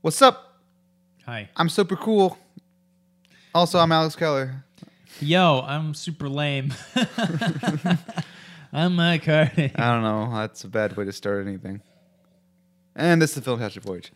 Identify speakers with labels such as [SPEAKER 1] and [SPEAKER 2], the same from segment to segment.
[SPEAKER 1] What's up?
[SPEAKER 2] Hi.
[SPEAKER 1] I'm super cool. Also, I'm Alex Keller.
[SPEAKER 2] Yo, I'm super lame. I'm Mike Hardy.
[SPEAKER 1] I don't know. That's a bad way to start anything. And this is the Fantastic Voyage.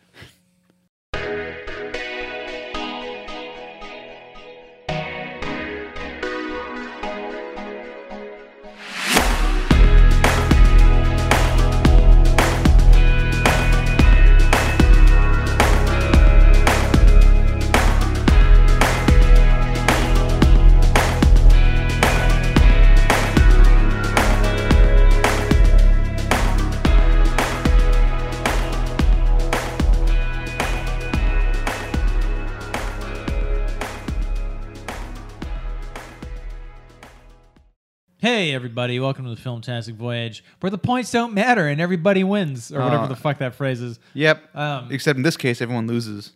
[SPEAKER 2] Hey, everybody. Welcome to the Filmtastic Voyage, where the points don't matter and everybody wins, or whatever
[SPEAKER 1] Uh,
[SPEAKER 2] the fuck that phrase is.
[SPEAKER 1] Yep.
[SPEAKER 2] Um,
[SPEAKER 1] Except in this case, everyone loses.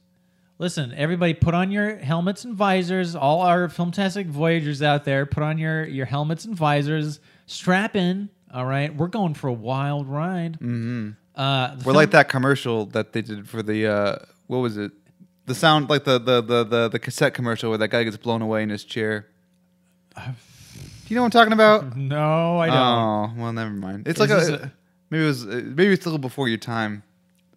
[SPEAKER 2] Listen, everybody, put on your helmets and visors. All our Filmtastic Voyagers out there, put on your, your helmets and visors. Strap in. All right. We're going for a wild ride. Mm-hmm. Uh, the
[SPEAKER 1] We're
[SPEAKER 2] film-
[SPEAKER 1] like that commercial that they did for the uh, what was it? The sound like the the, the the the cassette commercial where that guy gets blown away in his chair. Do you know what I'm talking about?
[SPEAKER 2] No, I don't.
[SPEAKER 1] Oh, well, never mind. It's
[SPEAKER 2] Is
[SPEAKER 1] like
[SPEAKER 2] this
[SPEAKER 1] a,
[SPEAKER 2] a-
[SPEAKER 1] maybe it was uh, maybe it's a little before your time.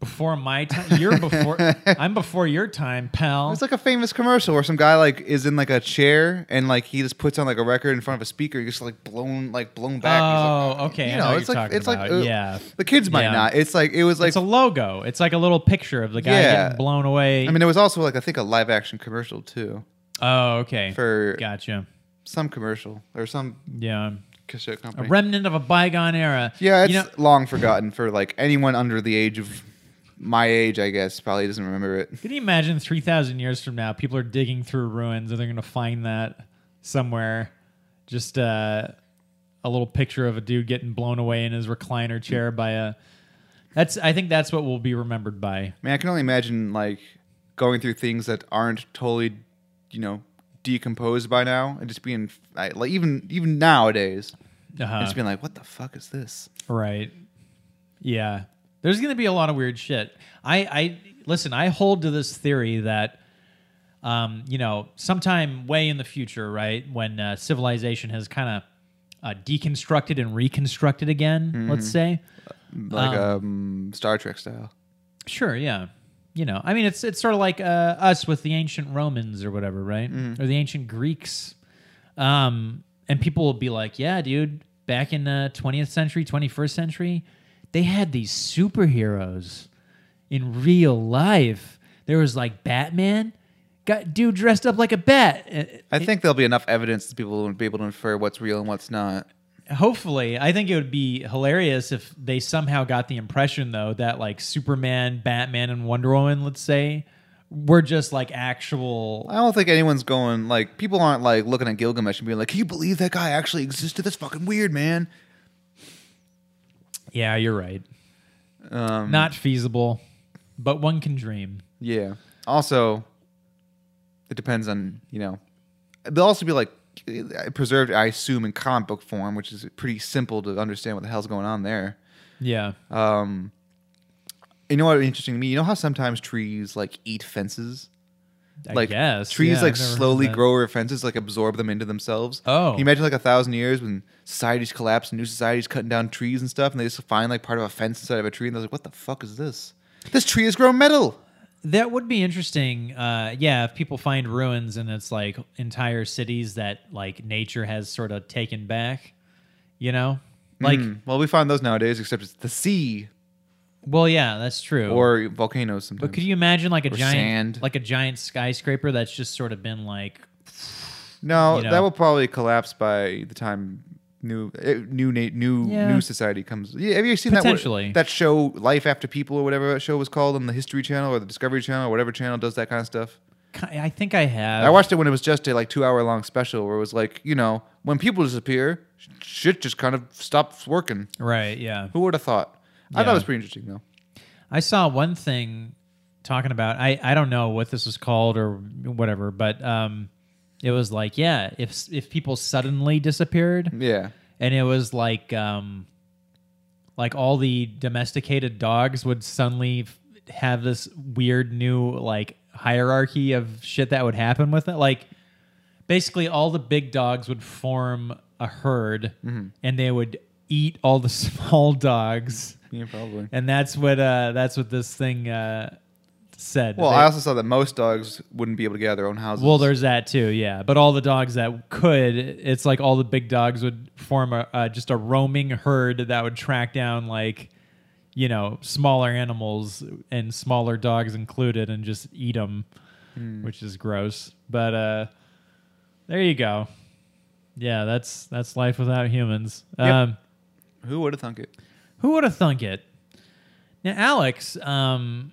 [SPEAKER 2] before my time. You're before. I'm before your time, pal.
[SPEAKER 1] It's like a famous commercial where some guy like is in like a chair and like he just puts on like a record in front of a speaker. He gets like blown like blown back. He's like-
[SPEAKER 2] Oh, okay.
[SPEAKER 1] you
[SPEAKER 2] I
[SPEAKER 1] know,
[SPEAKER 2] know what
[SPEAKER 1] it's
[SPEAKER 2] you're
[SPEAKER 1] like-
[SPEAKER 2] talking
[SPEAKER 1] it's like,
[SPEAKER 2] about.
[SPEAKER 1] uh,
[SPEAKER 2] yeah.
[SPEAKER 1] the kids might
[SPEAKER 2] Yeah.
[SPEAKER 1] not. It's like it was like
[SPEAKER 2] it's a logo. It's like a little picture of the guy
[SPEAKER 1] Yeah.
[SPEAKER 2] getting blown away.
[SPEAKER 1] I mean, it was also like I think a live action commercial too
[SPEAKER 2] oh, okay.
[SPEAKER 1] for
[SPEAKER 2] gotcha.
[SPEAKER 1] some commercial or some
[SPEAKER 2] Yeah.
[SPEAKER 1] cassette
[SPEAKER 2] A
[SPEAKER 1] company.
[SPEAKER 2] remnant of a bygone era.
[SPEAKER 1] yeah, it's
[SPEAKER 2] You know,
[SPEAKER 1] long forgotten for like anyone under the age of my age. I guess probably doesn't remember it.
[SPEAKER 2] can you imagine 3,000 years from now, people are digging through ruins and they're going to find that somewhere? Just uh, a little picture of a dude getting blown away in his recliner chair by a. That's. I think that's what we'll be remembered by.
[SPEAKER 1] I mean, I can only imagine like going through things that aren't totally, you know, decomposed by now, and just being I- like even even nowadays, and
[SPEAKER 2] Uh-huh.
[SPEAKER 1] just being like, what the fuck is this?
[SPEAKER 2] Right. Yeah. There's going to be a lot of weird shit. I, I listen, I hold to this theory that, um, you know, sometime way in the future, right, when uh, civilization has kind of uh, deconstructed and reconstructed again, let's say.
[SPEAKER 1] Like um, Star Trek style.
[SPEAKER 2] Sure, yeah. You know, I mean, it's it's sort of like uh, us with the ancient Romans or whatever, right? Or the ancient Greeks. Um, and people will be like, "Yeah, dude, back in the 20th century, 21st century, they had these superheroes in real life. There was like Batman, got dude dressed up like a bat. Uh,
[SPEAKER 1] I think there'll be enough evidence that people will be able to infer what's real and what's not.
[SPEAKER 2] hopefully i think it would be hilarious if they somehow got the impression though that like superman batman and wonder woman let's say were just like actual
[SPEAKER 1] I don't think anyone's going like people aren't like looking at Gilgamesh and being like, "Can you believe that guy actually existed? That's fucking weird, man."
[SPEAKER 2] yeah you're right
[SPEAKER 1] Um,
[SPEAKER 2] not feasible but one can dream
[SPEAKER 1] Yeah. Also, it depends on you know. They'll also be like eh, preserved, I assume, in comic book form, which is pretty simple to understand what the hell's going on there.
[SPEAKER 2] yeah
[SPEAKER 1] Um, you know what interesting to me? You know how sometimes trees like eat fences,
[SPEAKER 2] i
[SPEAKER 1] like
[SPEAKER 2] guess
[SPEAKER 1] trees
[SPEAKER 2] Yeah,
[SPEAKER 1] like
[SPEAKER 2] I've never heard
[SPEAKER 1] slowly
[SPEAKER 2] that.
[SPEAKER 1] grow over fences, like absorb them into themselves.
[SPEAKER 2] Oh.
[SPEAKER 1] Can you imagine like a thousand years when societies collapse and new societies cutting down trees and stuff, and they just find like part of a fence inside of a tree, and they're like, "What the fuck is this? This tree has grown metal."
[SPEAKER 2] that would be interesting uh yeah if people find ruins and it's like entire cities that like nature has sort of taken back you know like
[SPEAKER 1] Mm. well, we find those nowadays, except it's the sea
[SPEAKER 2] well yeah that's true
[SPEAKER 1] or volcanoes sometimes.
[SPEAKER 2] But could you imagine like a giant
[SPEAKER 1] sand.
[SPEAKER 2] like a giant skyscraper that's just sort of been like
[SPEAKER 1] no,
[SPEAKER 2] you know.
[SPEAKER 1] that will probably collapse by the time new eh, new na- new
[SPEAKER 2] Yeah.
[SPEAKER 1] new society comes. Yeah, have you seen that what-
[SPEAKER 2] Potentially.
[SPEAKER 1] that show Life After People or whatever that show was called on the History Channel or the Discovery Channel or whatever channel does that kind of stuff?
[SPEAKER 2] ki- I think I have
[SPEAKER 1] I watched it when it was just a like two hour long special where it was like you know when people disappear, sh- shit just kind of stops working.
[SPEAKER 2] right yeah
[SPEAKER 1] Who would have thought? I thought
[SPEAKER 2] Yeah.
[SPEAKER 1] it was pretty interesting though.
[SPEAKER 2] I saw one thing talking about I I don't know what this was called or whatever but um it was like yeah if s- if people suddenly disappeared
[SPEAKER 1] Yeah.
[SPEAKER 2] and it was like um like all the domesticated dogs would suddenly f- have this weird new like hierarchy of shit that would happen with it. Like basically all the big dogs would form a herd
[SPEAKER 1] Mm-hmm.
[SPEAKER 2] and they would eat all the small dogs.
[SPEAKER 1] Yeah, probably.
[SPEAKER 2] And that's what uh that's what this thing uh said.
[SPEAKER 1] Well,
[SPEAKER 2] They-
[SPEAKER 1] I also saw that most dogs wouldn't be able to get out of their own houses.
[SPEAKER 2] well, there's that too, yeah. But all the dogs that could, it's like all the big dogs would form a uh, just a roaming herd that would track down like, you know, smaller animals and smaller dogs included, and just eat them, which is gross. But uh, there you go. Yeah, that's that's life without humans.
[SPEAKER 1] Yep.
[SPEAKER 2] Um,
[SPEAKER 1] who would have thunk it?
[SPEAKER 2] who would have thunk it? Now, Alex, um,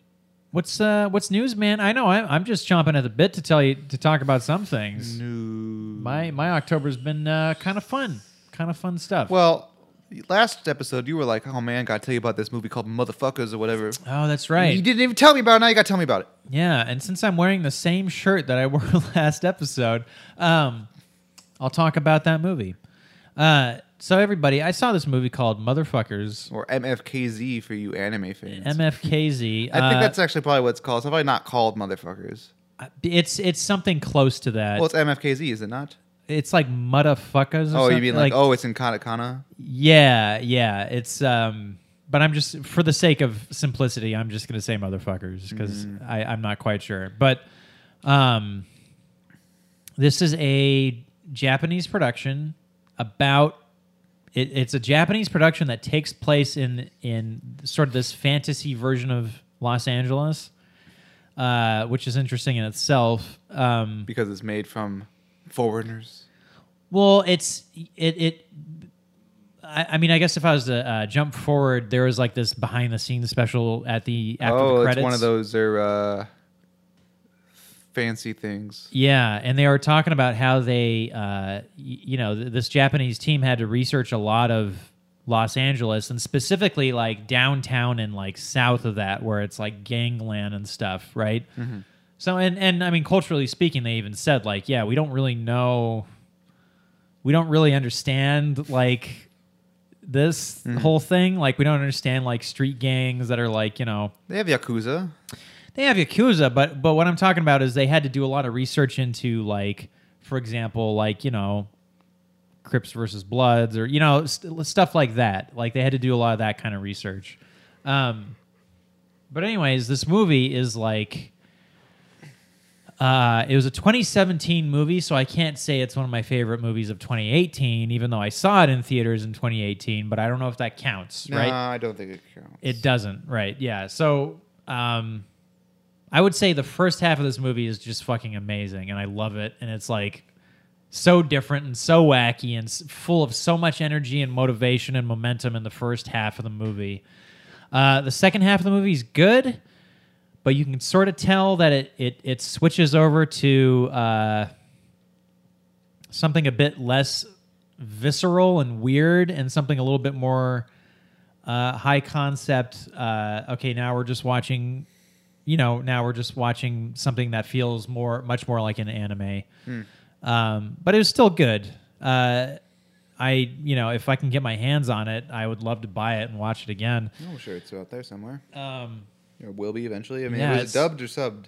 [SPEAKER 2] what's uh, what's news, man? I know I'm, I'm just chomping at the bit to tell you to talk about some things.
[SPEAKER 1] No.
[SPEAKER 2] My my October's been uh, kind of fun, kind of fun stuff.
[SPEAKER 1] Well, last episode you were like, "Oh man, gotta tell you about this movie called Motherfuckers or whatever."
[SPEAKER 2] oh, that's right.
[SPEAKER 1] You didn't even tell me about it. Now you gotta tell me about it.
[SPEAKER 2] Yeah, and since I'm wearing the same shirt that I wore last episode, um, I'll talk about that movie. Uh, so everybody, I saw this movie called Motherfuckers,
[SPEAKER 1] Or MFKZ for you anime fans.
[SPEAKER 2] MFKZ.
[SPEAKER 1] I think
[SPEAKER 2] Uh,
[SPEAKER 1] that's actually probably what it's called. It's probably not called Motherfuckers.
[SPEAKER 2] it's it's something close to that.
[SPEAKER 1] Well, it's MFKZ, is it not?
[SPEAKER 2] it's like motherfuckers. Or
[SPEAKER 1] Oh, you
[SPEAKER 2] something.
[SPEAKER 1] mean like, oh, it's in katakana?
[SPEAKER 2] yeah, yeah. It's um, but I'm just for the sake of simplicity, I'm just gonna say motherfuckers because I I'm not quite sure. But um, this is a Japanese production about. It, it's a Japanese production that takes place in in sort of this fantasy version of Los Angeles, uh, which is interesting in itself. Um,
[SPEAKER 1] Because it's made from foreigners.
[SPEAKER 2] Well, it's it it. I, I mean, I guess if I was to uh, jump forward, there was like this behind the scenes special at the after
[SPEAKER 1] oh,
[SPEAKER 2] the
[SPEAKER 1] it's
[SPEAKER 2] credits.
[SPEAKER 1] one of those they're, uh, fancy things.
[SPEAKER 2] Yeah, and they were talking about how they, uh, y- you know, th- this Japanese team had to research a lot of Los Angeles and specifically like downtown and like south of that, where it's like gangland and stuff, right? So, and and I mean, culturally speaking, they even said like, yeah, we don't really know, we don't really understand like this whole thing. Like, we don't understand like street gangs that are like, you know,
[SPEAKER 1] They have yakuza.
[SPEAKER 2] they have Yakuza, but but what I'm talking about is they had to do a lot of research into like, for example, like you know, Crips versus Bloods or you know st- stuff like that. Like they had to do a lot of that kind of research. Um, but anyways, this movie is like. Uh, it was a 2017 movie, so I can't say it's one of my favorite movies of 2018, even though I saw it in theaters in 2018. But I don't know if that counts,
[SPEAKER 1] No,
[SPEAKER 2] right?
[SPEAKER 1] I don't think it counts.
[SPEAKER 2] It doesn't, right? Yeah. So, um, I would say the first half of this movie is just fucking amazing, and I love it. And it's like so different and so wacky and s- full of so much energy and motivation and momentum in the first half of the movie. Uh, the second half of the movie is good, but you can sort of tell that it it, it switches over to uh, something a bit less visceral and weird, and something a little bit more uh, high concept. Uh, okay, now we're just watching. You know, now we're just watching something that feels more, much more like an anime. Um, but it was still good. Uh, I, you know, if I can get my hands on it, I would love to buy it and watch it again.
[SPEAKER 1] I'm sure it's out there somewhere.
[SPEAKER 2] Um,
[SPEAKER 1] Or will be eventually. I mean,
[SPEAKER 2] Yeah,
[SPEAKER 1] it
[SPEAKER 2] it's-
[SPEAKER 1] was dubbed or subbed,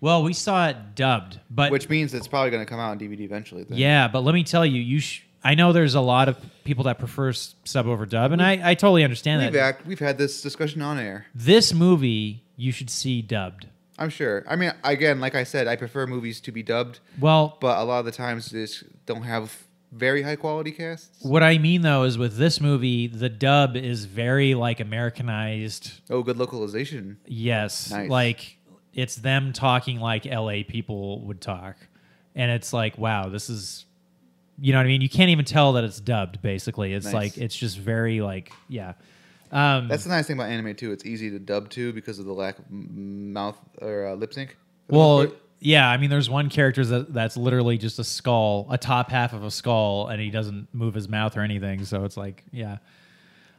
[SPEAKER 2] well, we saw it dubbed, but
[SPEAKER 1] which means it's probably going to come out on DVD eventually. Then.
[SPEAKER 2] Yeah, but let me tell you, you. Sh- I know there's a lot of people that prefer s- sub over dub, and I, I totally understand
[SPEAKER 1] We've,
[SPEAKER 2] that.
[SPEAKER 1] act, we've had this discussion on air.
[SPEAKER 2] This movie you should see dubbed.
[SPEAKER 1] I'm sure. I mean, again, like I said, I prefer movies to be dubbed,
[SPEAKER 2] Well,
[SPEAKER 1] but a lot of the times they just don't have very high quality casts.
[SPEAKER 2] what I mean though is with this movie, the dub is very like Americanized.
[SPEAKER 1] Oh, good localization.
[SPEAKER 2] Yes,
[SPEAKER 1] Nice.
[SPEAKER 2] like it's them talking like LA people would talk, and it's like wow, this is. You know what I mean? You can't even tell that it's dubbed. Basically, it's
[SPEAKER 1] Nice.
[SPEAKER 2] like it's just very like yeah. Um,
[SPEAKER 1] That's the nice thing about anime too. It's easy to dub to because of the lack of m- mouth or uh, lip sync.
[SPEAKER 2] Well, yeah, I mean, there's one character that, that's literally just a skull, a top half of a skull, and he doesn't move his mouth or anything. So it's like, yeah.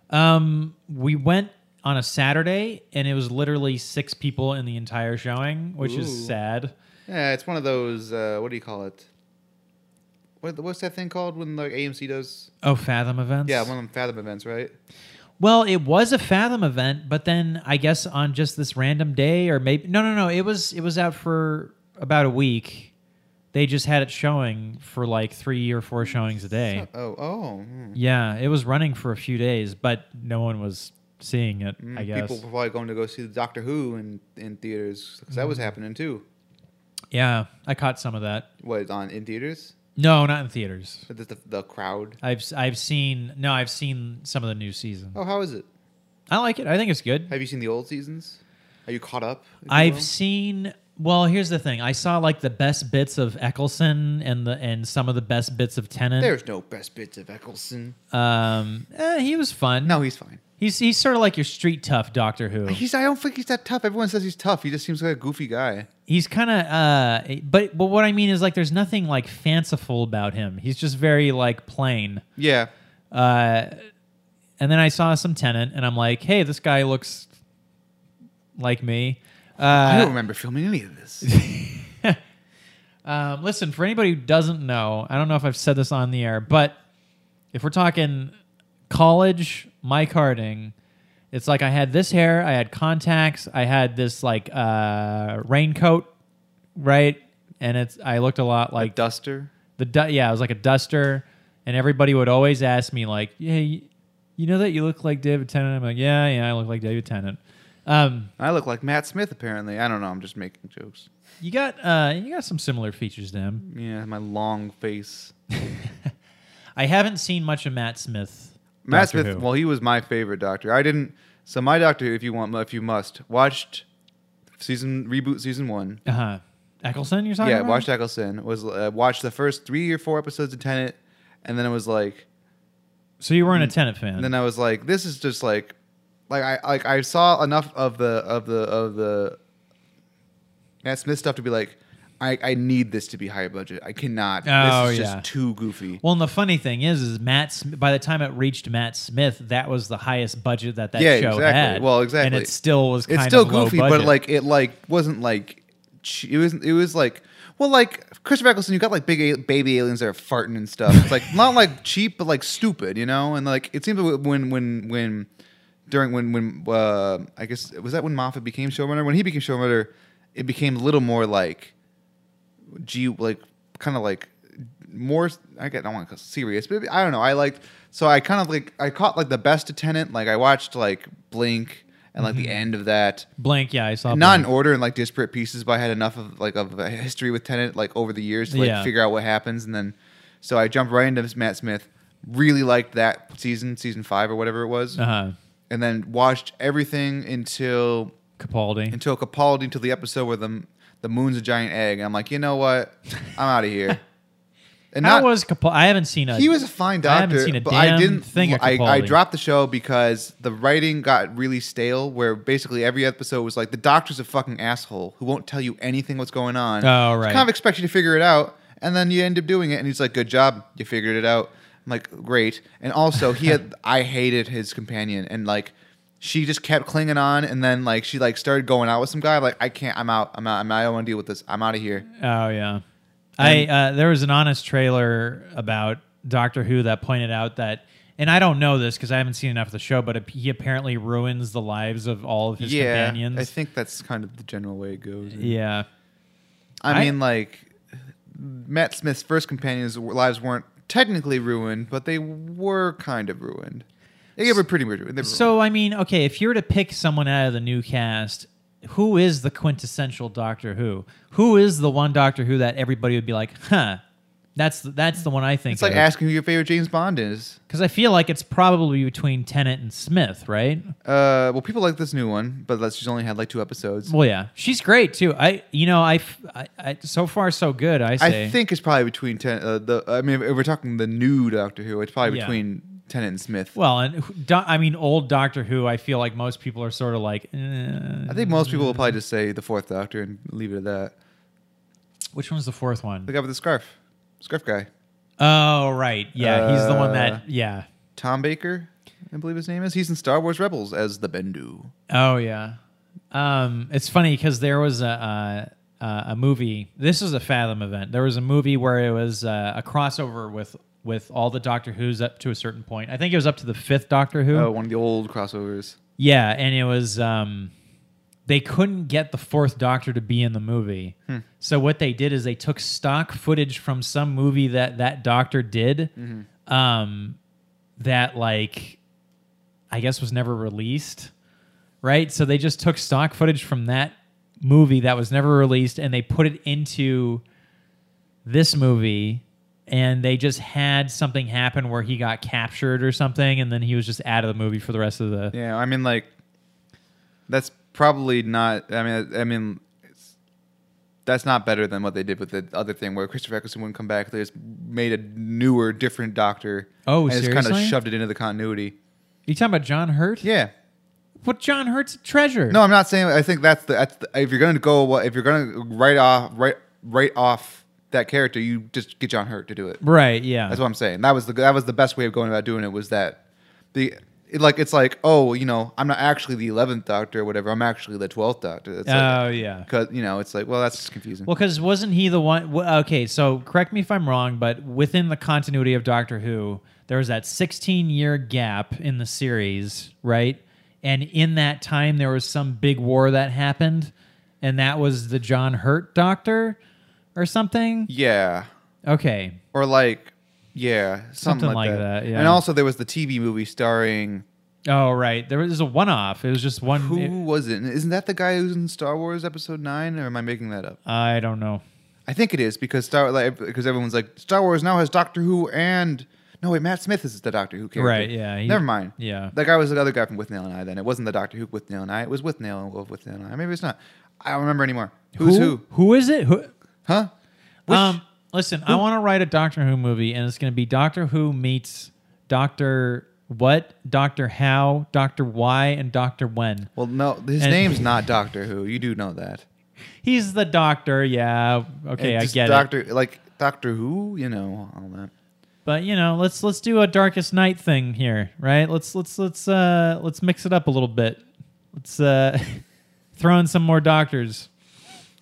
[SPEAKER 2] Um, we went on a Saturday, and it was literally six people in the entire showing, which
[SPEAKER 1] Ooh.
[SPEAKER 2] is sad.
[SPEAKER 1] yeah, it's one of those. Uh, what do you call it? What, what's that thing called when like AMC does?
[SPEAKER 2] Oh, Fathom events.
[SPEAKER 1] Yeah, one of them Fathom events, right?
[SPEAKER 2] Well, it was a Fathom event, but then I guess on just this random day or maybe no, no, no, it was it was out for about a week. They just had it showing for like 3 or 4 showings a day.
[SPEAKER 1] Oh, oh. hmm.
[SPEAKER 2] Yeah, it was running for a few days, but no one was seeing it, Hmm. I guess.
[SPEAKER 1] Mm, People were probably going to go see Doctor Who in, in theaters because
[SPEAKER 2] Hmm.
[SPEAKER 1] that was happening too.
[SPEAKER 2] Yeah, I caught some of that.
[SPEAKER 1] What on in theaters?
[SPEAKER 2] No, not in theaters.
[SPEAKER 1] The, the, the crowd.
[SPEAKER 2] I've s- I've seen no, I've seen some of the new season.
[SPEAKER 1] Oh, how is it?
[SPEAKER 2] I like it. I think it's good.
[SPEAKER 1] Have you seen the old seasons? Are you caught up? if you will?
[SPEAKER 2] I've seen. Well, here's the thing. I saw like the best bits of Eccleston and the and some of the best bits of Tennant.
[SPEAKER 1] There's no best bits of Eccleston.
[SPEAKER 2] Um, eh, he was fun.
[SPEAKER 1] No, he's fine.
[SPEAKER 2] he's he's sort of like your street tough Doctor Who.
[SPEAKER 1] He's. I don't think he's that tough. Everyone says he's tough. He just seems like a goofy guy.
[SPEAKER 2] He's kind of uh, but but what I mean is like there's nothing like fanciful about him. He's just very like plain.
[SPEAKER 1] Yeah.
[SPEAKER 2] Uh, and then I saw some Tennant, and I'm like, hey, this guy looks like me.
[SPEAKER 1] I
[SPEAKER 2] Uh,
[SPEAKER 1] don't remember filming any of this.
[SPEAKER 2] Um, listen, for anybody who doesn't know, I don't know if I've said this on the air, but if we're talking college, my carding, it's like I had this hair, I had contacts, I had this like uh, raincoat, right? And it's I looked a lot like
[SPEAKER 1] like Duster.
[SPEAKER 2] the du- yeah, I was like a duster, and everybody would always ask me like, "Yeah, you, you know that you look like David Tennant?" I'm like, "Yeah, yeah, I look like David Tennant." Um,
[SPEAKER 1] I look like Matt Smith. Apparently, I don't know. I'm just making jokes.
[SPEAKER 2] you got uh, you got some similar features to him.
[SPEAKER 1] Yeah, my long face.
[SPEAKER 2] I haven't seen much of Matt Smith.
[SPEAKER 1] Matt
[SPEAKER 2] Doctor
[SPEAKER 1] Smith.
[SPEAKER 2] Who.
[SPEAKER 1] Well, he was my favorite Doctor. I didn't. So my Doctor, if you want, if you must, watched season reboot season one.
[SPEAKER 2] uh-huh. Eccleston, you're talking
[SPEAKER 1] yeah,
[SPEAKER 2] about?
[SPEAKER 1] watched Eccleston. Was uh, watched the first three or four episodes of Tenet, and then it was like,
[SPEAKER 2] So you weren't a Tennant fan.
[SPEAKER 1] and then I was like, this is just like, like I like I saw enough of the of the of the Matt Smith stuff to be like, I I need this to be higher budget. I cannot.
[SPEAKER 2] Oh,
[SPEAKER 1] this is
[SPEAKER 2] yeah.
[SPEAKER 1] just too goofy.
[SPEAKER 2] well, and the funny thing is, is Matt. Sm- By the time it reached Matt Smith, that was the highest budget that that
[SPEAKER 1] Yeah,
[SPEAKER 2] show
[SPEAKER 1] exactly.
[SPEAKER 2] had.
[SPEAKER 1] Well, exactly.
[SPEAKER 2] and it still was. Kind
[SPEAKER 1] it's still
[SPEAKER 2] of low
[SPEAKER 1] goofy,
[SPEAKER 2] budget.
[SPEAKER 1] but like it like wasn't like ch- it was it was like well like Christopher Eccleston, you got like big a- baby aliens that are farting and stuff. It's like not like cheap, but like stupid, you know. And like it seems like when when when during when when uh, I guess was that when Moffat became showrunner? When he became showrunner, it became a little more like G like kind of like more I get I don't want to serious, but I don't know. I liked so I kind of like I caught like the best of Tenant. Like I watched like Blink and like
[SPEAKER 2] Mm-hmm.
[SPEAKER 1] the end of that.
[SPEAKER 2] blank. Yeah, I saw.
[SPEAKER 1] Not in
[SPEAKER 2] Blank.
[SPEAKER 1] order and like disparate pieces, but I had enough of like of a history with Tenant like over the years to like
[SPEAKER 2] Yeah.
[SPEAKER 1] figure out what happens, and then so I jumped right into Matt Smith. Really liked that season, season five or whatever it was,
[SPEAKER 2] Uh-huh.
[SPEAKER 1] and then watched everything until
[SPEAKER 2] Capaldi.
[SPEAKER 1] until Capaldi until the episode where the the moon's a giant egg. And I'm like, you know what? I'm out of here. And
[SPEAKER 2] How
[SPEAKER 1] not
[SPEAKER 2] was Capaldi? I haven't seen a.
[SPEAKER 1] he was a fine
[SPEAKER 2] Uh, I
[SPEAKER 1] doctor,
[SPEAKER 2] haven't seen a
[SPEAKER 1] but I
[SPEAKER 2] damn
[SPEAKER 1] didn't
[SPEAKER 2] thing of
[SPEAKER 1] I, I
[SPEAKER 2] Capaldi.
[SPEAKER 1] dropped the show because the writing got really stale. Where basically every episode was like, the doctor's a fucking asshole who won't tell you anything what's going on.
[SPEAKER 2] Oh, right.
[SPEAKER 1] Just kind of expect you to figure it out, and then you end up doing it, and he's like, "Good job, you figured it out." I'm like, "Great." And also, he had I hated his companion, and like. She just kept clinging on, and then like she like started going out with some guy. Like I can't, I'm out, I'm out, I'm out I don't want to deal with this. I'm out of here.
[SPEAKER 2] Oh yeah, I uh, there was an honest trailer about Doctor Who that pointed out that, and I don't know this because I haven't seen enough of the show, but he apparently ruins the lives of all of his
[SPEAKER 1] yeah,
[SPEAKER 2] companions.
[SPEAKER 1] I think that's kind of the general way it goes.
[SPEAKER 2] yeah,
[SPEAKER 1] I,
[SPEAKER 2] I-
[SPEAKER 1] mean, like Matt Smith's first companions' lives weren't technically ruined, but they were kind of ruined. They were pretty much ruined. They were
[SPEAKER 2] So I mean, okay, if you were to pick someone out of the new cast, who is the quintessential Doctor Who? Who is the one Doctor Who that everybody would be like, huh? That's the, that's the one I think.
[SPEAKER 1] it's like asking who your favorite James Bond is.
[SPEAKER 2] because I feel like it's probably between Tennant and Smith, right?
[SPEAKER 1] Uh, well, people like this new one, but that's she's only had like two episodes.
[SPEAKER 2] Well, yeah, she's great too. I, you know, I, f- I- I- so far so good. I say.
[SPEAKER 1] I think it's probably between ten. Uh, the I mean, if we're talking the new Doctor Who. It's probably
[SPEAKER 2] Yeah.
[SPEAKER 1] between Tennant and Smith.
[SPEAKER 2] Well, and who- do, I mean, old Doctor Who. I feel like most people are sort of like, eh.
[SPEAKER 1] I think most people will probably
[SPEAKER 2] mm-hmm.
[SPEAKER 1] just say the fourth Doctor and leave it at that.
[SPEAKER 2] which one's the fourth one?
[SPEAKER 1] The guy with the scarf, scarf guy,
[SPEAKER 2] Oh, right, yeah, he's the one
[SPEAKER 1] Uh,
[SPEAKER 2] that, yeah.
[SPEAKER 1] Tom Baker, I believe his name is. He's in Star Wars Rebels as the Bendu.
[SPEAKER 2] Oh yeah. Um, it's funny because there was a, a a movie. This was a Fathom event. There was a movie where it was uh, a crossover with with all the Doctor Who's up to a certain point. I think it was up to the fifth Doctor Who.
[SPEAKER 1] Oh, one of the old crossovers.
[SPEAKER 2] Yeah, and it was um they couldn't get the fourth doctor to be in the movie. So what they did is they took stock footage from some movie that that doctor did um that like I guess was never released, right? So they just took stock footage from that movie that was never released and they put it into this movie and they just had something happen where he got captured or something and then he was just out of the movie for the rest of the
[SPEAKER 1] Yeah, I mean, like that's probably not. I mean, I mean, it's, that's not better than what they did with the other thing where Christopher Eccleston wouldn't come back. They just made a newer, different Doctor.
[SPEAKER 2] Oh,
[SPEAKER 1] and just kind
[SPEAKER 2] seriously?
[SPEAKER 1] of shoved it into the continuity.
[SPEAKER 2] You talking about John Hurt?
[SPEAKER 1] Yeah.
[SPEAKER 2] What John Hurt's a treasure?
[SPEAKER 1] No, I'm not saying. I think that's the. That's the if you're gonna go, wa- if you're gonna write off, write write off that character, you just get John Hurt to do it.
[SPEAKER 2] Right. Yeah.
[SPEAKER 1] That's what I'm saying. That was the that was the best way of going about doing it was that the it, like it's like oh you know I'm not actually the eleventh Doctor or whatever I'm actually the twelfth Doctor. It's
[SPEAKER 2] oh
[SPEAKER 1] like,
[SPEAKER 2] yeah.
[SPEAKER 1] Cause you know it's like well that's just confusing.
[SPEAKER 2] Well, because wasn't he the one? w- Okay, so correct me if I'm wrong, but within the continuity of Doctor Who, there was that 16 year gap in the series, right? And in that time, there was some big war that happened, and that was the John Hurt Doctor or something.
[SPEAKER 1] yeah,
[SPEAKER 2] Okay.
[SPEAKER 1] or like yeah something,
[SPEAKER 2] Something
[SPEAKER 1] like,
[SPEAKER 2] like
[SPEAKER 1] that.
[SPEAKER 2] that, yeah.
[SPEAKER 1] And also there was the TV movie starring
[SPEAKER 2] Oh, right. There was a one off. It was just one.
[SPEAKER 1] who
[SPEAKER 2] it-
[SPEAKER 1] was it? Isn't that the guy who's in Star Wars Episode Nine? Or am I making that up?
[SPEAKER 2] I don't know.
[SPEAKER 1] I think it is because Star like because everyone's like Star Wars now has Doctor Who and no wait Matt Smith is the Doctor Who character
[SPEAKER 2] Right, yeah, he-
[SPEAKER 1] never mind
[SPEAKER 2] yeah.
[SPEAKER 1] that guy was the other guy from With Nail and I then it wasn't the Doctor Who with Nail and I it was With Nail and Wolf with Nail and I maybe it's not I don't remember anymore who's who,
[SPEAKER 2] Who is it? Who?
[SPEAKER 1] huh
[SPEAKER 2] um, listen, I want to write a Doctor Who movie, and it's going to be Doctor Who meets Doctor what, Doctor how, Doctor why, and Doctor when.
[SPEAKER 1] well no his
[SPEAKER 2] And-
[SPEAKER 1] name's not Doctor Who you do know that
[SPEAKER 2] He's the Doctor. Yeah. Okay,
[SPEAKER 1] And
[SPEAKER 2] I
[SPEAKER 1] just
[SPEAKER 2] get it.
[SPEAKER 1] Doctor like Doctor Who you know all that
[SPEAKER 2] But you know, let's let's do a Darkest Night thing here, right? Let's let's let's uh let's mix it up a little bit. Let's uh throw in some more doctors.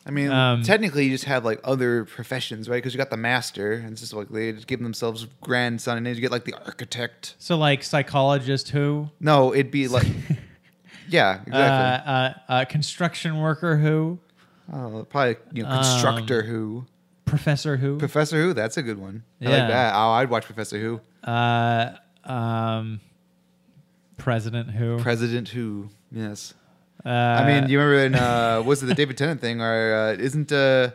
[SPEAKER 1] I mean
[SPEAKER 2] Um,
[SPEAKER 1] technically you just have like other professions right because you got the Master and it's just like they just give themselves grandson and then you get like the Architect
[SPEAKER 2] So like psychologist who,
[SPEAKER 1] no it'd be like yeah exactly.
[SPEAKER 2] uh, uh, uh, construction worker who,
[SPEAKER 1] Oh, probably you know, constructor
[SPEAKER 2] um,
[SPEAKER 1] who,
[SPEAKER 2] professor who,
[SPEAKER 1] Professor Who. That's a good one. I
[SPEAKER 2] Yeah.
[SPEAKER 1] like that. Oh, I'd watch Professor Who,
[SPEAKER 2] Uh, um, President Who.
[SPEAKER 1] President Who. Yes,
[SPEAKER 2] uh,
[SPEAKER 1] I mean, you remember in uh, was it the David Tennant thing, or uh, isn't uh,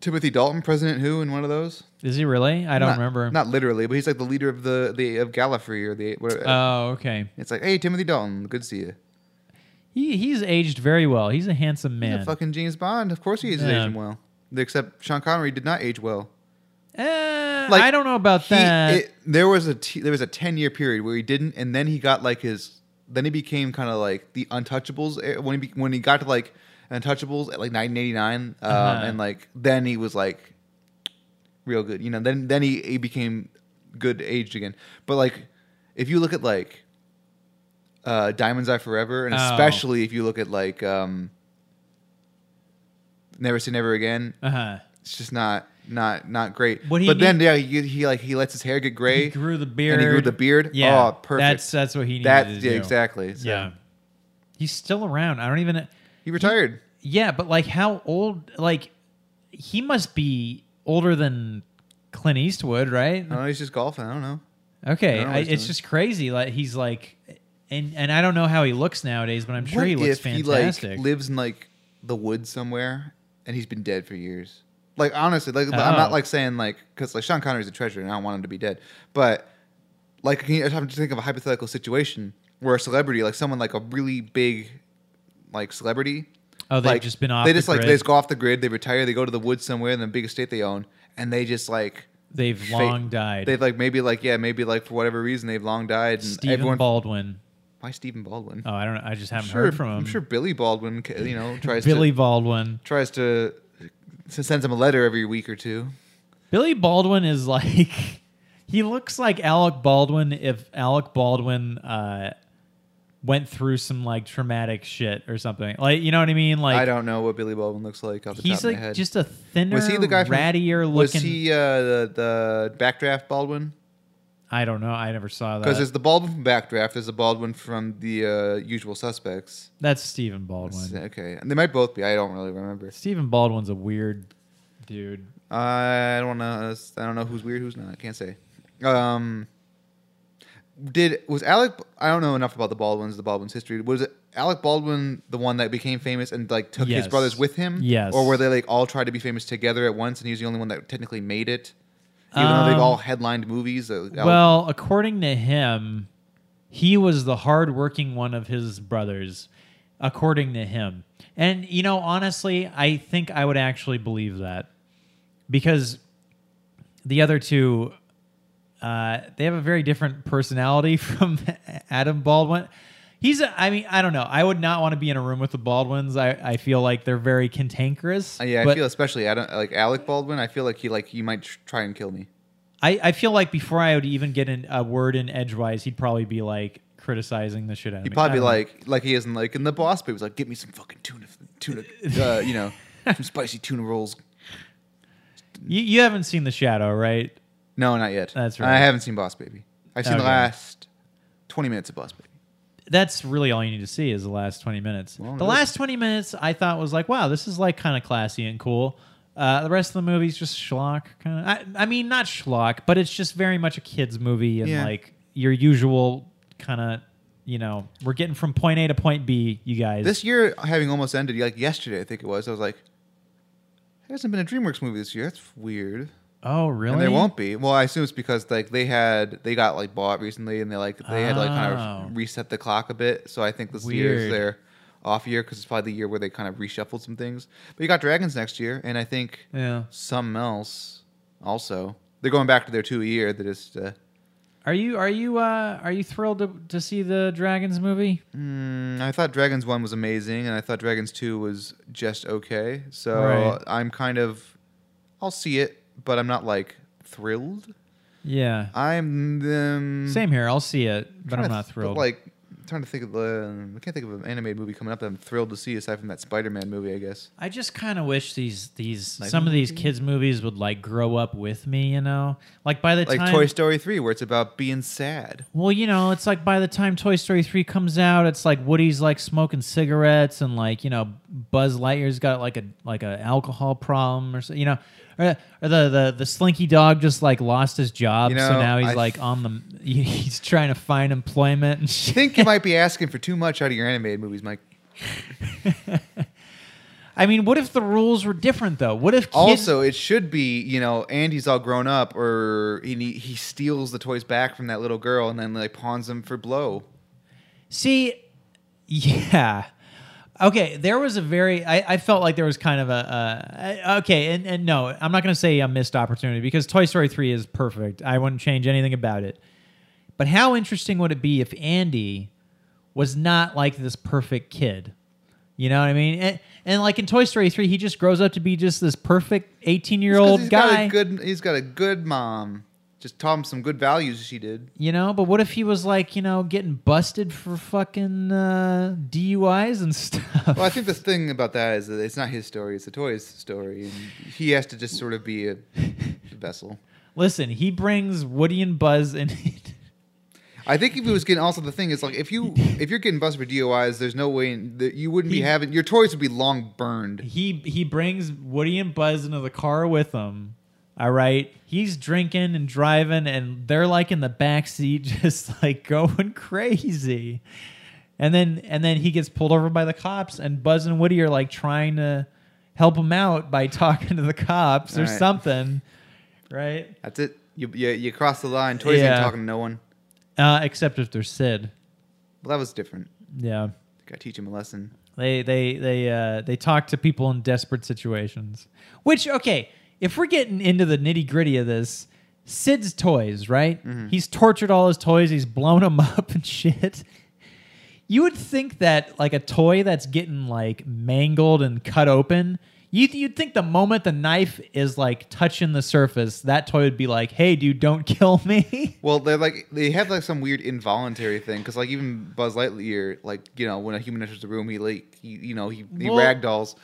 [SPEAKER 1] Timothy Dalton President Who in one of those?
[SPEAKER 2] is he really? I don't
[SPEAKER 1] Not-
[SPEAKER 2] remember.
[SPEAKER 1] Not literally, but he's like the leader of the the of Gallifrey or the. Whatever.
[SPEAKER 2] oh, okay.
[SPEAKER 1] it's like, hey, Timothy Dalton, good to see you.
[SPEAKER 2] He he's aged very well. He's a handsome
[SPEAKER 1] He's
[SPEAKER 2] man.
[SPEAKER 1] a fucking James Bond. Of course he is
[SPEAKER 2] Yeah.
[SPEAKER 1] aging well. Except Sean Connery did not age well.
[SPEAKER 2] Eh,
[SPEAKER 1] Like,
[SPEAKER 2] I don't know about
[SPEAKER 1] he,
[SPEAKER 2] that.
[SPEAKER 1] it, there was a t- there was a 10 year period where he didn't and then he got like his then he became kind of like the untouchables eh, when he be, when he got to like untouchables at like 1989 um,
[SPEAKER 2] Uh-huh.
[SPEAKER 1] and like then he was like real good you know then then he, he became good aged again but like if you look at like uh diamonds are forever and
[SPEAKER 2] Oh.
[SPEAKER 1] especially if you look at like um never say never again
[SPEAKER 2] uh huh.
[SPEAKER 1] it's just not not not great.
[SPEAKER 2] What he
[SPEAKER 1] but then
[SPEAKER 2] need-
[SPEAKER 1] yeah, he, he like he lets his hair get gray.
[SPEAKER 2] He grew the beard.
[SPEAKER 1] and he grew the beard.
[SPEAKER 2] Yeah.
[SPEAKER 1] Oh, perfect.
[SPEAKER 2] That's that's what he needed
[SPEAKER 1] That-
[SPEAKER 2] to
[SPEAKER 1] yeah,
[SPEAKER 2] do.
[SPEAKER 1] exactly. So
[SPEAKER 2] Yeah. He's still around. I don't even.
[SPEAKER 1] He retired.
[SPEAKER 2] Yeah, but like how old? Like he must be older than Clint Eastwood, right?
[SPEAKER 1] I don't know. He's just golfing. I don't know. I
[SPEAKER 2] Okay,
[SPEAKER 1] don't know
[SPEAKER 2] I
[SPEAKER 1] what he's
[SPEAKER 2] it's
[SPEAKER 1] doing.
[SPEAKER 2] just crazy. Like he's like, and and I don't know how he looks nowadays, but I'm sure
[SPEAKER 1] What
[SPEAKER 2] he looks
[SPEAKER 1] if
[SPEAKER 2] fantastic.
[SPEAKER 1] he like lives in like the woods somewhere and he's been dead for years? Like honestly, like
[SPEAKER 2] Oh.
[SPEAKER 1] I'm not like saying like because like Sean Connery's a treasure and I don't want him to be dead, but like can you, I have to think of a hypothetical situation where a celebrity, like someone like a really big like celebrity,
[SPEAKER 2] oh, they've
[SPEAKER 1] like,
[SPEAKER 2] just been off.
[SPEAKER 1] They
[SPEAKER 2] the
[SPEAKER 1] just like
[SPEAKER 2] grid.
[SPEAKER 1] they just go off the grid. They retire. They go to the woods somewhere in the big estate they own, and they just like
[SPEAKER 2] they've
[SPEAKER 1] fa-
[SPEAKER 2] long died.
[SPEAKER 1] They've like maybe like yeah maybe like for whatever reason they've long died. And
[SPEAKER 2] Stephen
[SPEAKER 1] everyone
[SPEAKER 2] Baldwin.
[SPEAKER 1] why Stephen Baldwin?
[SPEAKER 2] Oh, I don't. know. I just haven't
[SPEAKER 1] I'm sure,
[SPEAKER 2] heard from him.
[SPEAKER 1] I'm sure Billy Baldwin ca- you know tries
[SPEAKER 2] Billy
[SPEAKER 1] to
[SPEAKER 2] Baldwin.
[SPEAKER 1] tries to s- sends him a letter every week or two.
[SPEAKER 2] Billy Baldwin is like, he looks like Alec Baldwin if Alec Baldwin uh, went through some like traumatic shit or something. Like you know what I mean? Like
[SPEAKER 1] I don't know what Billy Baldwin looks like off the top
[SPEAKER 2] he's
[SPEAKER 1] of my
[SPEAKER 2] like
[SPEAKER 1] head.
[SPEAKER 2] just a thinner,
[SPEAKER 1] was he the guy from
[SPEAKER 2] rattier
[SPEAKER 1] Was
[SPEAKER 2] looking.
[SPEAKER 1] he uh, the the backdraft Baldwin?
[SPEAKER 2] I don't know. I never saw
[SPEAKER 1] Because
[SPEAKER 2] that.
[SPEAKER 1] there's the Baldwin from Backdraft. There's the Baldwin from the uh, Usual Suspects.
[SPEAKER 2] That's Stephen Baldwin.
[SPEAKER 1] Okay, and they might both be. I don't really remember.
[SPEAKER 2] Stephen Baldwin's a weird dude.
[SPEAKER 1] I don't know. I don't know who's weird, who's not. I can't say. Um, did was Alec? I don't know enough about the Baldwin's, the Baldwin's history. Was it Alec Baldwin the one that became famous and like took
[SPEAKER 2] Yes.
[SPEAKER 1] his brothers with him?
[SPEAKER 2] Yes.
[SPEAKER 1] Or were they like all tried to be famous together at once, and he was the only one that technically made it, even though
[SPEAKER 2] Um,
[SPEAKER 1] they've all headlined movies. uh, Alec-
[SPEAKER 2] Well, according to him, he was the hardworking one of his brothers, according to him. And, you know, honestly, I think I would actually believe that because the other two, uh, they have a very different personality from Adam Baldwin. He's, a, I mean, I don't know. I would not want to be in a room with the Baldwins. I, I feel like they're very cantankerous.
[SPEAKER 1] Uh, yeah, I
[SPEAKER 2] but-
[SPEAKER 1] feel especially Adam, like Alec Baldwin. I feel like he like he might tr- try and kill me.
[SPEAKER 2] I, I feel like before I would even get in a word in edgewise, he'd probably be like criticizing the shit out of me.
[SPEAKER 1] He'd probably be
[SPEAKER 2] I don't know.
[SPEAKER 1] like, like he isn't like in the boss, but he was like, "Get me some fucking tuna, tuna, uh, you know, some spicy tuna rolls."
[SPEAKER 2] you, you haven't seen The Shadow, right?
[SPEAKER 1] No, not yet.
[SPEAKER 2] That's
[SPEAKER 1] And
[SPEAKER 2] right.
[SPEAKER 1] I haven't seen Boss Baby. I've seen
[SPEAKER 2] Okay.
[SPEAKER 1] the last twenty minutes of Boss Baby.
[SPEAKER 2] That's really all you need to see is the last 20 minutes.
[SPEAKER 1] Well,
[SPEAKER 2] the
[SPEAKER 1] it is.
[SPEAKER 2] last 20 minutes I thought was like, wow, this is like kind of classy and cool. Uh, the rest of the movie's just schlock kind of. I, I mean, not schlock, but it's just very much a kid's movie and
[SPEAKER 1] Yeah.
[SPEAKER 2] like your usual kind of, you know, we're getting from point A to point B, you guys.
[SPEAKER 1] This year, having almost ended, like yesterday, I think it was. I was like, "There hasn't been a DreamWorks movie this year. That's weird."
[SPEAKER 2] oh, really?
[SPEAKER 1] And there won't be. Well, I assume it's because like they had they got like bought recently, and they like they had to, like kind
[SPEAKER 2] Oh.
[SPEAKER 1] of reset the clock a bit. So I think this year
[SPEAKER 2] Weird.
[SPEAKER 1] is their off year because it's probably the year where they kind of reshuffled some things. But you got Dragons next year, and I think
[SPEAKER 2] Yeah.
[SPEAKER 1] something else also. They're going back to their two a year. They just uh,
[SPEAKER 2] Are you are you uh are you thrilled to, to see the dragons movie?
[SPEAKER 1] mm, I thought Dragons one was amazing, and I thought Dragons two was just okay. So
[SPEAKER 2] Right.
[SPEAKER 1] I'm kind of I'll see it, but I'm not like thrilled.
[SPEAKER 2] Yeah.
[SPEAKER 1] I'm um,
[SPEAKER 2] Same here. I'll see it, but
[SPEAKER 1] trying
[SPEAKER 2] I'm
[SPEAKER 1] to
[SPEAKER 2] not
[SPEAKER 1] th-
[SPEAKER 2] thrilled.
[SPEAKER 1] Like, I'm trying to think of the. um, I can't think of an animated movie coming up that I'm thrilled to see aside from that Spider-Man movie. I guess.
[SPEAKER 2] I just kind of wish these these
[SPEAKER 1] Like-
[SPEAKER 2] some of these kids movies would like grow up with me, you know? Like by the
[SPEAKER 1] Like
[SPEAKER 2] time
[SPEAKER 1] Toy Story three, where it's about being sad.
[SPEAKER 2] Well, you know, it's like by the time Toy Story 3 comes out, it's like Woody's like smoking cigarettes and like, you know, Buzz Lightyear's got like a like a alcohol problem or so, you know, or, or the, the the slinky dog just like lost his job,
[SPEAKER 1] You
[SPEAKER 2] so
[SPEAKER 1] know,
[SPEAKER 2] now he's
[SPEAKER 1] I
[SPEAKER 2] like
[SPEAKER 1] th-
[SPEAKER 2] on the he's trying to find employment and shit.
[SPEAKER 1] I think you might be asking for too much out of your animated movies, Mike.
[SPEAKER 2] I mean, what if the rules were different though? What if kids,
[SPEAKER 1] Also, it should be you know Andy's all grown up, or he ne- he steals the toys back from that little girl and then like pawns them for blow.
[SPEAKER 2] see? Yeah. Okay, there was a very I, I felt like there was kind of a uh, I- okay, and, and no, I'm not gonna say a missed opportunity because Toy Story three is perfect. I wouldn't change anything about it. But how interesting would it be if Andy was not like this perfect kid? You know what I mean? And, and like in Toy Story three, he just grows up to be just this perfect 18 year
[SPEAKER 1] 'Cause
[SPEAKER 2] old
[SPEAKER 1] he's
[SPEAKER 2] guy.
[SPEAKER 1] Got a good, he's got a good mom. Just taught him some good values. She did.
[SPEAKER 2] You know, but what if he was like, you know, getting busted for fucking uh, DUIs and stuff?
[SPEAKER 1] Well, I think the thing about that is that it's not his story; it's the toy's story, and he has to just sort of be a vessel.
[SPEAKER 2] Listen, he brings Woody and Buzz in.
[SPEAKER 1] I think if he was getting also the thing is like if you if you're getting busted for DUIs, there's no way that you wouldn't be
[SPEAKER 2] He-
[SPEAKER 1] having your toys would be long burned.
[SPEAKER 2] he he brings Woody and Buzz into the car with him. All right, he's drinking and driving, and they're like in the back seat, just like going crazy. And then and then he gets pulled over by the cops, and Buzz and Woody are like trying to help him out by talking to the cops or
[SPEAKER 1] All right.
[SPEAKER 2] something, right?
[SPEAKER 1] That's it. You you, you cross the line. Toys
[SPEAKER 2] Yeah.
[SPEAKER 1] ain't talking to no one.
[SPEAKER 2] Uh, except if they're Sid.
[SPEAKER 1] Well, that was different.
[SPEAKER 2] Yeah.
[SPEAKER 1] Got to teach him a lesson.
[SPEAKER 2] They they they uh, they talk to people in desperate situations. Which okay, if we're getting into the nitty gritty of this, Sid's toys, right? He's tortured all his toys. He's blown them up and shit. You would think that like a toy that's getting like mangled and cut open, You th- you'd think the moment the knife is like touching the surface, that toy would be like, "Hey, dude, don't kill me."
[SPEAKER 1] Well, they're like they have like some weird involuntary thing because like even Buzz Lightyear, like you know, when a human enters the room, he like he, you know he, he
[SPEAKER 2] Well-
[SPEAKER 1] ragdolls.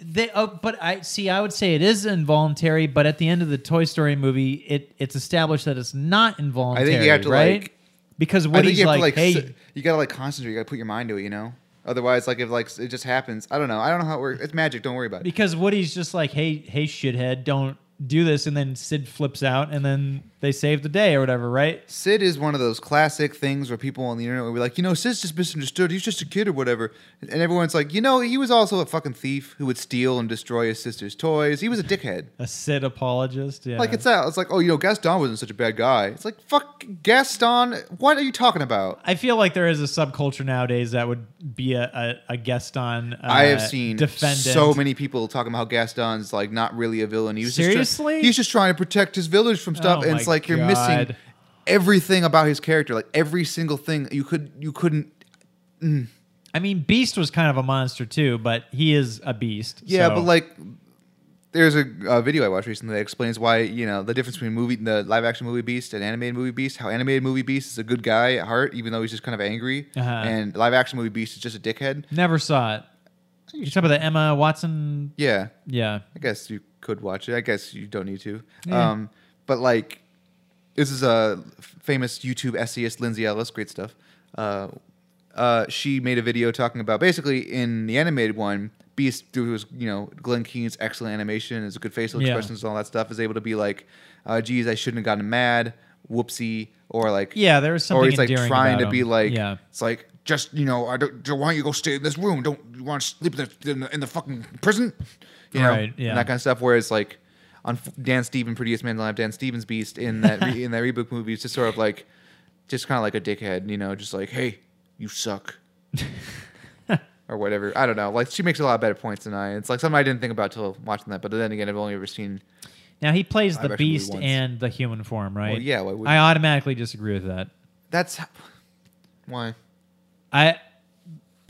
[SPEAKER 2] They, oh, but I see. I would say it is involuntary, but at the end of the Toy Story movie, it it's established that it's not involuntary.
[SPEAKER 1] have to,
[SPEAKER 2] right?
[SPEAKER 1] like-
[SPEAKER 2] because
[SPEAKER 1] I
[SPEAKER 2] what
[SPEAKER 1] think
[SPEAKER 2] he's
[SPEAKER 1] you have
[SPEAKER 2] like,
[SPEAKER 1] to like
[SPEAKER 2] hey,
[SPEAKER 1] sit- you gotta like concentrate. You gotta put your mind to it. You know, otherwise like if like it just happens, I don't know. I don't know how it works. It's magic. Don't worry about it.
[SPEAKER 2] because Woody's just like, hey, hey, shithead, don't do this, and then Sid flips out, and then they save the day or whatever, right?
[SPEAKER 1] Sid is one of those classic things where people on the internet will be like, you know, Sid's just misunderstood. He's just a kid or whatever. And everyone's like, you know, he was also a fucking thief who would steal and destroy his sister's toys. He was a dickhead.
[SPEAKER 2] A Sid apologist, yeah.
[SPEAKER 1] Like it's out. It's like, oh, you know, Gaston wasn't such a bad guy. It's like, fuck Gaston. What are you talking about?
[SPEAKER 2] I feel like there is a subculture nowadays that would be a, a, a guest on. Uh,
[SPEAKER 1] I have seen
[SPEAKER 2] defendant.
[SPEAKER 1] so many people talking about how Gaston's like not really a villain. He was just try-
[SPEAKER 2] Seriously?
[SPEAKER 1] he's just trying to protect his village from stuff,
[SPEAKER 2] Oh
[SPEAKER 1] and
[SPEAKER 2] my
[SPEAKER 1] it's like you're
[SPEAKER 2] God.
[SPEAKER 1] missing everything about his character, like every single thing you could you couldn't.
[SPEAKER 2] I mean, Beast was kind of a monster too, but he is a beast.
[SPEAKER 1] Yeah,
[SPEAKER 2] so-
[SPEAKER 1] but like there's a, a video I watched recently that explains why you know the difference between movie the live action movie Beast and animated movie Beast. How animated movie Beast is a good guy at heart, even though he's just kind of angry,
[SPEAKER 2] Uh-huh.
[SPEAKER 1] and live action movie Beast is just a dickhead.
[SPEAKER 2] never saw it. You talking about the Emma Watson?
[SPEAKER 1] Yeah,
[SPEAKER 2] Yeah,
[SPEAKER 1] I guess you could watch it. I guess you don't need to. Um, but like, this is a f- famous YouTube essayist, Lindsay Ellis. Great stuff. Uh, uh, she made a video talking about basically in the animated one, Beast through his you know Glenn Keane's excellent animation, his good facial
[SPEAKER 2] Yeah.
[SPEAKER 1] expressions, and all that stuff, is able to be like, uh, "Geez, I shouldn't have gotten mad. Whoopsie." Or like,
[SPEAKER 2] yeah. There was something.
[SPEAKER 1] or he's like
[SPEAKER 2] endearing
[SPEAKER 1] trying
[SPEAKER 2] about
[SPEAKER 1] to be
[SPEAKER 2] him.
[SPEAKER 1] like,
[SPEAKER 2] yeah.
[SPEAKER 1] it's like just you know, I don't. do- Why don't you go stay in this room? Don't you want to sleep in the, in the, in the fucking prison? You know,
[SPEAKER 2] Right, yeah.
[SPEAKER 1] and that kind of stuff. Whereas like on F- Dan Stevens, Prettiest Man Alive, Dan Stevens Beast in that re- in that reboot movie is just sort of like, just kind of like a dickhead, you know, just like hey, you suck. Or whatever. I don't know. Like she makes a lot better points than I. It's like something I didn't think about till watching that. But then again, I've only ever seen.
[SPEAKER 2] Now he plays the
[SPEAKER 1] actually
[SPEAKER 2] Beast
[SPEAKER 1] once.
[SPEAKER 2] and the human form, right?
[SPEAKER 1] Well, yeah, why wouldn't
[SPEAKER 2] I automatically disagree with that.
[SPEAKER 1] That's why
[SPEAKER 2] I.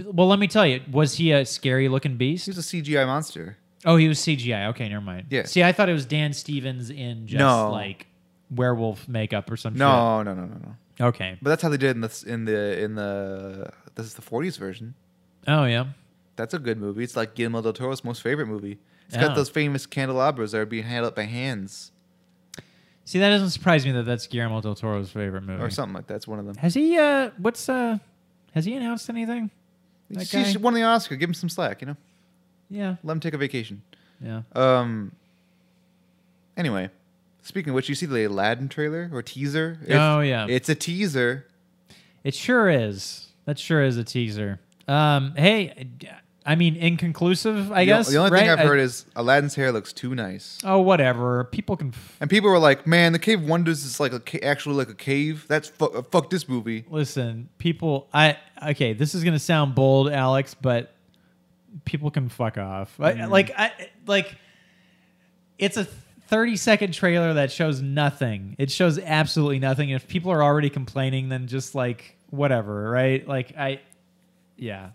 [SPEAKER 2] Well, let me tell you. Was he a scary looking beast?
[SPEAKER 1] he's a CGI monster.
[SPEAKER 2] Oh, he was CGI. Okay, never mind.
[SPEAKER 1] Yeah.
[SPEAKER 2] See, I thought it was Dan Stevens in just
[SPEAKER 1] No.
[SPEAKER 2] like werewolf makeup or some
[SPEAKER 1] No, no, no, no, no.
[SPEAKER 2] shit. Okay.
[SPEAKER 1] But that's how they did in the in the in the this is the forties version.
[SPEAKER 2] Oh yeah.
[SPEAKER 1] That's a good movie. It's like Guillermo del Toro's most favorite movie. It's
[SPEAKER 2] Yeah.
[SPEAKER 1] got those famous candelabras that are being held up by hands
[SPEAKER 2] See, that doesn't surprise me that that's Guillermo del Toro's favorite movie.
[SPEAKER 1] or something like that. It's one of them.
[SPEAKER 2] Has he? Uh, what's uh? Has he announced anything? That
[SPEAKER 1] He
[SPEAKER 2] guy?
[SPEAKER 1] should- won the Oscar. Give him some slack. You know,
[SPEAKER 2] Yeah.
[SPEAKER 1] let him take a vacation.
[SPEAKER 2] Yeah.
[SPEAKER 1] Um. Anyway, speaking of which, you see the Aladdin trailer or teaser?
[SPEAKER 2] Oh, yeah.
[SPEAKER 1] it's a teaser.
[SPEAKER 2] It sure is. That sure is a teaser. Um. Hey, I mean, inconclusive. I
[SPEAKER 1] The o-
[SPEAKER 2] guess.
[SPEAKER 1] the only thing
[SPEAKER 2] right?
[SPEAKER 1] I've
[SPEAKER 2] I-
[SPEAKER 1] heard is Aladdin's hair looks too nice.
[SPEAKER 2] Oh, whatever. People can. F-
[SPEAKER 1] And people were like, "Man, the Cave of Wonders is like a ca- actually like a cave. That's fu- uh, fuck this movie."
[SPEAKER 2] listen, people. I okay. This is gonna sound bold, Alex, but people can fuck off. I-
[SPEAKER 1] Mm.
[SPEAKER 2] like I like. It's a. 30 second trailer that shows nothing. It shows absolutely nothing. If people are already complaining, then just like whatever, right? Like I yeah.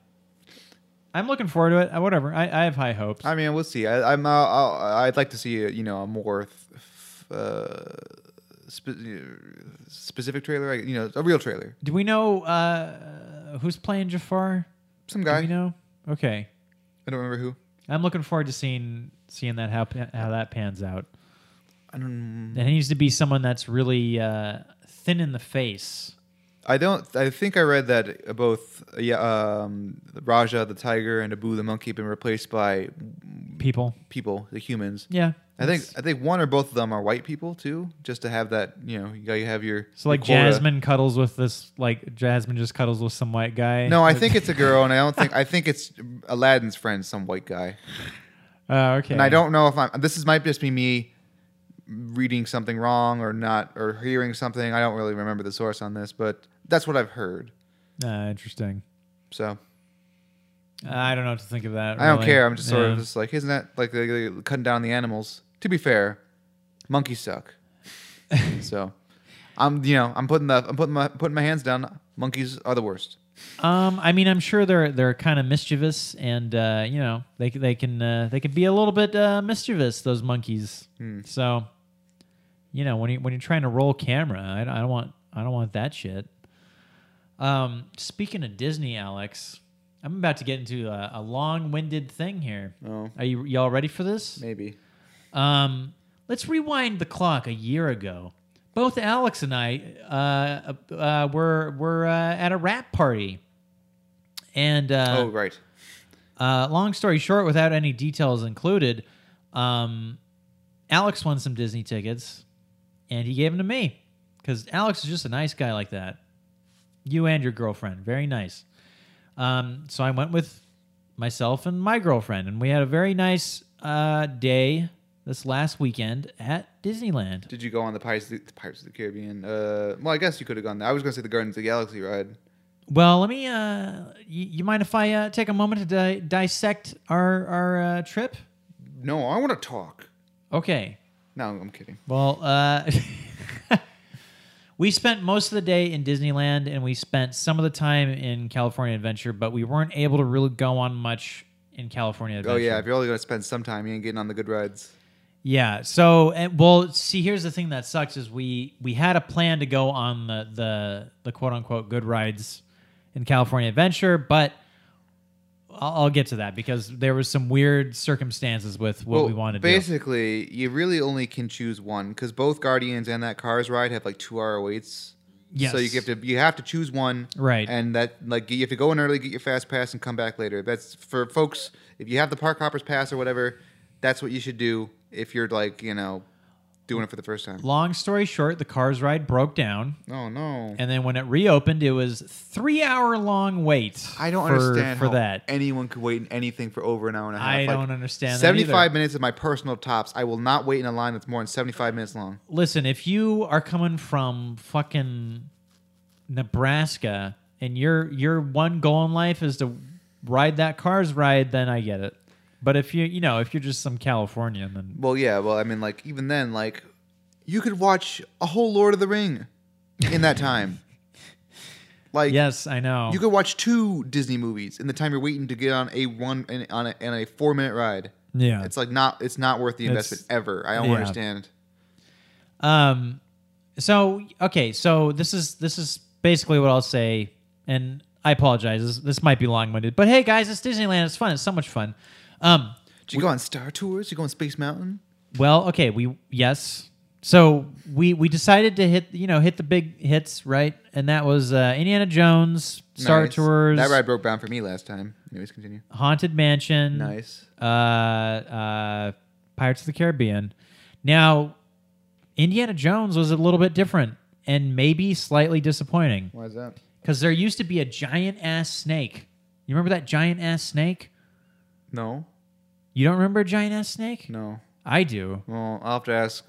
[SPEAKER 2] I'm looking forward to it. I, whatever. I, I have high hopes.
[SPEAKER 1] I mean, we'll see. I, I'm. uh, I'll, I'll, I'd like to see a, you know a more f- uh, spe- uh, specific trailer. I- You know, a real trailer.
[SPEAKER 2] Do we know uh, who's playing Jafar?
[SPEAKER 1] Some
[SPEAKER 2] Do
[SPEAKER 1] guy.
[SPEAKER 2] we know? Okay,
[SPEAKER 1] I don't remember who.
[SPEAKER 2] I'm looking forward to seeing seeing that how how that pans out.
[SPEAKER 1] I don't.
[SPEAKER 2] It needs to be someone that's really uh, thin in the face.
[SPEAKER 1] I don't. I think I read that both uh, yeah, um, Raja the tiger and Abu the monkey have been replaced by
[SPEAKER 2] People,
[SPEAKER 1] people, the humans.
[SPEAKER 2] yeah.
[SPEAKER 1] I think
[SPEAKER 2] It's-
[SPEAKER 1] I think one or both of them are white people too, just to have that. You know, you gotta have your
[SPEAKER 2] so. Like
[SPEAKER 1] your quota.
[SPEAKER 2] Jasmine cuddles with this, like Jasmine just cuddles with some white guy.
[SPEAKER 1] No, I think it's a girl, and I don't think I think it's Aladdin's friend, some white guy.
[SPEAKER 2] Oh, okay.
[SPEAKER 1] And I don't know if I'm. This is might just be me reading something wrong or not, or hearing something. I don't really remember the source on this, but that's what I've heard.
[SPEAKER 2] Ah, interesting.
[SPEAKER 1] So
[SPEAKER 2] I don't know what to think of that.
[SPEAKER 1] I don't
[SPEAKER 2] really.
[SPEAKER 1] care. I'm just sort
[SPEAKER 2] Yeah.
[SPEAKER 1] of just like, isn't that like they- they cutting down the animals? To be fair, monkeys suck. so I'm, you know, I'm putting the I'm putting my putting my hands down. Monkeys are the worst.
[SPEAKER 2] Um, I mean, I'm sure they're they're kind of mischievous, and uh, you know they c- they can uh, they can be a little bit uh, mischievous. Those monkeys. So, you know, when you when you're trying to roll camera, I, I don't want I don't want that shit. Um, speaking of Disney, Alex, I'm about to get into a, a long-winded thing here.
[SPEAKER 1] Oh.
[SPEAKER 2] Are you y'all ready for this?
[SPEAKER 1] Maybe.
[SPEAKER 2] Um, let's rewind the clock a year ago. Both Alex and I uh, uh, were were uh, at a rap party, and
[SPEAKER 1] oh
[SPEAKER 2] uh,
[SPEAKER 1] right.
[SPEAKER 2] uh, long story short, without any details included, um, Alex won some Disney tickets, and he gave them to me because Alex is just a nice guy like that. You and your girlfriend, very nice. Um, so I went with myself and my girlfriend, and we had a very nice uh, day this last weekend at Disneyland.
[SPEAKER 1] Did you go on the Pirates of the, Pirates of the Caribbean? Uh, well, I guess you could have gone there. I was going to say the Guardians of the Galaxy ride.
[SPEAKER 2] Well, let me. Uh, y- you mind if I uh, take a moment to di- dissect our our uh, trip?
[SPEAKER 1] No, I want to talk.
[SPEAKER 2] Okay.
[SPEAKER 1] No, I'm kidding.
[SPEAKER 2] Well, uh, we spent most of the day in Disneyland and we spent some of the time in California Adventure, but we weren't able to really go on much in California
[SPEAKER 1] Oh
[SPEAKER 2] Adventure.
[SPEAKER 1] yeah, if you're only going to spend some time, you ain't getting on the good rides.
[SPEAKER 2] Yeah. So, and, well, see, here's the thing that sucks is we we had a plan to go on the the the quote unquote good rides in California Adventure, but I'll, I'll get to that because there was some weird circumstances with what
[SPEAKER 1] well,
[SPEAKER 2] we wanted to do.
[SPEAKER 1] basically, you really only can choose one because both Guardians and that Cars ride have like two hour waits. So you have
[SPEAKER 2] Yes.
[SPEAKER 1] to you have to choose one,
[SPEAKER 2] Right.
[SPEAKER 1] And that like you have to go in early, get your fast pass, and come back later. That's for folks. If you have the Park Hoppers pass or whatever, that's what you should do. If you're like you know doing it for the first time.
[SPEAKER 2] Long story short, the cars ride broke down.
[SPEAKER 1] Oh no!
[SPEAKER 2] And then when it reopened, it was three hour long wait.
[SPEAKER 1] I don't
[SPEAKER 2] for-
[SPEAKER 1] understand
[SPEAKER 2] for
[SPEAKER 1] how
[SPEAKER 2] that.
[SPEAKER 1] anyone could wait in anything for over an hour and a half.
[SPEAKER 2] I
[SPEAKER 1] Like,
[SPEAKER 2] don't understand that
[SPEAKER 1] Seventy-five
[SPEAKER 2] either.
[SPEAKER 1] minutes is my personal tops. I will not wait in a line that's more than seventy-five minutes long.
[SPEAKER 2] Listen, if you are coming from fucking Nebraska and your your one goal in life is to ride that car's ride, then I get it. But if you you know if you're just some Californian, then
[SPEAKER 1] Well, yeah. Well, I mean, like even then, like you could watch a whole Lord of the Ring in that time. like
[SPEAKER 2] yes, I know.
[SPEAKER 1] you could watch two Disney movies in the time you're waiting to get on a one in- on a, on a four minute ride.
[SPEAKER 2] yeah,
[SPEAKER 1] It's like not it's not worth the
[SPEAKER 2] It's-
[SPEAKER 1] investment ever. I don't
[SPEAKER 2] yeah.
[SPEAKER 1] understand.
[SPEAKER 2] Um, so okay, so this is this is basically what I'll say, and I apologize. This, this might be long winded, but hey guys, it's Disneyland. It's fun. It's so much fun. Um,
[SPEAKER 1] Did you go on Star Tours? you go on Space Mountain?
[SPEAKER 2] well, okay, we yes. So we we decided to hit you know hit the big hits right, and that was uh, Indiana Jones, Star
[SPEAKER 1] Nice.
[SPEAKER 2] Tours,
[SPEAKER 1] That ride broke down for me last time. Anyways, continue.
[SPEAKER 2] Haunted Mansion,
[SPEAKER 1] Nice.
[SPEAKER 2] uh, uh, Pirates of the Caribbean. Now, Indiana Jones was a little bit different and maybe slightly disappointing.
[SPEAKER 1] Why is that?
[SPEAKER 2] Because there used to be a giant ass snake. You remember that giant ass snake?
[SPEAKER 1] No,
[SPEAKER 2] You don't remember a giant ass snake?
[SPEAKER 1] no.
[SPEAKER 2] I do.
[SPEAKER 1] Well, I'll have to ask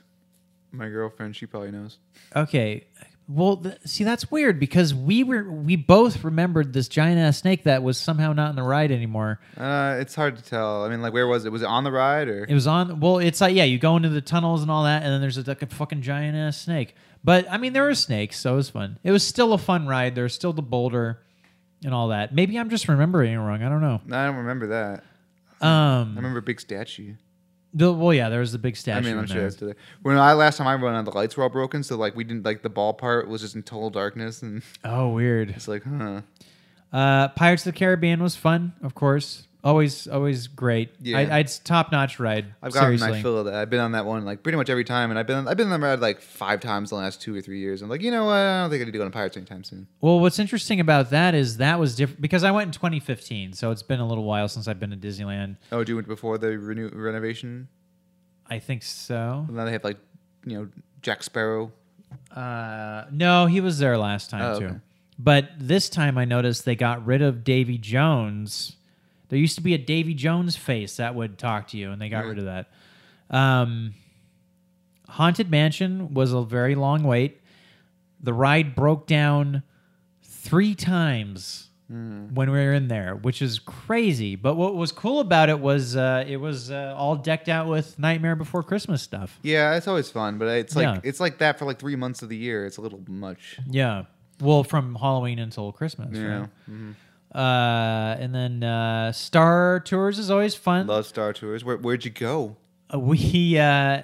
[SPEAKER 1] my girlfriend. She probably knows.
[SPEAKER 2] Okay. Well, th- see, that's weird because we were we both remembered this giant ass snake that was somehow not in the ride anymore.
[SPEAKER 1] Uh, it's hard to tell. I mean, like, where was it? Was it on the ride or?
[SPEAKER 2] It was on. Well, it's like yeah, you go into the tunnels and all that, and then there's a, like a fucking giant ass snake. But I mean, there were snakes, so it was fun. It was still a fun ride. There's still the boulder and all that. Maybe I'm just remembering it wrong. I don't know.
[SPEAKER 1] No, I don't remember that. I
[SPEAKER 2] Um.
[SPEAKER 1] remember a big statue.
[SPEAKER 2] The, well, yeah, there was the big statue.
[SPEAKER 1] I mean,
[SPEAKER 2] in
[SPEAKER 1] I'm sure
[SPEAKER 2] there.
[SPEAKER 1] that's still there. When I last time I went on, the lights were all broken, so like we didn't like the ball part was just in total darkness, and
[SPEAKER 2] Oh, weird.
[SPEAKER 1] it's like, huh?
[SPEAKER 2] Uh, Pirates of the Caribbean was fun, of course. Always, always great.
[SPEAKER 1] Yeah.
[SPEAKER 2] I, it's top notch ride.
[SPEAKER 1] I've gotten
[SPEAKER 2] seriously.
[SPEAKER 1] my fill of that. I've been on that one like pretty much every time, and I've been I've been on that ride like five times the last two or three years. I'm like, you know what? I don't think I need to go on Pirates anytime soon.
[SPEAKER 2] Well, what's interesting about that is that was different because I went in 2015, so it's been a little while since I've been to Disneyland.
[SPEAKER 1] Oh, do it before the renew renovation.
[SPEAKER 2] I think so.
[SPEAKER 1] Now they have like, you know, Jack Sparrow.
[SPEAKER 2] Uh, no, he was there last time
[SPEAKER 1] Oh,
[SPEAKER 2] too.
[SPEAKER 1] okay.
[SPEAKER 2] But this time I noticed they got rid of Davy Jones. There used to be a Davy Jones face that would talk to you, and they got rid of that. Um, Haunted Mansion was a very long wait. The ride broke down three times
[SPEAKER 1] Hmm.
[SPEAKER 2] when we were in there, which is crazy. But what was cool about it was uh, it was uh, all decked out with Nightmare Before Christmas stuff.
[SPEAKER 1] Yeah, it's always fun, but it's like
[SPEAKER 2] Yeah. Mm-hmm.
[SPEAKER 1] it's like that for like three months of the year. It's a little much.
[SPEAKER 2] Yeah. Well, from Halloween until Christmas,
[SPEAKER 1] Yeah. Mm-hmm.
[SPEAKER 2] right? Uh, and then uh, Star Tours is always fun.
[SPEAKER 1] Love Star Tours. Where, where'd you go?
[SPEAKER 2] Uh, we uh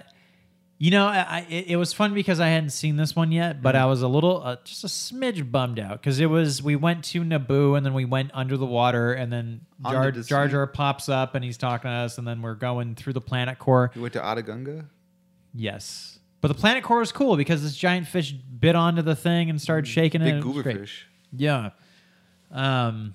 [SPEAKER 2] you know I, I, it, it was fun because i hadn't seen this one yet
[SPEAKER 1] Mm-hmm.
[SPEAKER 2] but i was a little uh, just a smidge bummed out because it was we went to naboo and then we went under the water and then
[SPEAKER 1] Under
[SPEAKER 2] jar,
[SPEAKER 1] the
[SPEAKER 2] jar
[SPEAKER 1] sea.
[SPEAKER 2] jar pops up and he's talking to us and then we're going through the planet core
[SPEAKER 1] You went to Atagunga?
[SPEAKER 2] yes but the planet core was cool because this giant fish bit onto the thing and started shaking it.
[SPEAKER 1] Mm. Big
[SPEAKER 2] It was
[SPEAKER 1] goober
[SPEAKER 2] great.
[SPEAKER 1] fish.
[SPEAKER 2] yeah um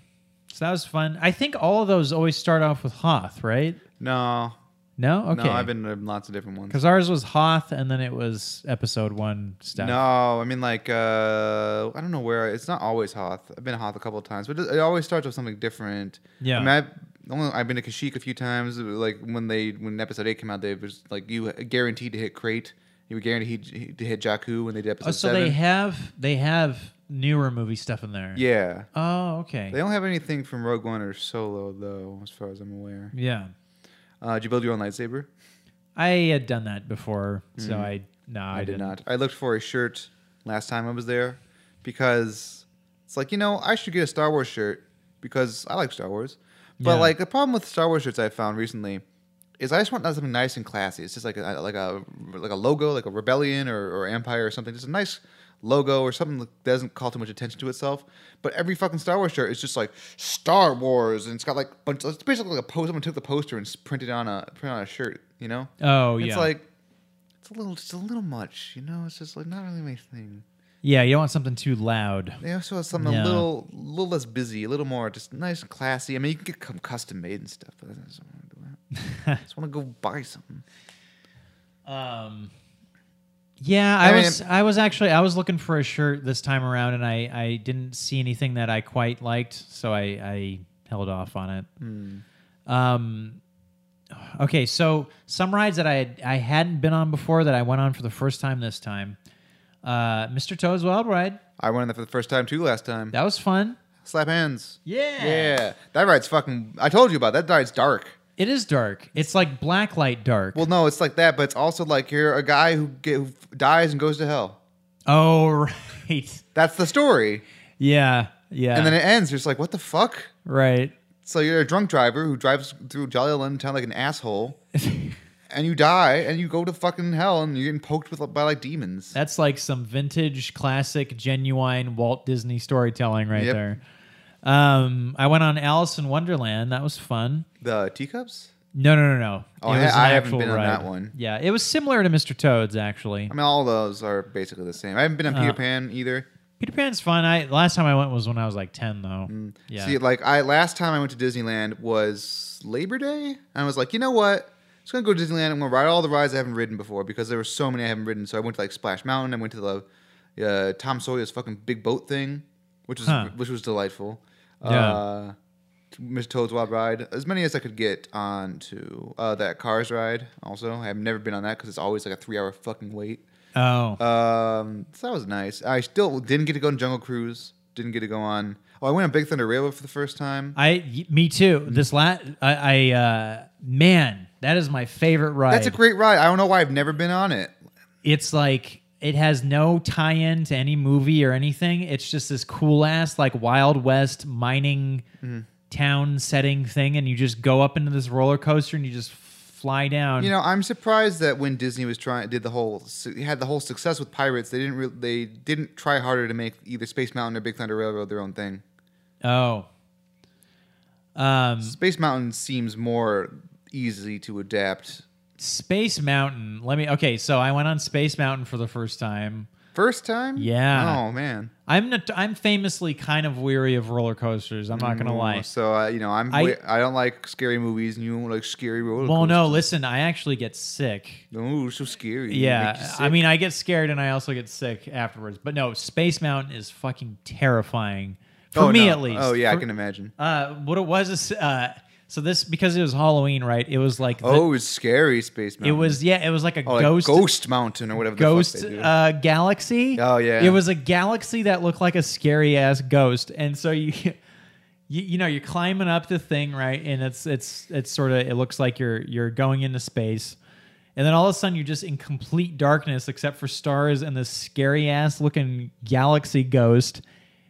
[SPEAKER 2] so that was fun i think all of those always start off with hoth right
[SPEAKER 1] No.
[SPEAKER 2] no okay
[SPEAKER 1] No, I've been to lots of different ones.
[SPEAKER 2] Because ours was Hoth, and then it was episode one stuff. Oh,
[SPEAKER 1] No, I mean like uh, I don't know where it's not always Hoth. I've been to Hoth a couple of times, but it it always starts with something different.
[SPEAKER 2] Yeah.
[SPEAKER 1] I mean, I've, only, I've been to Kashyyyk a few times. Like when they when episode eight came out, they was like you guaranteed to hit Crate. You were guaranteed to hit Jakku when they did episode
[SPEAKER 2] Oh, so
[SPEAKER 1] seven.
[SPEAKER 2] they have they have newer movie stuff in there.
[SPEAKER 1] yeah,
[SPEAKER 2] Oh, okay.
[SPEAKER 1] they don't have anything from Rogue One or Solo though, as far as I'm aware.
[SPEAKER 2] yeah,
[SPEAKER 1] Uh, did you build your own lightsaber?
[SPEAKER 2] I had done that before, so I no, I,
[SPEAKER 1] Mm-hmm. I, did
[SPEAKER 2] didn't.
[SPEAKER 1] not. I looked for a shirt last time I was there because it's like, you know, I should get a Star Wars shirt because I like Star Wars. But
[SPEAKER 2] Yeah.
[SPEAKER 1] like the problem with Star Wars shirts I found recently is I just want something nice and classy. It's just like a, like a like a logo, like a rebellion or, or empire or something. Just a nice logo or something that doesn't call too much attention to itself. But every fucking Star Wars shirt is just like Star Wars, and it's got like a bunch. It's basically like a post. Someone took the poster and s- printed it on a printed on a shirt. You know.
[SPEAKER 2] Oh, yeah.
[SPEAKER 1] It's like it's a little, it's a little much, you know. It's just like not really my thing.
[SPEAKER 2] yeah, you don't want something too loud.
[SPEAKER 1] They also have something
[SPEAKER 2] Yeah.
[SPEAKER 1] a little, little less busy, a little more just nice, and classy. I mean, you can get cum- custom made and stuff, but I just don't want to do that. I just want to go buy something.
[SPEAKER 2] Um, yeah, I,
[SPEAKER 1] I mean-
[SPEAKER 2] was I was actually I was looking for a shirt this time around, and I I didn't see anything that I quite liked, so I I held off on it.
[SPEAKER 1] Hmm.
[SPEAKER 2] Um, okay, so some rides that I had, I hadn't been on before that I went on for the first time this time. Uh, Mr. Toad's Wild Ride,
[SPEAKER 1] I went on that for the first time too last time.
[SPEAKER 2] that was fun.
[SPEAKER 1] Slap hands.
[SPEAKER 2] Yeah.
[SPEAKER 1] yeah. That ride's fucking. I told you about that. Ride's dark.
[SPEAKER 2] It is dark. It's like black light dark.
[SPEAKER 1] Well, no, it's like that, but it's also like you're a guy who, get, who dies and goes to hell.
[SPEAKER 2] oh right,
[SPEAKER 1] That's the story,
[SPEAKER 2] yeah, yeah,
[SPEAKER 1] and then it ends. You're just like, what the fuck?
[SPEAKER 2] right.
[SPEAKER 1] So you're a drunk driver who drives through Jolly Old London town like an asshole, and you die, and you go to fucking hell, and you're getting poked with by like demons.
[SPEAKER 2] That's like some vintage, classic, genuine Walt Disney storytelling right
[SPEAKER 1] Yep.
[SPEAKER 2] there. Um, I went on Alice in Wonderland. That was fun.
[SPEAKER 1] the teacups.
[SPEAKER 2] No, no, no, no.
[SPEAKER 1] Oh,
[SPEAKER 2] It
[SPEAKER 1] I-
[SPEAKER 2] was an
[SPEAKER 1] I haven't
[SPEAKER 2] actual
[SPEAKER 1] been on that one.
[SPEAKER 2] Yeah, it was similar to Mr. Toad's actually.
[SPEAKER 1] I mean, all those are basically the same. I haven't been on Peter
[SPEAKER 2] Uh,
[SPEAKER 1] Pan either.
[SPEAKER 2] Peter Pan's fun. I last time I went was when I was like ten though. Yeah,
[SPEAKER 1] Mm. See, like I last time I went to Disneyland was Labor Day, and I was like, you know what? I'm just gonna go to Disneyland. I'm gonna ride all the rides I haven't ridden before because there were so many I haven't ridden. So I went to like Splash Mountain. I went to the uh, Tom Sawyer's fucking big boat thing, which was
[SPEAKER 2] Huh.
[SPEAKER 1] which was delightful.
[SPEAKER 2] Yeah.
[SPEAKER 1] Uh, Mr. Toad's Wild Ride, as many as I could get on to uh, that Cars ride. Also, I've never been on that because it's always like a three-hour fucking wait.
[SPEAKER 2] Oh,
[SPEAKER 1] Um, so that was nice. I still didn't get to go on Jungle Cruise. Didn't get to go on. Oh, I went on Big Thunder Railroad for the first time.
[SPEAKER 2] I y- me
[SPEAKER 1] mm.
[SPEAKER 2] too. This lat I, I uh, man, that is my favorite ride.
[SPEAKER 1] That's a great ride. I don't know why I've never been on it.
[SPEAKER 2] it's like it has no tie-in to any movie or anything. It's just this cool ass like Wild West mining
[SPEAKER 1] Mm-hmm.
[SPEAKER 2] town setting thing, and you just go up into this roller coaster and you just fly down.
[SPEAKER 1] You know, I'm surprised that when Disney was trying did the whole su- had the whole success with Pirates, they didn't re- they didn't try harder to make either Space Mountain or Big Thunder Railroad their own thing.
[SPEAKER 2] oh, um,
[SPEAKER 1] Space Mountain seems more easy to adapt.
[SPEAKER 2] Space Mountain. Let me. Okay, so I went on Space Mountain for the first time.
[SPEAKER 1] First time?
[SPEAKER 2] Yeah.
[SPEAKER 1] Oh man.
[SPEAKER 2] I'm not, I'm famously kind of weary of roller coasters. I'm not gonna lie.
[SPEAKER 1] So uh, you know, I'm
[SPEAKER 2] I-
[SPEAKER 1] I, I don't like scary movies, and you don't like scary roller.
[SPEAKER 2] Well, no, listen. I actually get sick
[SPEAKER 1] No, it's so scary. It makes you
[SPEAKER 2] Yeah,
[SPEAKER 1] sick.
[SPEAKER 2] I mean, I get scared and I also get sick afterwards. But no, Space Mountain is fucking terrifying for
[SPEAKER 1] Oh,
[SPEAKER 2] me
[SPEAKER 1] no.
[SPEAKER 2] at least.
[SPEAKER 1] Oh yeah,
[SPEAKER 2] For-
[SPEAKER 1] I can imagine.
[SPEAKER 2] Uh, what it was is uh, so this because it was Halloween, right? It was like the-
[SPEAKER 1] oh, it was scary Space
[SPEAKER 2] it
[SPEAKER 1] Mountain.
[SPEAKER 2] was yeah, it was like a
[SPEAKER 1] oh, like
[SPEAKER 2] ghost
[SPEAKER 1] ghost, Mountain or whatever. The
[SPEAKER 2] ghost
[SPEAKER 1] fuck they do.
[SPEAKER 2] uh, galaxy.
[SPEAKER 1] Oh, yeah.
[SPEAKER 2] it was a galaxy that looked like a scary ass ghost, and so you. You, you know you're climbing up the thing right and it's it's it's sort of it looks like you're you're going into space And then all of a sudden, you're just in complete darkness except for stars and this scary ass looking galaxy ghost.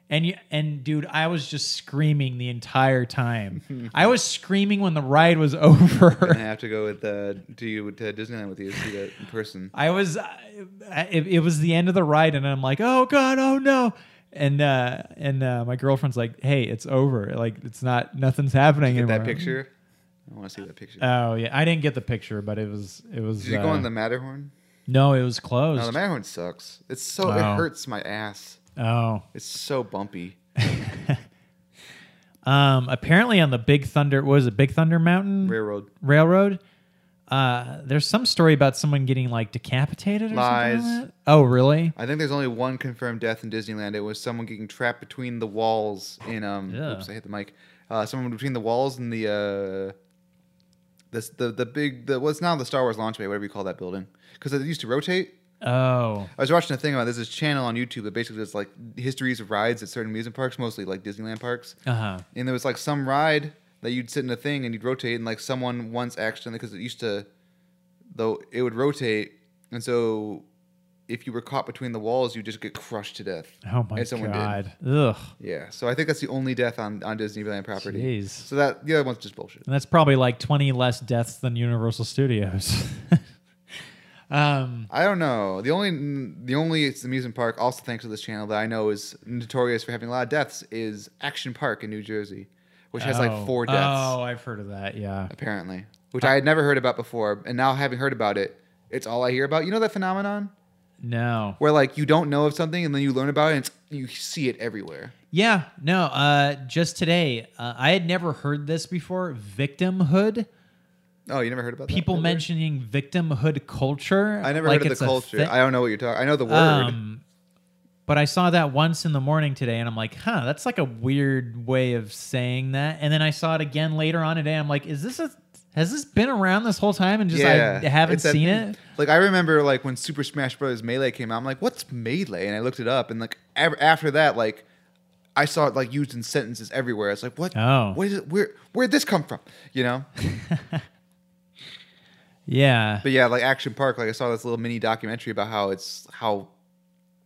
[SPEAKER 2] And you, and dude, I was just screaming the entire time. I was screaming when the ride was
[SPEAKER 1] I
[SPEAKER 2] over.
[SPEAKER 1] have to go with uh, to you to Disneyland with you to see that in person.
[SPEAKER 2] I was, I, it, it was the end of the ride, and I'm like, oh god, oh no. And uh, and uh, my girlfriend's like, hey, it's over. Like it's not, nothing's happening
[SPEAKER 1] Get
[SPEAKER 2] anymore.
[SPEAKER 1] that picture. I want to see that picture.
[SPEAKER 2] Oh yeah, I didn't get the picture, but it was it was.
[SPEAKER 1] Did you go
[SPEAKER 2] uh,
[SPEAKER 1] on the Matterhorn?
[SPEAKER 2] No, it was closed.
[SPEAKER 1] No, the Matterhorn sucks. It's so it
[SPEAKER 2] Wow.
[SPEAKER 1] hurts my ass.
[SPEAKER 2] oh.
[SPEAKER 1] It's so bumpy.
[SPEAKER 2] Um, apparently on the Big Thunder, what is it, Big Thunder Mountain
[SPEAKER 1] Railroad
[SPEAKER 2] Railroad? Uh, there's some story about someone getting like decapitated or something.
[SPEAKER 1] Lies.
[SPEAKER 2] Like that. Oh, really?
[SPEAKER 1] I think there's only one confirmed death in Disneyland. It was someone getting trapped between the walls in um.
[SPEAKER 2] Yeah.
[SPEAKER 1] Oops, I hit the mic. Uh, someone between the walls and the uh, this the the big the what's now the Star Wars launch bay, whatever you call that building, because it used to rotate.
[SPEAKER 2] Oh,
[SPEAKER 1] I was watching a thing about there's this channel on YouTube that basically does like histories of rides at certain amusement parks, mostly like Disneyland parks.
[SPEAKER 2] uh huh.
[SPEAKER 1] And there was like some ride that you'd sit in a thing and you'd rotate, and like someone once accidentally because it used to, though it would rotate, and so if you were caught between the walls, you'd just get crushed to death.
[SPEAKER 2] Oh my
[SPEAKER 1] And someone did.
[SPEAKER 2] god. Ugh.
[SPEAKER 1] Yeah, so I think that's the only death on on Disneyland property.
[SPEAKER 2] Jeez.
[SPEAKER 1] So that the other one's just bullshit.
[SPEAKER 2] And that's probably like 20 less deaths than Universal Studios. um,
[SPEAKER 1] I don't know. The only the only it's amusement park, also thanks to this channel that I know is notorious for having a lot of deaths, is Action Park in New Jersey, which has
[SPEAKER 2] oh.
[SPEAKER 1] like four deaths
[SPEAKER 2] Oh, I've heard of that. Yeah.
[SPEAKER 1] apparently, which I had never heard about before, and now having heard about it, it's all I hear about. You know that phenomenon
[SPEAKER 2] No.
[SPEAKER 1] where like you don't know of something and then you learn about it and it's, you see it everywhere.
[SPEAKER 2] Yeah, no. Uh, just today, uh, I had never heard this before. Victimhood.
[SPEAKER 1] Oh, you never heard about that
[SPEAKER 2] People
[SPEAKER 1] ever?
[SPEAKER 2] mentioning victimhood culture.
[SPEAKER 1] I never
[SPEAKER 2] like
[SPEAKER 1] heard of
[SPEAKER 2] it's
[SPEAKER 1] the
[SPEAKER 2] a
[SPEAKER 1] culture.
[SPEAKER 2] thi-
[SPEAKER 1] I don't know what you're talking. I know the word.
[SPEAKER 2] um, but I saw that once in the morning today, and I'm like, huh, that's like a weird way of saying that. And then I saw it again later on today. And I'm like, is this a has this been around this whole time and just I haven't
[SPEAKER 1] it's that
[SPEAKER 2] seen
[SPEAKER 1] thing.
[SPEAKER 2] it?
[SPEAKER 1] Like I remember, like when Super Smash Bros. Melee came out, I'm like, "What's melee?" And I looked it up, and like av- after that, like I saw it like used in sentences everywhere. It's like, "What?
[SPEAKER 2] Oh.
[SPEAKER 1] what is it? Where? Where'd this come from?" You know.
[SPEAKER 2] Yeah.
[SPEAKER 1] But yeah, like Action Park, like I saw this little mini documentary about how it's how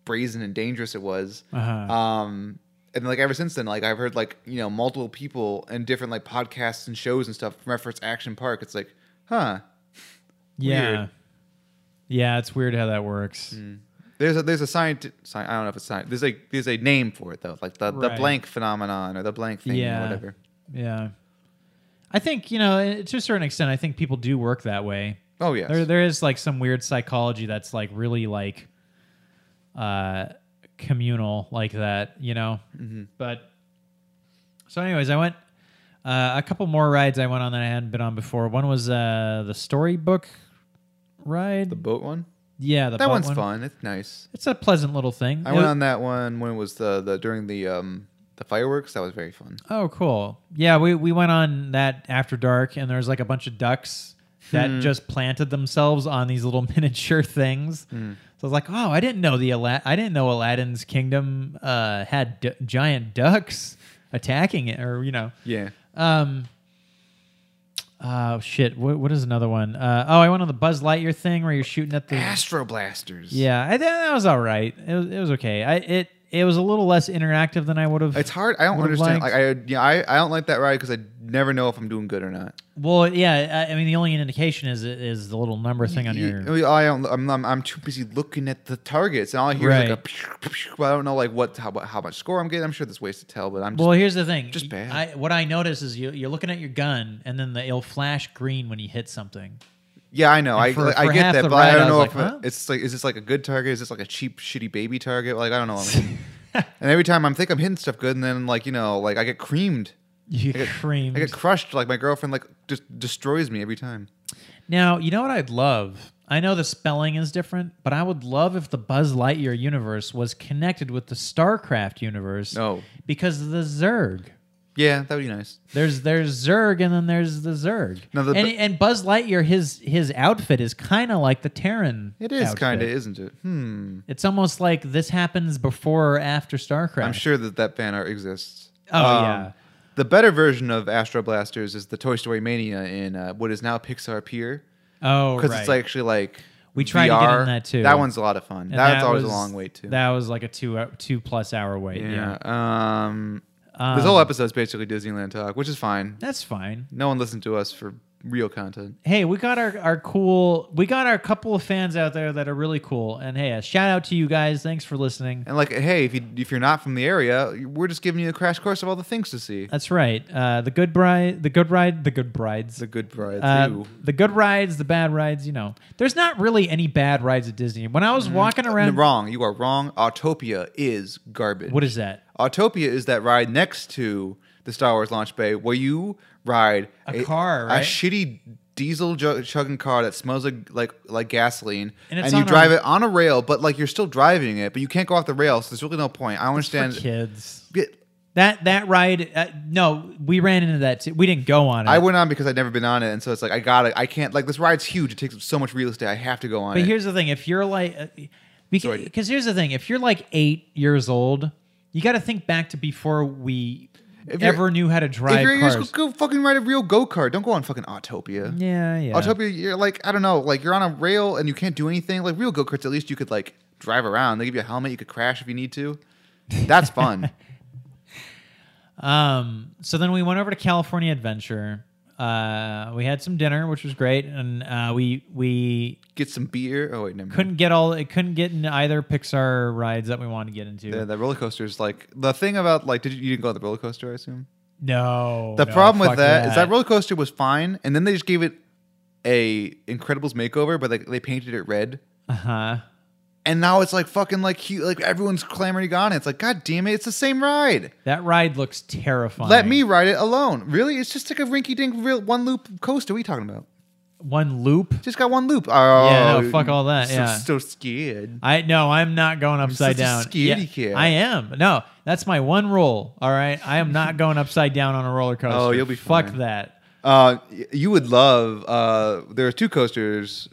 [SPEAKER 1] brazen and dangerous it was.
[SPEAKER 2] Uh-huh.
[SPEAKER 1] Um, and like ever since then, like I've heard like you know multiple people and different like podcasts and shows and stuff reference Action Park. It's like, huh,
[SPEAKER 2] yeah.
[SPEAKER 1] weird.
[SPEAKER 2] Yeah, it's weird how that works.
[SPEAKER 1] Mm. There's a there's a scientific I don't know if it's science. There's like there's a name for it though, like the, the
[SPEAKER 2] Right.
[SPEAKER 1] blank phenomenon or the blank thing
[SPEAKER 2] Yeah.
[SPEAKER 1] or whatever.
[SPEAKER 2] Yeah. I think, you know, eh, to a certain extent, I think people do work that way.
[SPEAKER 1] Oh yes.
[SPEAKER 2] There, there is like some weird psychology that's like really like uh, communal, like that, you know.
[SPEAKER 1] Mm-hmm.
[SPEAKER 2] But so, anyways, I went uh, a couple more rides I went on that I hadn't been on before. One was uh, the storybook ride.
[SPEAKER 1] the boat one.
[SPEAKER 2] yeah, the
[SPEAKER 1] That
[SPEAKER 2] boat
[SPEAKER 1] one's
[SPEAKER 2] one.
[SPEAKER 1] fun. It's nice.
[SPEAKER 2] It's a pleasant little thing.
[SPEAKER 1] I
[SPEAKER 2] It
[SPEAKER 1] went
[SPEAKER 2] wa-
[SPEAKER 1] on that one when it was the, the during the um the fireworks. That was very fun.
[SPEAKER 2] Oh, cool. Yeah, we, we went on that after dark, and there was like a bunch of ducks that just planted themselves on these little miniature things. So I was like, oh, I didn't know the Ala- I didn't know Aladdin's kingdom uh, had d- giant ducks attacking it, or you know,
[SPEAKER 1] Yeah.
[SPEAKER 2] um. Oh shit! What, what is another one? Uh, oh, I went on the Buzz Lightyear thing where you're shooting at the
[SPEAKER 1] Astro Blasters.
[SPEAKER 2] yeah. I, that was all right. It was, it was okay. I it it was a little less interactive than I would have.
[SPEAKER 1] It's hard. I don't
[SPEAKER 2] Would've
[SPEAKER 1] understand.
[SPEAKER 2] liked-
[SPEAKER 1] Like I yeah, I, I don't like that ride because I never know if I'm doing good or not.
[SPEAKER 2] Well, yeah. I I mean, the only indication is is the little number thing on
[SPEAKER 1] Yeah,
[SPEAKER 2] your.
[SPEAKER 1] I mean, I don't. I'm, I'm, I'm too busy looking at the targets, and all I hear is like
[SPEAKER 2] Right.
[SPEAKER 1] a. Pew, pew, pew, but I don't know like what how, how much score I'm getting. I'm sure there's ways to tell, but I'm just
[SPEAKER 2] Well, here's the thing.
[SPEAKER 1] just bad.
[SPEAKER 2] I, what I notice is you, you're looking at your gun, and then the, it'll flash green when you hit something.
[SPEAKER 1] Yeah, I know. I,
[SPEAKER 2] for-
[SPEAKER 1] like, I
[SPEAKER 2] for half
[SPEAKER 1] get that,
[SPEAKER 2] the
[SPEAKER 1] but I
[SPEAKER 2] ride,
[SPEAKER 1] don't
[SPEAKER 2] I
[SPEAKER 1] know
[SPEAKER 2] was
[SPEAKER 1] if
[SPEAKER 2] like, huh?
[SPEAKER 1] it's like is this like a good target? Is this like a cheap, shitty baby target? Like I don't know. and every time I'm think I'm hitting stuff good, and then like you know, like I get creamed,
[SPEAKER 2] You
[SPEAKER 1] get-
[SPEAKER 2] cream.
[SPEAKER 1] I get crushed. Like my girlfriend like just destroys me every time.
[SPEAKER 2] Now you know what I'd love. I know the spelling is different, but I would love if the Buzz Lightyear universe was connected with the StarCraft universe.
[SPEAKER 1] Oh.
[SPEAKER 2] because of the Zerg.
[SPEAKER 1] Yeah, that would be nice.
[SPEAKER 2] There's there's Zerg and then there's the Zerg.
[SPEAKER 1] No, the-
[SPEAKER 2] and, and Buzz Lightyear his his outfit is kind of like the Terran.
[SPEAKER 1] It is
[SPEAKER 2] outfit.
[SPEAKER 1] kind of, isn't it? Hmm.
[SPEAKER 2] It's almost like this happens before or after StarCraft.
[SPEAKER 1] I'm sure that that fan art exists. Um,
[SPEAKER 2] Oh, yeah.
[SPEAKER 1] The better version of Astro Blasters is the Toy Story Mania in uh, what is now Pixar Pier.
[SPEAKER 2] Oh,
[SPEAKER 1] because
[SPEAKER 2] right.
[SPEAKER 1] it's actually like
[SPEAKER 2] We tried to get
[SPEAKER 1] VR.
[SPEAKER 2] in that, too.
[SPEAKER 1] That one's a lot of fun.
[SPEAKER 2] And
[SPEAKER 1] That's
[SPEAKER 2] that
[SPEAKER 1] always
[SPEAKER 2] was-
[SPEAKER 1] a long wait too.
[SPEAKER 2] That was like a two hou- two plus hour wait. Yeah,
[SPEAKER 1] yeah. Um, this whole episode's basically Disneyland talk, which is fine.
[SPEAKER 2] that's fine.
[SPEAKER 1] No one listened to us for real content.
[SPEAKER 2] Hey, we got our, our cool. We got our couple of fans out there that are really cool. And hey, a shout out to you guys. Thanks for listening.
[SPEAKER 1] And like, hey, if you if you're not from the area, we're just giving you a crash course of all the things to see.
[SPEAKER 2] That's right. Uh, the good bride, the good ride, the good brides.
[SPEAKER 1] It's a good price
[SPEAKER 2] Uh,
[SPEAKER 1] too.
[SPEAKER 2] the good rides, the bad rides, you know. There's not really any bad rides at Disney. When I was walking
[SPEAKER 1] No,
[SPEAKER 2] around,
[SPEAKER 1] wrong. You are wrong. Autopia is garbage.
[SPEAKER 2] what is that?
[SPEAKER 1] Autopia is that ride next to the Star Wars launch bay where you ride
[SPEAKER 2] A car, right?
[SPEAKER 1] a shitty diesel ju- chugging car that smells like like, like gasoline,
[SPEAKER 2] And
[SPEAKER 1] and,
[SPEAKER 2] it's
[SPEAKER 1] you
[SPEAKER 2] on a-
[SPEAKER 1] drive it on a rail, but like you're still driving it, but you can't go off the rail, so there's really no point. I don't
[SPEAKER 2] For
[SPEAKER 1] understand.
[SPEAKER 2] kids.
[SPEAKER 1] Yeah,
[SPEAKER 2] That that ride, uh, no, we ran into that too. We didn't go on it.
[SPEAKER 1] I went on because I'd never been on it, and so it's like I gotta, I can't. Like this ride's huge; it takes up so much real estate. I have to go on
[SPEAKER 2] but
[SPEAKER 1] it.
[SPEAKER 2] here's the thing: if you're like, uh,
[SPEAKER 1] Sorry.
[SPEAKER 2] because here's the thing: if you're like eight years old, you got to think back to before we
[SPEAKER 1] If you're-
[SPEAKER 2] ever knew how to
[SPEAKER 1] if
[SPEAKER 2] drive
[SPEAKER 1] you're
[SPEAKER 2] cars.
[SPEAKER 1] just go fucking ride a real go kart, don't go on fucking Autopia.
[SPEAKER 2] yeah, yeah.
[SPEAKER 1] Autopia, you're like, I don't know, like you're on a rail and you can't do anything. Like real go karts, at least you could like drive around. They give you a helmet, you could crash if you need to. That's fun.
[SPEAKER 2] Um, so then we went over to California Adventure. Uh, we had some dinner, which was great, and uh, we we
[SPEAKER 1] Get some beer. Oh wait, never mind.
[SPEAKER 2] couldn't get all it couldn't get into either Pixar rides that we wanted to get into.
[SPEAKER 1] The, the roller coaster is like the thing about like did you, you didn't go on the roller coaster? I assume
[SPEAKER 2] no,
[SPEAKER 1] the
[SPEAKER 2] Oh, no,
[SPEAKER 1] problem with
[SPEAKER 2] fuck
[SPEAKER 1] that is that roller coaster was fine, and then they just gave it a Incredibles makeover, but like they painted it red,
[SPEAKER 2] uh-huh.
[SPEAKER 1] and now it's like fucking like hu like everyone's clamoring on it. It's like god damn it, it's the same ride.
[SPEAKER 2] that ride looks terrifying.
[SPEAKER 1] Let me ride it alone. Really, it's just like a rinky dink real one loop coaster. What are you talking about?
[SPEAKER 2] one loop.
[SPEAKER 1] Just got one loop. Oh,
[SPEAKER 2] Yeah, no, fuck all that,
[SPEAKER 1] So,
[SPEAKER 2] yeah.
[SPEAKER 1] so scared.
[SPEAKER 2] I no, I'm not going
[SPEAKER 1] such
[SPEAKER 2] upside
[SPEAKER 1] a
[SPEAKER 2] down.
[SPEAKER 1] scaredy kid.
[SPEAKER 2] I am. No, that's my one rule. All right, I am not going upside down on a roller coaster.
[SPEAKER 1] Oh, you'll be
[SPEAKER 2] fuck
[SPEAKER 1] fine.
[SPEAKER 2] that.
[SPEAKER 1] Uh, y- you would love. Uh, there are two coasters.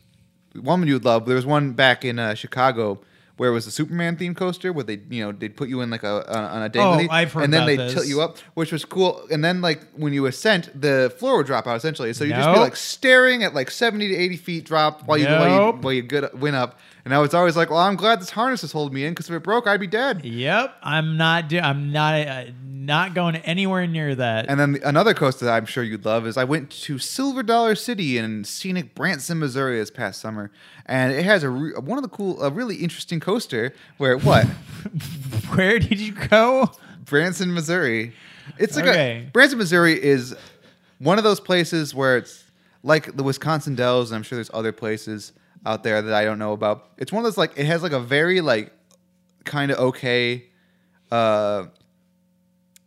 [SPEAKER 1] One you would love. There was one back in uh, Chicago where it was a Superman themed coaster where they you know they'd put you in like a on on a dangly,
[SPEAKER 2] Oh, I've heard
[SPEAKER 1] and then
[SPEAKER 2] about
[SPEAKER 1] they
[SPEAKER 2] this.
[SPEAKER 1] tilt you up, which was cool. And then like when you ascent, the floor would drop out essentially, so you would just be
[SPEAKER 2] Nope.
[SPEAKER 1] like staring at like seventy to eighty feet drop while you while you,
[SPEAKER 2] Nope.
[SPEAKER 1] while you good, went up. And I was always like, well, I'm glad this harness is holding me in because if it broke, I'd be dead.
[SPEAKER 2] Yep, I'm not. Do- I'm not. Uh, not going anywhere near that.
[SPEAKER 1] And then the- another coaster that I'm sure you'd love is I went to Silver Dollar City in scenic Branson, Missouri this past summer, and it has a re- one of the cool, a really interesting coaster where what
[SPEAKER 2] Where did you go?
[SPEAKER 1] Branson, Missouri. It's like
[SPEAKER 2] Okay.
[SPEAKER 1] a Branson, Missouri is one of those places where it's like the Wisconsin Dells, and I'm sure there's other places out there that I don't know about. It's one of those like it has like a very like kind of okay uh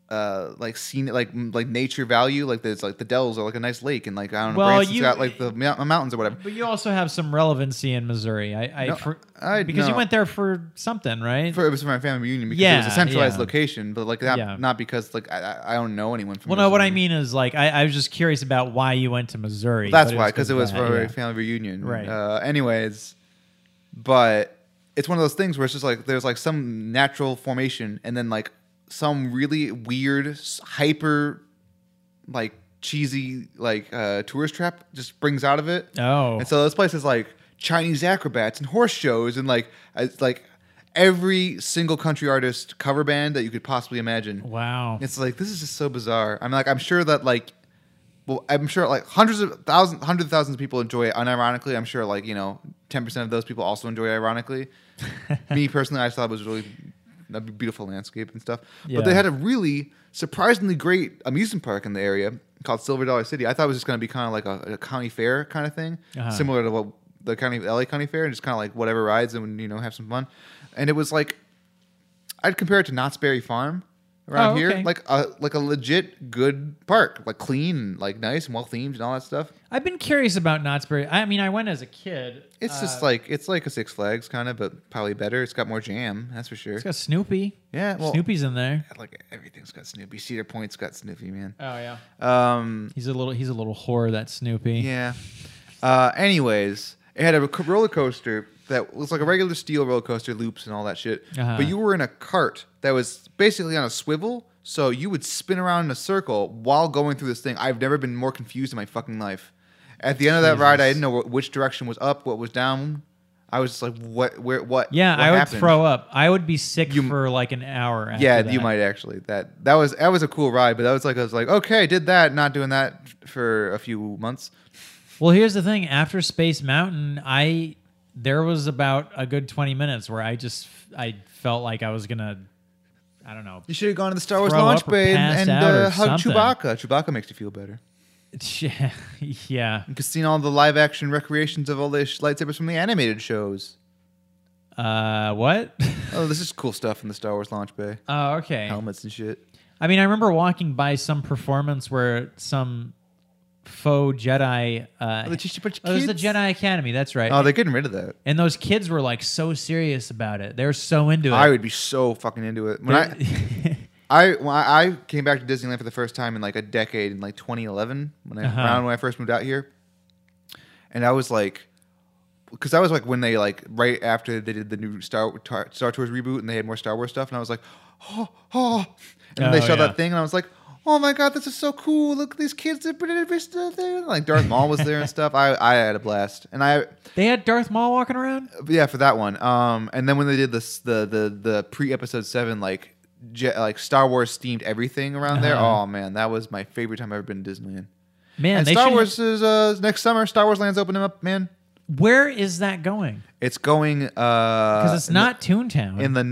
[SPEAKER 1] uh like scene like m- like nature value like there's like the dells are like a nice lake and like I don't know
[SPEAKER 2] Well,
[SPEAKER 1] Branson's
[SPEAKER 2] you-
[SPEAKER 1] got like the mou- mountains or whatever.
[SPEAKER 2] But you also have some relevancy in Missouri. I, I,
[SPEAKER 1] No,
[SPEAKER 2] for,
[SPEAKER 1] I-
[SPEAKER 2] because you
[SPEAKER 1] no.
[SPEAKER 2] went there for something, right?
[SPEAKER 1] For, it was for my family reunion because it was
[SPEAKER 2] Yeah,
[SPEAKER 1] a centralized
[SPEAKER 2] yeah.
[SPEAKER 1] location, but like that,
[SPEAKER 2] Yeah.
[SPEAKER 1] not because like I, I- I don't know anyone from.
[SPEAKER 2] well, no. What I
[SPEAKER 1] Missouri.
[SPEAKER 2] mean is, like, I, I was just curious about why you went to Missouri.
[SPEAKER 1] That's
[SPEAKER 2] but
[SPEAKER 1] why, because it was
[SPEAKER 2] that,
[SPEAKER 1] for a
[SPEAKER 2] yeah.
[SPEAKER 1] family reunion.
[SPEAKER 2] Right.
[SPEAKER 1] Uh, anyways, but it's one of those things where it's just like there's like some natural formation, and then like some really weird, s- hyper, like cheesy, like uh, tourist trap just brings out of it.
[SPEAKER 2] Oh,
[SPEAKER 1] And so those places like Chinese acrobats and horse shows and like it's like every single country artist cover band that you could possibly imagine.
[SPEAKER 2] wow.
[SPEAKER 1] It's like this is just so bizarre. I'm like I'm sure that like well I'm sure like hundreds of thousands hundreds of thousands of people enjoy it unironically. I'm sure like, you know, 10% of those people also enjoy it ironically. Me personally, I just thought it was really a beautiful landscape and stuff. But they
[SPEAKER 2] Yeah.
[SPEAKER 1] had a really surprisingly great amusement park in the area called Silver Dollar City. I thought it was just going to be kind of like a, a county fair kind of thing,
[SPEAKER 2] Uh-huh.
[SPEAKER 1] similar to what the county LA county fair and just kind of like whatever rides and you know have some fun. And it was like I'd compare it to Knott's Berry Farm around
[SPEAKER 2] Oh, okay.
[SPEAKER 1] here, like a like a legit good park, like clean, like nice and well themed and all that stuff.
[SPEAKER 2] I've been curious about Knott's Berry. I mean, I went as a kid.
[SPEAKER 1] It's
[SPEAKER 2] Uh,
[SPEAKER 1] just like it's like a Six Flags kind of, but probably better. It's got more jam, that's for sure.
[SPEAKER 2] it's got Snoopy.
[SPEAKER 1] yeah, well,
[SPEAKER 2] Snoopy's in there.
[SPEAKER 1] like everything's got Snoopy. Cedar Point's got Snoopy, man.
[SPEAKER 2] Oh yeah.
[SPEAKER 1] Um,
[SPEAKER 2] He's a little. He's a little whore. That Snoopy.
[SPEAKER 1] yeah. Uh, anyways, it had a co- roller coaster that was like a regular steel roller coaster, loops and all that shit.
[SPEAKER 2] Uh-huh.
[SPEAKER 1] But you were in a cart that was basically on a swivel, so you would spin around in a circle while going through this thing. I've never been more confused in my fucking life. At the end of that ride, I didn't know wh- which direction was up, what was down. I was just like, what, where, what?
[SPEAKER 2] Yeah,
[SPEAKER 1] what
[SPEAKER 2] I would
[SPEAKER 1] happened?
[SPEAKER 2] throw up. I would be sick for like an hour. After
[SPEAKER 1] Yeah, you
[SPEAKER 2] that.
[SPEAKER 1] might actually. That that was that was a cool ride, but that was like I was like, okay, did that, not doing that for a few months.
[SPEAKER 2] Well, here's the thing. After Space Mountain, I there was about a good 20 minutes where I just I felt like I was gonna, I don't know.
[SPEAKER 1] You should have gone to the Star Wars
[SPEAKER 2] Throw
[SPEAKER 1] launch
[SPEAKER 2] up or
[SPEAKER 1] bay
[SPEAKER 2] pass
[SPEAKER 1] and, and
[SPEAKER 2] out or
[SPEAKER 1] uh, hug
[SPEAKER 2] something.
[SPEAKER 1] Chewbacca. Chewbacca makes you feel better.
[SPEAKER 2] yeah.
[SPEAKER 1] You could see all the live action recreations of all the sh- lightsabers from the animated shows.
[SPEAKER 2] Uh, what?
[SPEAKER 1] Oh, this is cool stuff in the Star Wars launch bay.
[SPEAKER 2] oh, okay.
[SPEAKER 1] Helmets and shit.
[SPEAKER 2] I mean, I remember walking by some performance where some faux Jedi. Uh,
[SPEAKER 1] Oh, they teach you a bunch of
[SPEAKER 2] oh, it was the
[SPEAKER 1] kids?
[SPEAKER 2] Jedi Academy. That's right.
[SPEAKER 1] Oh, they're getting rid of that.
[SPEAKER 2] and those kids were like so serious about it. They were so into it.
[SPEAKER 1] I would be so fucking into it. When I I when I I came back to Disneyland for the first time in like a decade in like 2011 when I
[SPEAKER 2] Uh-huh.
[SPEAKER 1] around when I first moved out here, and I was like, because I was like when they like right after they did the new Star Tar- Star Tours reboot and they had more Star Wars stuff, and I was like, oh, oh. and then they
[SPEAKER 2] Oh,
[SPEAKER 1] showed
[SPEAKER 2] yeah.
[SPEAKER 1] that thing, and I was like. Oh my god, this is so cool! Look, these kids are pretty still there. Like Darth Maul was there and stuff. I, I had a blast, and I
[SPEAKER 2] they had Darth Maul walking around.
[SPEAKER 1] yeah, for that one. Um, and then when they did this, the the the pre episode seven like je- like Star Wars themed everything around there.
[SPEAKER 2] Uh-huh.
[SPEAKER 1] Oh man, that was my favorite time I've ever been to Disneyland.
[SPEAKER 2] Man,
[SPEAKER 1] And
[SPEAKER 2] they
[SPEAKER 1] Star
[SPEAKER 2] should-
[SPEAKER 1] Wars is uh next summer. Star Wars Land's opening up, man.
[SPEAKER 2] Where is that going?
[SPEAKER 1] It's going uh
[SPEAKER 2] Because it's
[SPEAKER 1] in the-
[SPEAKER 2] not Toontown.
[SPEAKER 1] in the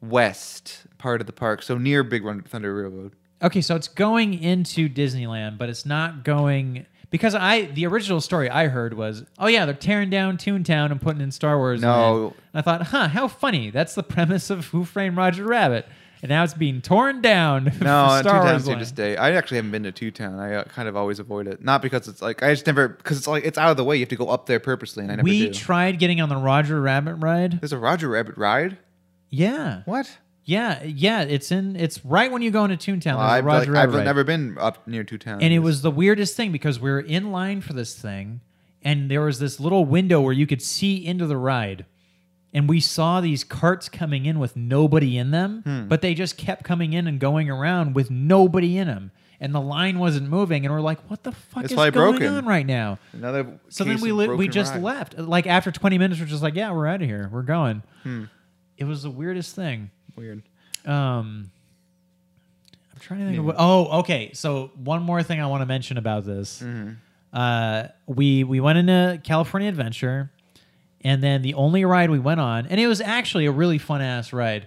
[SPEAKER 1] northwest part of the park, so near Big Run Thunder Railroad.
[SPEAKER 2] okay, so it's going into Disneyland, but it's not going because I the original story I heard was, oh yeah, they're tearing down Toontown and putting in Star Wars.
[SPEAKER 1] No.
[SPEAKER 2] land." and I thought, huh, how funny. That's the premise of Who Framed Roger Rabbit, and now it's being torn down. for
[SPEAKER 1] No, uh, Two
[SPEAKER 2] Star Wars
[SPEAKER 1] Town's here to
[SPEAKER 2] land.
[SPEAKER 1] stay. I actually haven't been to Two Town. I uh, kind of always avoid it, not because it's like I just never because it's like it's out of the way. You have to go up there purposely, and I never
[SPEAKER 2] we
[SPEAKER 1] do.
[SPEAKER 2] tried getting on the Roger Rabbit ride.
[SPEAKER 1] There's a Roger Rabbit ride.
[SPEAKER 2] Yeah,
[SPEAKER 1] What?
[SPEAKER 2] yeah, yeah. It's in. It's right when you go into Toontown. There's a
[SPEAKER 1] I've,
[SPEAKER 2] Roger
[SPEAKER 1] like,
[SPEAKER 2] Rabbit
[SPEAKER 1] I've
[SPEAKER 2] ride.
[SPEAKER 1] never been up near two towns.
[SPEAKER 2] And it was the weirdest thing because we were in line for this thing, and there was this little window where you could see into the ride. And we saw these carts coming in with nobody in them,
[SPEAKER 1] Hmm.
[SPEAKER 2] but they just kept coming in and going around with nobody in them. And the line wasn't moving, and we're like, "What the fuck
[SPEAKER 1] It's
[SPEAKER 2] is
[SPEAKER 1] probably
[SPEAKER 2] going
[SPEAKER 1] broken.
[SPEAKER 2] on right now?"
[SPEAKER 1] another.
[SPEAKER 2] So
[SPEAKER 1] case
[SPEAKER 2] then we
[SPEAKER 1] of
[SPEAKER 2] li- we
[SPEAKER 1] broken
[SPEAKER 2] just
[SPEAKER 1] rod.
[SPEAKER 2] left. Like after twenty minutes, we're just like, "Yeah, we're out of here. We're going."
[SPEAKER 1] Hmm.
[SPEAKER 2] It was the weirdest thing.
[SPEAKER 1] Weird.
[SPEAKER 2] Um, I'm trying to think. Of what, oh, okay. So one more thing I want to mention about this.
[SPEAKER 1] Mm-hmm.
[SPEAKER 2] Uh, we we went into California Adventure, and then the only ride we went on, and it was actually a really fun ass ride.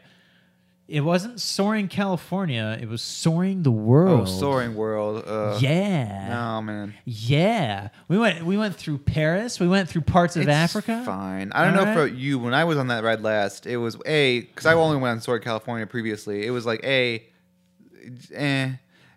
[SPEAKER 2] It wasn't soaring California. It was soaring the
[SPEAKER 1] Oh,
[SPEAKER 2] world.
[SPEAKER 1] soaring world. Uh,
[SPEAKER 2] Yeah.
[SPEAKER 1] No man,
[SPEAKER 2] Yeah. We went we went through Paris. We went through parts of
[SPEAKER 1] It's
[SPEAKER 2] Africa.
[SPEAKER 1] Fine. I don't know
[SPEAKER 2] Alright.
[SPEAKER 1] for you. When I was on that ride last, it was a because I only went on Sword California previously. It was like a, eh,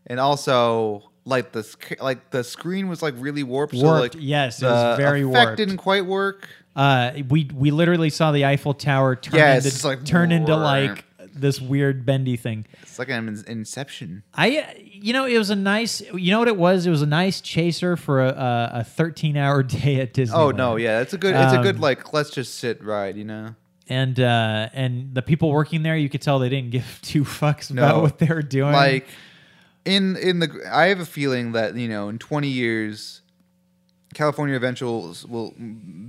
[SPEAKER 1] and also like the sc- like the screen was like really warped.
[SPEAKER 2] Warped,
[SPEAKER 1] So, like,
[SPEAKER 2] yes, it
[SPEAKER 1] the
[SPEAKER 2] was very
[SPEAKER 1] effect
[SPEAKER 2] warped.
[SPEAKER 1] Didn't quite work.
[SPEAKER 2] Uh, we we literally saw the Eiffel Tower turn
[SPEAKER 1] Yeah, it's just
[SPEAKER 2] into
[SPEAKER 1] like-
[SPEAKER 2] turn into like this weird bendy thing.
[SPEAKER 1] It's like an in- Inception.
[SPEAKER 2] I you know it was a nice you know what it was it was a nice chaser for a a, a thirteen hour day at Disney.
[SPEAKER 1] Oh no, yeah, it's a good. It's
[SPEAKER 2] Um,
[SPEAKER 1] a good like let's just sit ride. You know.
[SPEAKER 2] and uh, and the people working there you could tell they didn't give two fucks about
[SPEAKER 1] No.
[SPEAKER 2] what they were doing.
[SPEAKER 1] like in in the I have a feeling that you know in 20 years California Adventure will, will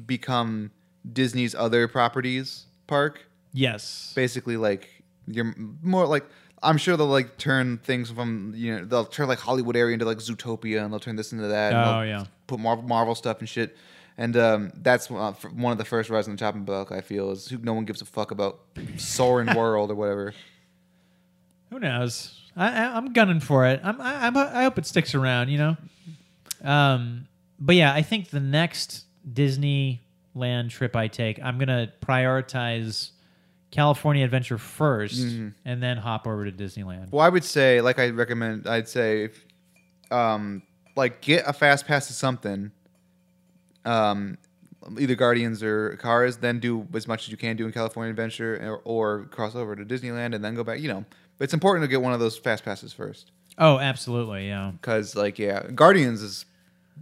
[SPEAKER 1] become Disney's other properties park
[SPEAKER 2] yes,
[SPEAKER 1] basically like you're more like I'm sure they'll like turn things from you know they'll turn like Hollywood area into like Zootopia and they'll turn this into that and
[SPEAKER 2] Oh,
[SPEAKER 1] they'll
[SPEAKER 2] yeah.
[SPEAKER 1] put Mar- Marvel stuff and shit and um, that's one of- one of the first rides on the chopping block I feel is who no one gives a fuck about Soarin' World or whatever
[SPEAKER 2] who knows? I, I I'm gunning for it. I'm I, I'm I hope it sticks around. You know, um, but yeah, I think the next Disneyland trip I take, I'm gonna prioritize. California Adventure 1st
[SPEAKER 1] Mm-hmm.
[SPEAKER 2] and then hop over to Disneyland.
[SPEAKER 1] Well, I would say, like I recommend, I'd say, if, um, like get a fast pass to something, um, either Guardians or Cars. Then do as much as you can do in California Adventure, or, or cross over to Disneyland and then go back. You know, it's important to get one of those fast passes first,
[SPEAKER 2] Oh, absolutely, yeah.
[SPEAKER 1] because like yeah, Guardians is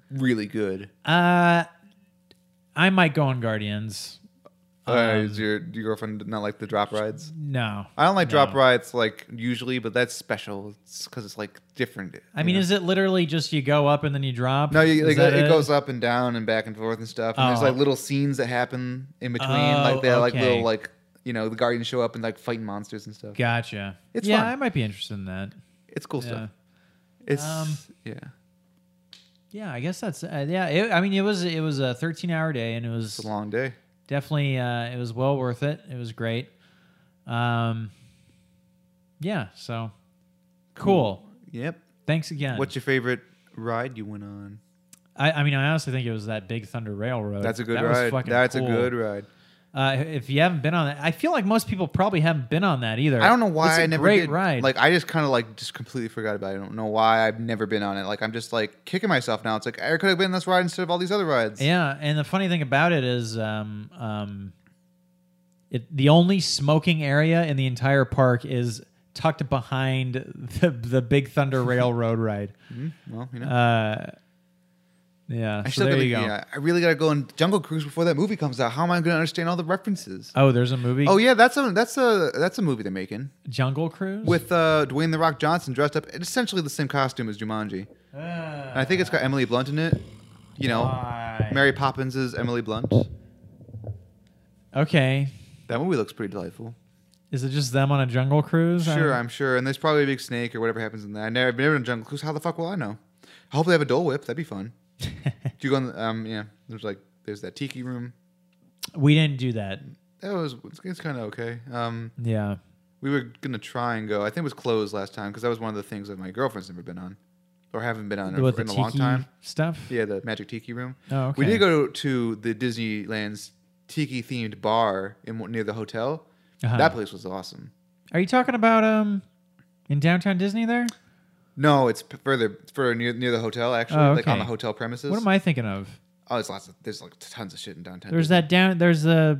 [SPEAKER 1] really good.
[SPEAKER 2] Uh, I might go on Guardians.
[SPEAKER 1] Uh, is your, your girlfriend not like the drop rides?
[SPEAKER 2] No.
[SPEAKER 1] I don't like drop
[SPEAKER 2] no.
[SPEAKER 1] rides like usually, but that's special because it's like different.
[SPEAKER 2] I
[SPEAKER 1] you
[SPEAKER 2] mean,
[SPEAKER 1] know?
[SPEAKER 2] is it literally just you go up and then you drop?
[SPEAKER 1] no, you,
[SPEAKER 2] Is
[SPEAKER 1] like,
[SPEAKER 2] that
[SPEAKER 1] it, goes up and down and back and forth and stuff. And there's
[SPEAKER 2] Oh.
[SPEAKER 1] like little scenes that happen in between,
[SPEAKER 2] Oh,
[SPEAKER 1] like they have, like
[SPEAKER 2] okay.
[SPEAKER 1] little like you know the guardians show up and like fighting monsters and stuff.
[SPEAKER 2] Gotcha.
[SPEAKER 1] It's
[SPEAKER 2] yeah,
[SPEAKER 1] fun.
[SPEAKER 2] I might be interested in that.
[SPEAKER 1] It's cool
[SPEAKER 2] Yeah.
[SPEAKER 1] stuff. It's
[SPEAKER 2] Um,
[SPEAKER 1] yeah.
[SPEAKER 2] Yeah, I guess that's uh, yeah. It, I mean, it was it was a 13 hour day, and it was
[SPEAKER 1] It's a long day.
[SPEAKER 2] definitely uh, it was well worth it. It was great. Um, yeah. So cool.
[SPEAKER 1] Yep.
[SPEAKER 2] Thanks again.
[SPEAKER 1] What's your favorite ride you went on?
[SPEAKER 2] I, I mean, I honestly think it was that Big Thunder Railroad.
[SPEAKER 1] That's a good
[SPEAKER 2] That was
[SPEAKER 1] ride.
[SPEAKER 2] fucking
[SPEAKER 1] That's
[SPEAKER 2] cool.
[SPEAKER 1] a good ride.
[SPEAKER 2] Uh, if you haven't been on that, I feel like most people probably haven't been on that either.
[SPEAKER 1] I don't know
[SPEAKER 2] It's
[SPEAKER 1] why
[SPEAKER 2] a
[SPEAKER 1] I never
[SPEAKER 2] great
[SPEAKER 1] did.
[SPEAKER 2] ride.
[SPEAKER 1] Like I just kind of like just completely forgot about it. I don't know why I've never been on it. Like I'm just like kicking myself now. It's like I could have been on this ride instead of all these other rides.
[SPEAKER 2] Yeah, and the funny thing about it is, um, um, it the only smoking area in the entire park is tucked behind the the Big Thunder Railroad ride.
[SPEAKER 1] Well, you know.
[SPEAKER 2] Uh, yeah,
[SPEAKER 1] I
[SPEAKER 2] so
[SPEAKER 1] still
[SPEAKER 2] there
[SPEAKER 1] gotta, uh,
[SPEAKER 2] you go.
[SPEAKER 1] yeah, I really gotta go on Jungle Cruise before that movie comes out. How am I gonna understand all the references?
[SPEAKER 2] Oh, there's a movie.
[SPEAKER 1] Oh yeah, that's a that's a that's a movie they're making
[SPEAKER 2] Jungle Cruise
[SPEAKER 1] with uh, Dwayne the Rock Johnson dressed up in essentially the same costume as Jumanji.
[SPEAKER 2] Ah,
[SPEAKER 1] And I think it's got Emily Blunt in it. You know,
[SPEAKER 2] Why?
[SPEAKER 1] Mary Poppins is Emily Blunt.
[SPEAKER 2] okay.
[SPEAKER 1] That movie looks pretty delightful.
[SPEAKER 2] Is it just them on a jungle cruise? I
[SPEAKER 1] Sure,
[SPEAKER 2] don't-
[SPEAKER 1] I'm sure. And there's probably a big snake or whatever happens in that. I've never, I've never done Jungle Cruise. How the fuck will I know? I hope they have a Dole Whip. That'd be fun. Do you go on? The, um, yeah. There's like there's that tiki room.
[SPEAKER 2] we didn't do that.
[SPEAKER 1] That was it's, it's kind of okay. Um,
[SPEAKER 2] Yeah.
[SPEAKER 1] we were gonna try and go. I think it was closed last time because that was one of the things that my girlfriend's never been on, or haven't been on
[SPEAKER 2] With
[SPEAKER 1] in
[SPEAKER 2] the
[SPEAKER 1] a long
[SPEAKER 2] tiki
[SPEAKER 1] time.
[SPEAKER 2] stuff.
[SPEAKER 1] Yeah, the Magic Tiki Room.
[SPEAKER 2] Oh, okay.
[SPEAKER 1] We did go to the Disneyland's tiki themed bar in near the hotel.
[SPEAKER 2] Uh-huh.
[SPEAKER 1] That place was awesome.
[SPEAKER 2] Are you talking about um in downtown Disney there?
[SPEAKER 1] No, it's p- further further near near the hotel actually,
[SPEAKER 2] Oh,
[SPEAKER 1] like on the
[SPEAKER 2] okay.
[SPEAKER 1] hotel premises.
[SPEAKER 2] What am I thinking of?
[SPEAKER 1] Oh, there's lots of there's like tons of shit in downtown.
[SPEAKER 2] There's that down. There's the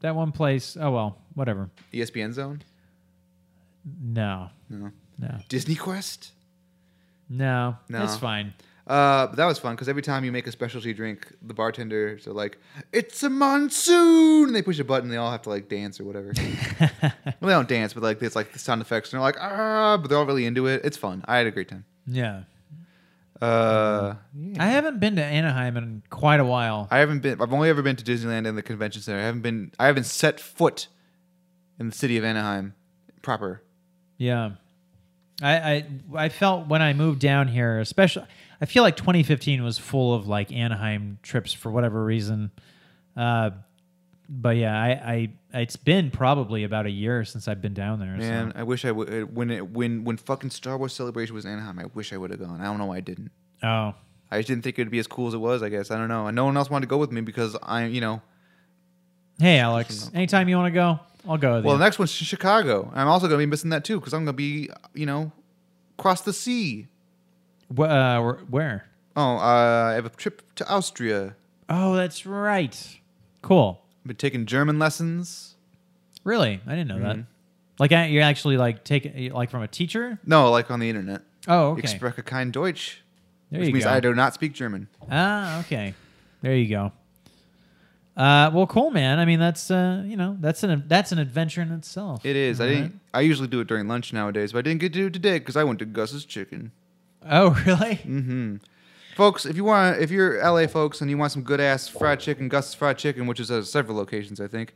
[SPEAKER 2] that one place. Oh well, whatever.
[SPEAKER 1] ESPN Zone,
[SPEAKER 2] No,
[SPEAKER 1] no
[SPEAKER 2] no,
[SPEAKER 1] Disney Quest.
[SPEAKER 2] no.
[SPEAKER 1] No.
[SPEAKER 2] It's fine.
[SPEAKER 1] Uh, but that was fun because every time you make a specialty drink, the bartender so like, "It's a monsoon," and they push a button. They all have to like dance or whatever. well, they don't dance, but like it's like the sound effects, and they're like, "Ah!" But they're all really into it. It's fun. I had a great time.
[SPEAKER 2] Yeah.
[SPEAKER 1] Uh, yeah.
[SPEAKER 2] I haven't been to Anaheim in quite a while.
[SPEAKER 1] I haven't been. I've only ever been to Disneyland and the convention center. I haven't been. I haven't set foot in the city of Anaheim proper.
[SPEAKER 2] Yeah. I, I I felt when I moved down here, especially I feel like 2015 was full of like Anaheim trips for whatever reason. Uh but yeah, I, I it's been probably about a year since I've been down there. so-
[SPEAKER 1] Man, I wish I would. When it when when fucking Star Wars Celebration was in Anaheim, I wish I would have gone. I don't know why I didn't.
[SPEAKER 2] Oh.
[SPEAKER 1] I just didn't think it would be as cool as it was. I guess I don't know. And no one else wanted to go with me because I, you know.
[SPEAKER 2] Hey Alex, anytime you want to go, I'll go with
[SPEAKER 1] Well,
[SPEAKER 2] you.
[SPEAKER 1] the next one's Chi- Chicago. I'm also gonna be missing that too because I'm gonna be, you know, across the sea.
[SPEAKER 2] Wh- uh, wh- where?
[SPEAKER 1] Oh, uh, I have a trip to Austria.
[SPEAKER 2] Oh, that's right. Cool.
[SPEAKER 1] I've been taking German lessons.
[SPEAKER 2] Really? I didn't know that. Like I- you're actually like taking like from a teacher?
[SPEAKER 1] No, like on the internet.
[SPEAKER 2] Oh,
[SPEAKER 1] Ich
[SPEAKER 2] okay.
[SPEAKER 1] spreche kein Deutsch,
[SPEAKER 2] there
[SPEAKER 1] which
[SPEAKER 2] you
[SPEAKER 1] means
[SPEAKER 2] go.
[SPEAKER 1] I do not speak German.
[SPEAKER 2] Ah, okay. There you go. Uh, well, cool, man. I mean, that's uh, you know, that's an that's an adventure in itself.
[SPEAKER 1] It is. I
[SPEAKER 2] All
[SPEAKER 1] didn't. I usually do it during lunch nowadays, but I didn't get to do it today because I went to Gus's Chicken.
[SPEAKER 2] right. Oh,
[SPEAKER 1] Mm.
[SPEAKER 2] really?
[SPEAKER 1] Folks, if you want, if you're LA folks and you want some good ass fried chicken, Gus's fried chicken, which is at several locations, I think,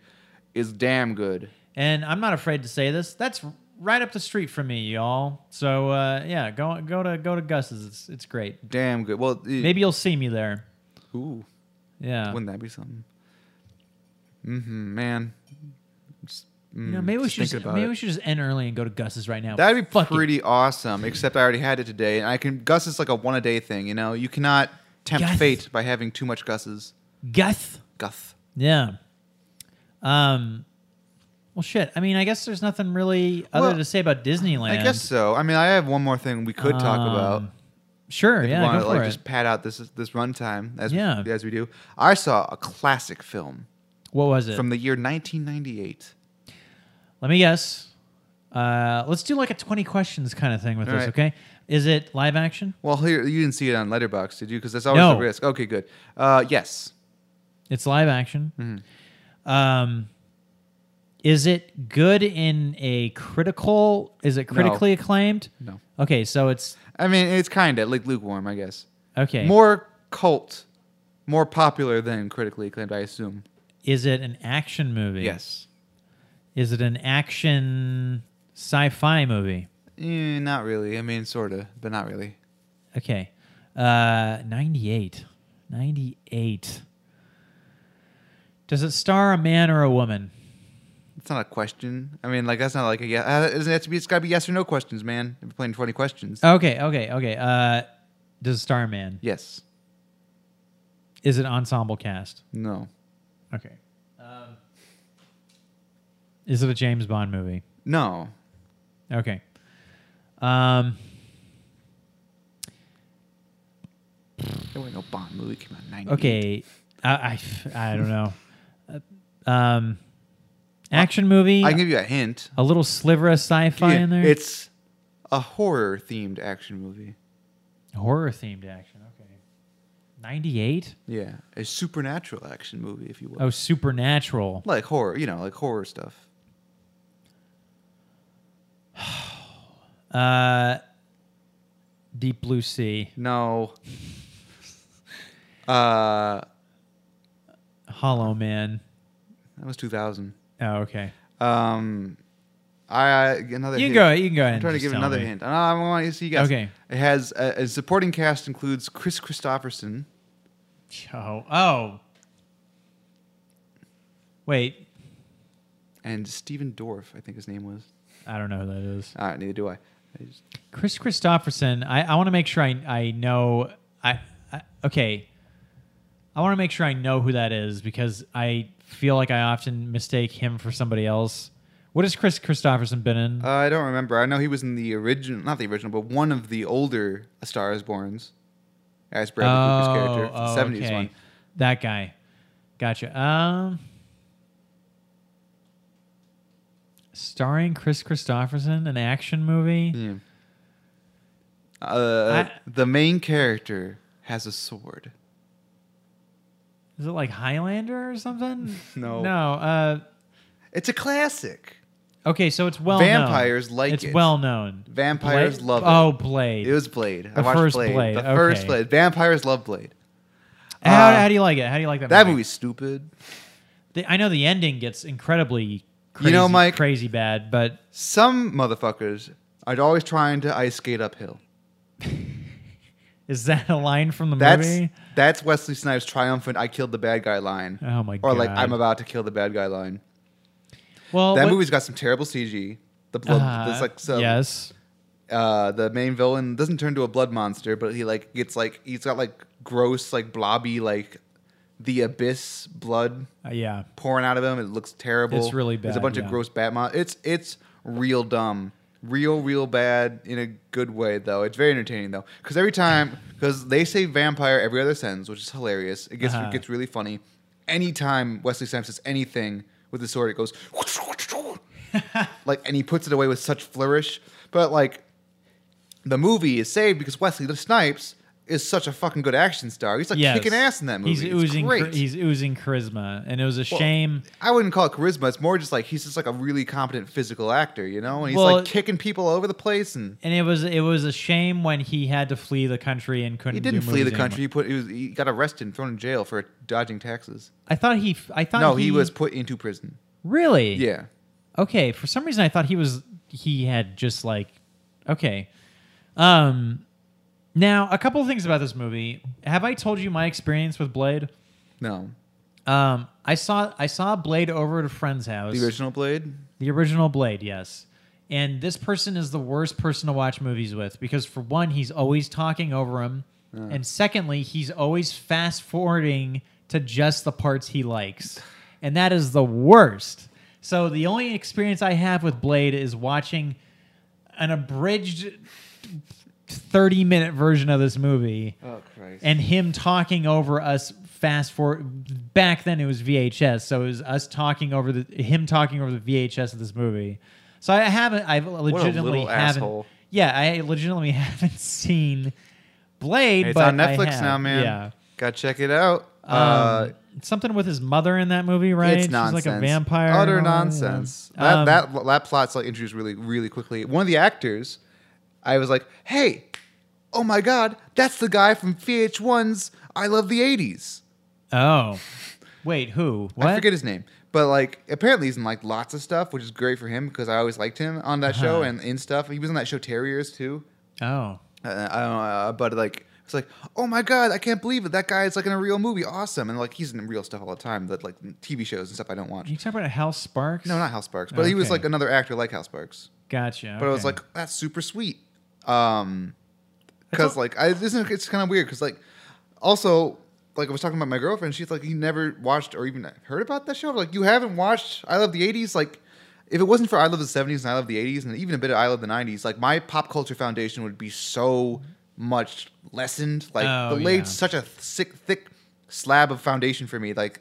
[SPEAKER 1] is damn good.
[SPEAKER 2] and I'm not afraid to say this. That's right up the street from me, y'all. So uh, yeah, go go to go to Gus's. It's it's great.
[SPEAKER 1] Damn good. Well, it-
[SPEAKER 2] Maybe you'll see me there.
[SPEAKER 1] Ooh,
[SPEAKER 2] Yeah.
[SPEAKER 1] wouldn't that be something? Mm-hmm, man. Just,
[SPEAKER 2] you
[SPEAKER 1] mm,
[SPEAKER 2] know, maybe we
[SPEAKER 1] just
[SPEAKER 2] should
[SPEAKER 1] thinking
[SPEAKER 2] just,
[SPEAKER 1] about
[SPEAKER 2] maybe
[SPEAKER 1] it.
[SPEAKER 2] we should just end early and go to Gus's right now.
[SPEAKER 1] That'd be
[SPEAKER 2] Fuck it.
[SPEAKER 1] pretty awesome. Except I already had it today, and I can. Gus is like a one a day thing. You know, you cannot tempt
[SPEAKER 2] Gus.
[SPEAKER 1] fate by having too much Gus's.
[SPEAKER 2] Gus.
[SPEAKER 1] Guth.
[SPEAKER 2] Yeah. Um. Well, shit. I mean, I guess there's nothing really other
[SPEAKER 1] Well,
[SPEAKER 2] to say about Disneyland.
[SPEAKER 1] I guess so. I mean, I have one more thing we could talk
[SPEAKER 2] Um,
[SPEAKER 1] about.
[SPEAKER 2] Sure.
[SPEAKER 1] If
[SPEAKER 2] yeah.
[SPEAKER 1] you want
[SPEAKER 2] go
[SPEAKER 1] to
[SPEAKER 2] for
[SPEAKER 1] like
[SPEAKER 2] it.
[SPEAKER 1] just pad out this this runtime as
[SPEAKER 2] Yeah.
[SPEAKER 1] we, as we do. I saw a classic film
[SPEAKER 2] What was it?
[SPEAKER 1] from the year 1998.
[SPEAKER 2] Let me guess. Uh, let's do like a 20 questions kind of thing with
[SPEAKER 1] All
[SPEAKER 2] this,
[SPEAKER 1] right.
[SPEAKER 2] okay? Is it live action?
[SPEAKER 1] Well, here you didn't see it on Letterbox, did you? Because that's always
[SPEAKER 2] No.
[SPEAKER 1] a risk. Okay, good. Uh, yes,
[SPEAKER 2] It's live action.
[SPEAKER 1] Mm-hmm.
[SPEAKER 2] Um, is it good in a critical? Is it critically acclaimed?
[SPEAKER 1] No.
[SPEAKER 2] Okay, so it's
[SPEAKER 1] I mean, it's kind of like lukewarm, I guess.
[SPEAKER 2] okay.
[SPEAKER 1] More cult, more popular than critically acclaimed, I assume.
[SPEAKER 2] Is it an action movie?
[SPEAKER 1] Yes.
[SPEAKER 2] Is it an action sci-fi movie?
[SPEAKER 1] Eh, not really. I mean, sort of, but not really.
[SPEAKER 2] Okay. Uh 98. 98. Does it star a man or a woman?
[SPEAKER 1] It's not a question. I mean, like that's not like a yes. Uh, doesn't it have to be? It's got to be yes or no questions, man. If you're playing twenty questions.
[SPEAKER 2] Okay, okay, okay. Uh does it star a man?
[SPEAKER 1] yes.
[SPEAKER 2] Is it ensemble cast?
[SPEAKER 1] No.
[SPEAKER 2] Okay. Um, is it a James Bond movie?
[SPEAKER 1] No.
[SPEAKER 2] Okay. Um
[SPEAKER 1] There was no Bond movie came out in ninety.
[SPEAKER 2] okay. I I, I don't know. Uh, Um action movie?
[SPEAKER 1] I can give you a hint.
[SPEAKER 2] a little sliver of sci-fi in there.
[SPEAKER 1] It's a horror themed action movie.
[SPEAKER 2] Horror themed action. Okay. 98?
[SPEAKER 1] Yeah, a supernatural action movie, if you will.
[SPEAKER 2] Oh, Supernatural.
[SPEAKER 1] Like horror, you know, like horror stuff.
[SPEAKER 2] Uh, Deep Blue Sea.
[SPEAKER 1] No. Uh,
[SPEAKER 2] Hollow Man.
[SPEAKER 1] that was two thousand.
[SPEAKER 2] Oh, okay.
[SPEAKER 1] Um, I another.
[SPEAKER 2] You
[SPEAKER 1] hint.
[SPEAKER 2] can go. You can go ahead.
[SPEAKER 1] I'm
[SPEAKER 2] and
[SPEAKER 1] trying to
[SPEAKER 2] just
[SPEAKER 1] give
[SPEAKER 2] tell
[SPEAKER 1] another
[SPEAKER 2] me.
[SPEAKER 1] hint. I, I want you to see you guys.
[SPEAKER 2] Okay.
[SPEAKER 1] It has uh, a supporting cast includes Chris Christopherson.
[SPEAKER 2] Oh, oh. Wait,
[SPEAKER 1] And Steven Dorff, I think his name was.
[SPEAKER 2] I don't know who that is.
[SPEAKER 1] All right, neither do I. I just-
[SPEAKER 2] Chris Christopherson. I, I want to make sure I I know I, I okay. I want to make sure I know who that is because I feel like I often mistake him for somebody else. What has Chris Christopherson been in?
[SPEAKER 1] uh, I don't remember. I know he was in the original, not the original, but one of the older A Star Is Borns. As Bradley Cooper's character, It's
[SPEAKER 2] oh,
[SPEAKER 1] the 70s
[SPEAKER 2] okay.
[SPEAKER 1] one.
[SPEAKER 2] That guy. Gotcha. Um, starring Chris Christopherson, an action movie.
[SPEAKER 1] Yeah. Uh,
[SPEAKER 2] I-
[SPEAKER 1] the main character has a sword.
[SPEAKER 2] Is it like Highlander or something?
[SPEAKER 1] No.
[SPEAKER 2] No. Uh,
[SPEAKER 1] It's a classic.
[SPEAKER 2] okay, so it's well
[SPEAKER 1] Vampires
[SPEAKER 2] known.
[SPEAKER 1] like
[SPEAKER 2] it's
[SPEAKER 1] it.
[SPEAKER 2] well known.
[SPEAKER 1] Vampires
[SPEAKER 2] Blade?
[SPEAKER 1] love it.
[SPEAKER 2] Oh, Blade.
[SPEAKER 1] It was Blade. I
[SPEAKER 2] The
[SPEAKER 1] watched
[SPEAKER 2] first
[SPEAKER 1] Blade.
[SPEAKER 2] Blade,
[SPEAKER 1] The first
[SPEAKER 2] okay.
[SPEAKER 1] Blade. Vampires love Blade.
[SPEAKER 2] how,
[SPEAKER 1] uh,
[SPEAKER 2] how do you like it? How do you like that?
[SPEAKER 1] That
[SPEAKER 2] movie?
[SPEAKER 1] movie's stupid.
[SPEAKER 2] The- I know the ending gets incredibly crazy,
[SPEAKER 1] You know, Mike-
[SPEAKER 2] crazy bad, but
[SPEAKER 1] Some motherfuckers are always trying to ice skate uphill.
[SPEAKER 2] is that a line from the
[SPEAKER 1] That's
[SPEAKER 2] movie?
[SPEAKER 1] that's Wesley Snipes' triumphant "I killed the bad guy" line,
[SPEAKER 2] Oh my
[SPEAKER 1] or like
[SPEAKER 2] God.
[SPEAKER 1] "I'm about to kill the bad guy" line.
[SPEAKER 2] Well,
[SPEAKER 1] that
[SPEAKER 2] what-
[SPEAKER 1] movie's got some terrible CG. The blood,
[SPEAKER 2] uh,
[SPEAKER 1] there's like some.
[SPEAKER 2] yes.
[SPEAKER 1] Uh, the main villain doesn't turn to a blood monster, but he like gets like he's got like gross like blobby like the abyss blood
[SPEAKER 2] Uh, yeah.
[SPEAKER 1] pouring out of him. It looks terrible.
[SPEAKER 2] It's really
[SPEAKER 1] There's a
[SPEAKER 2] bad,
[SPEAKER 1] bunch of
[SPEAKER 2] yeah.
[SPEAKER 1] gross Batman. It's it's real dumb, real real bad in a good way though. It's very entertaining though, because every time because they say vampire every other sentence, which is hilarious. It gets
[SPEAKER 2] Uh-huh.
[SPEAKER 1] it gets really funny. Anytime Wesley Snipes says anything with the sword, it goes like, and he puts it away with such flourish. But like, the movie is saved because Wesley Snipes is such a fucking good action star. He's like
[SPEAKER 2] Yes.
[SPEAKER 1] kicking ass in that movie.
[SPEAKER 2] He's
[SPEAKER 1] It's
[SPEAKER 2] oozing, char-
[SPEAKER 1] great.
[SPEAKER 2] he's oozing charisma, and it was a shame.
[SPEAKER 1] I wouldn't call it charisma. It's more just like he's just like a really competent physical actor, you know? And he's
[SPEAKER 2] Well-
[SPEAKER 1] like kicking people all over the place and
[SPEAKER 2] And it was it was a shame when he had to flee the country and couldn't.
[SPEAKER 1] he didn't
[SPEAKER 2] do
[SPEAKER 1] flee the
[SPEAKER 2] movies anymore.
[SPEAKER 1] country. He put he, was, he got arrested and thrown in jail for dodging taxes.
[SPEAKER 2] I thought he. f- I thought
[SPEAKER 1] No,
[SPEAKER 2] Uh, he,
[SPEAKER 1] he was put into prison.
[SPEAKER 2] really.
[SPEAKER 1] Yeah.
[SPEAKER 2] Okay. For some reason, I thought he was. He had just like. Okay. Um. Now, a couple of things about this movie. Have I told you my experience with Blade?
[SPEAKER 1] No.
[SPEAKER 2] Um, I saw I saw Blade over at a friend's house.
[SPEAKER 1] The original Blade?
[SPEAKER 2] The original Blade, yes. And this person is the worst person to watch movies with because, for one, he's always talking over him. And secondly, he's always fast forwarding to just the parts he likes. And that is the worst. So, the only experience I have with Blade is watching an abridged 30 minute version of this movie
[SPEAKER 1] Oh Christ.
[SPEAKER 2] and him talking over us fast forward back then it was VHS so it was us talking over the him talking over the VHS of this movie so I haven't I've legitimately
[SPEAKER 1] little
[SPEAKER 2] haven't
[SPEAKER 1] asshole.
[SPEAKER 2] yeah I legitimately haven't seen Blade
[SPEAKER 1] it's
[SPEAKER 2] but
[SPEAKER 1] on
[SPEAKER 2] I
[SPEAKER 1] Netflix
[SPEAKER 2] have,
[SPEAKER 1] now, man.
[SPEAKER 2] yeah
[SPEAKER 1] Gotta check it out. Uh,
[SPEAKER 2] Um, something with his mother in that movie, right?
[SPEAKER 1] It's
[SPEAKER 2] She's
[SPEAKER 1] nonsense.
[SPEAKER 2] like a vampire. and
[SPEAKER 1] Utter
[SPEAKER 2] all that, yeah.
[SPEAKER 1] nonsense.
[SPEAKER 2] Um,
[SPEAKER 1] That, that that plot's like introduced really really quickly. One of the actors, I was like, hey, oh my god, that's the guy from VH1's I Love the '80s.
[SPEAKER 2] Oh, wait, who? What?
[SPEAKER 1] I forget his name, but like apparently he's in like lots of stuff, which is great for him because I always liked him on that show
[SPEAKER 2] Uh-huh.
[SPEAKER 1] and in stuff. He was on that show Terriers too.
[SPEAKER 2] Oh,
[SPEAKER 1] uh, I don't know, uh, but like it's like, oh my god, I can't believe it. That guy is like in a real movie, awesome, and like he's in real stuff all the time, but like TV shows and stuff I don't watch.
[SPEAKER 2] you talking about Hal Sparks?
[SPEAKER 1] No, not Hal Sparks, but he was
[SPEAKER 2] Okay.
[SPEAKER 1] like another actor like Hal Sparks.
[SPEAKER 2] Gotcha.
[SPEAKER 1] But I was
[SPEAKER 2] okay.
[SPEAKER 1] like, that's super sweet, um,
[SPEAKER 2] It's
[SPEAKER 1] because
[SPEAKER 2] al-
[SPEAKER 1] like I this is it's kind of weird because like also. Like I was talking about my girlfriend, she's like, "You never watched or even heard about that show." Like, you haven't watched "I Love the '80s." Like, if it wasn't for "I Love the '70s" and "I Love the '80s" and even a bit of "I Love the '90s," like my pop culture foundation would be so much lessened. Like,
[SPEAKER 2] Oh,
[SPEAKER 1] the laid
[SPEAKER 2] yeah.
[SPEAKER 1] such a thick, thick slab of foundation for me. Like,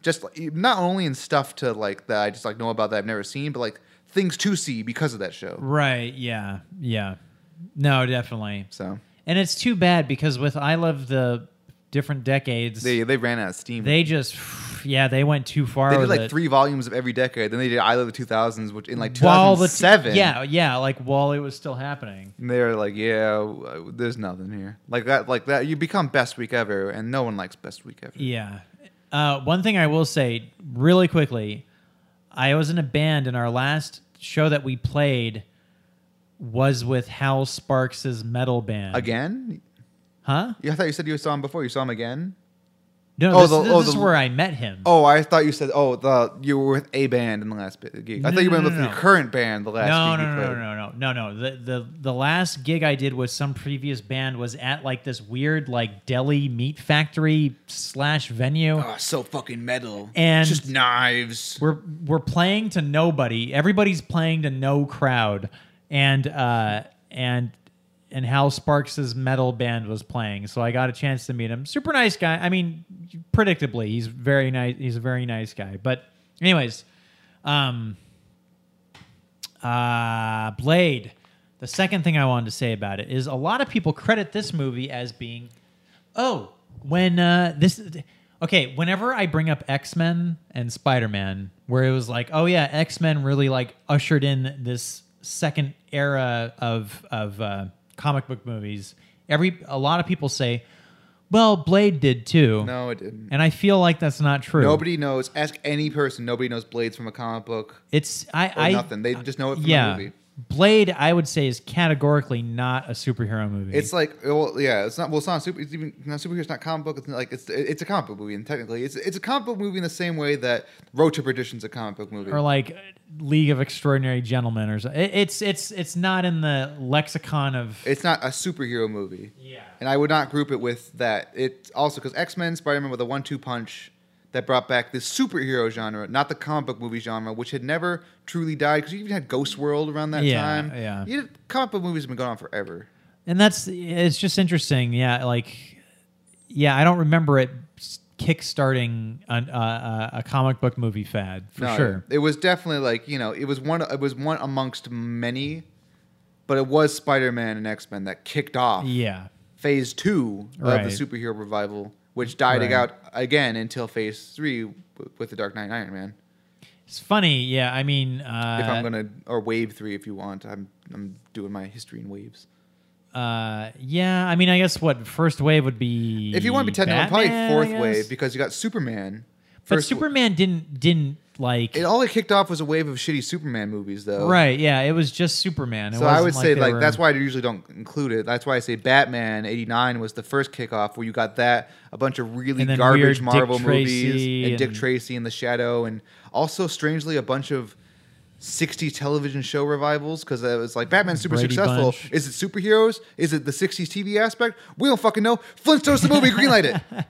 [SPEAKER 1] just like, e, not only in stuff to like that I just like know about that I've never seen, but like things to see because of that show.
[SPEAKER 2] right. Yeah. Yeah. No, definitely.
[SPEAKER 1] So
[SPEAKER 2] And it's too bad because with I Love the different decades,
[SPEAKER 1] they
[SPEAKER 2] they,
[SPEAKER 1] they ran out of steam.
[SPEAKER 2] just, yeah, they went too far.
[SPEAKER 1] They did
[SPEAKER 2] with
[SPEAKER 1] like
[SPEAKER 2] it.
[SPEAKER 1] three volumes of every decade. Then they did I Love the Two Thousands, which in like two
[SPEAKER 2] While
[SPEAKER 1] thousand
[SPEAKER 2] the
[SPEAKER 1] seven.
[SPEAKER 2] yeah, yeah, like while it was still happening.
[SPEAKER 1] And they were like, yeah, w- there's nothing here. Like that, like that. You become best week ever, and no one likes best week ever.
[SPEAKER 2] Yeah. Uh, one thing I will say really quickly I was in a band, and our last show that we played was with Hal Sparks' metal band.
[SPEAKER 1] Again?
[SPEAKER 2] Huh?
[SPEAKER 1] Yeah, I thought you said you saw him before. You saw him again?
[SPEAKER 2] No,
[SPEAKER 1] Oh,
[SPEAKER 2] this,
[SPEAKER 1] the-
[SPEAKER 2] this,
[SPEAKER 1] oh,
[SPEAKER 2] is
[SPEAKER 1] the-
[SPEAKER 2] where I met him.
[SPEAKER 1] Oh, I thought you said oh the you were with a band in the last bit- gig. I
[SPEAKER 2] No,
[SPEAKER 1] thought you
[SPEAKER 2] no,
[SPEAKER 1] were
[SPEAKER 2] no,
[SPEAKER 1] with
[SPEAKER 2] no,
[SPEAKER 1] your
[SPEAKER 2] no.
[SPEAKER 1] current band the last
[SPEAKER 2] no,
[SPEAKER 1] gig
[SPEAKER 2] no,
[SPEAKER 1] you
[SPEAKER 2] no,
[SPEAKER 1] played.
[SPEAKER 2] no, no, no, no, no. The, the the last gig I did with some previous band was at like this weird like deli meat factory slash venue.
[SPEAKER 1] Oh, so fucking metal.
[SPEAKER 2] And-
[SPEAKER 1] just knives.
[SPEAKER 2] We're we're playing to nobody. Everybody's playing to no crowd, and uh, and and Hal Sparks' metal band was playing, so I got a chance to meet him. Super nice guy. I mean, predictably, he's very nice. He's a very nice guy. But anyways, um, uh, Blade. The second thing I wanted to say about it is a lot of people credit this movie as being Oh, when uh, this okay, whenever I bring up X Men and Spider Man, where it was like, oh yeah, X Men really like ushered in this second era of of uh, comic book movies. Every a lot of people say, well, Blade did too,
[SPEAKER 1] No, it didn't.
[SPEAKER 2] and I feel like that's not true.
[SPEAKER 1] Nobody knows. Ask any person. Nobody knows Blades from a comic book
[SPEAKER 2] it's I
[SPEAKER 1] or
[SPEAKER 2] I
[SPEAKER 1] nothing. They just know it from a
[SPEAKER 2] yeah.
[SPEAKER 1] movie.
[SPEAKER 2] Blade, I would say, is categorically not a superhero movie.
[SPEAKER 1] It's like, well, yeah, it's not. Well, it's not super. It's even not superhero. It's not comic book. It's not like it's it's a comic book movie, and technically, it's it's a comic book movie in the same way that Road to Perdition's a comic book movie.
[SPEAKER 2] or like League of Extraordinary Gentlemen, or so. It, it's it's it's not in the lexicon of
[SPEAKER 1] it's not a superhero movie.
[SPEAKER 2] Yeah.
[SPEAKER 1] And I would not group it with that. It also because X Men, Spider Man with a one two punch that brought back the superhero genre, not the comic book movie genre, which had never truly died. Because you even had Ghost World around that
[SPEAKER 2] Yeah,
[SPEAKER 1] time.
[SPEAKER 2] yeah.
[SPEAKER 1] You comic book movies have been going on forever.
[SPEAKER 2] and that's it's just interesting. Yeah, like yeah, I don't remember it s- kickstarting an, uh, uh, a comic book movie fad for
[SPEAKER 1] No,
[SPEAKER 2] sure.
[SPEAKER 1] It was definitely like you know, it was one. It was one amongst many, but it was Spider Man and X Men that kicked off
[SPEAKER 2] Yeah,
[SPEAKER 1] Phase Two
[SPEAKER 2] Right.
[SPEAKER 1] of the superhero revival, which died
[SPEAKER 2] Right.
[SPEAKER 1] out again until Phase Three w- with the Dark Knight and Iron Man.
[SPEAKER 2] it's funny. Yeah, I mean, uh,
[SPEAKER 1] If I'm gonna or Wave Three, if you want, I'm I'm doing my history in waves.
[SPEAKER 2] uh, yeah, I mean, I guess what first wave would be.
[SPEAKER 1] If you want to be technical,
[SPEAKER 2] Batman, I
[SPEAKER 1] probably
[SPEAKER 2] guess?
[SPEAKER 1] fourth wave because you got Superman.
[SPEAKER 2] But
[SPEAKER 1] first w-
[SPEAKER 2] Superman didn't didn't like.
[SPEAKER 1] It all it kicked off was a wave of shitty Superman movies, though.
[SPEAKER 2] Right, yeah, it was just Superman. It
[SPEAKER 1] So I
[SPEAKER 2] wasn't
[SPEAKER 1] would say
[SPEAKER 2] they
[SPEAKER 1] like
[SPEAKER 2] were-
[SPEAKER 1] that's why I usually don't include it. That's why I say Batman '89 was the first kickoff where you got that a bunch of really
[SPEAKER 2] And then weird
[SPEAKER 1] garbage
[SPEAKER 2] Dick
[SPEAKER 1] Marvel
[SPEAKER 2] Tracy
[SPEAKER 1] movies and, Dick
[SPEAKER 2] and-
[SPEAKER 1] Tracy and The Shadow, and also strangely a bunch of '60s television show revivals because it was like Batman's super
[SPEAKER 2] Brady
[SPEAKER 1] successful.
[SPEAKER 2] Bunch.
[SPEAKER 1] Is it superheroes? Is it the '60s TV aspect? We don't fucking know. Flintstones the movie, greenlight it.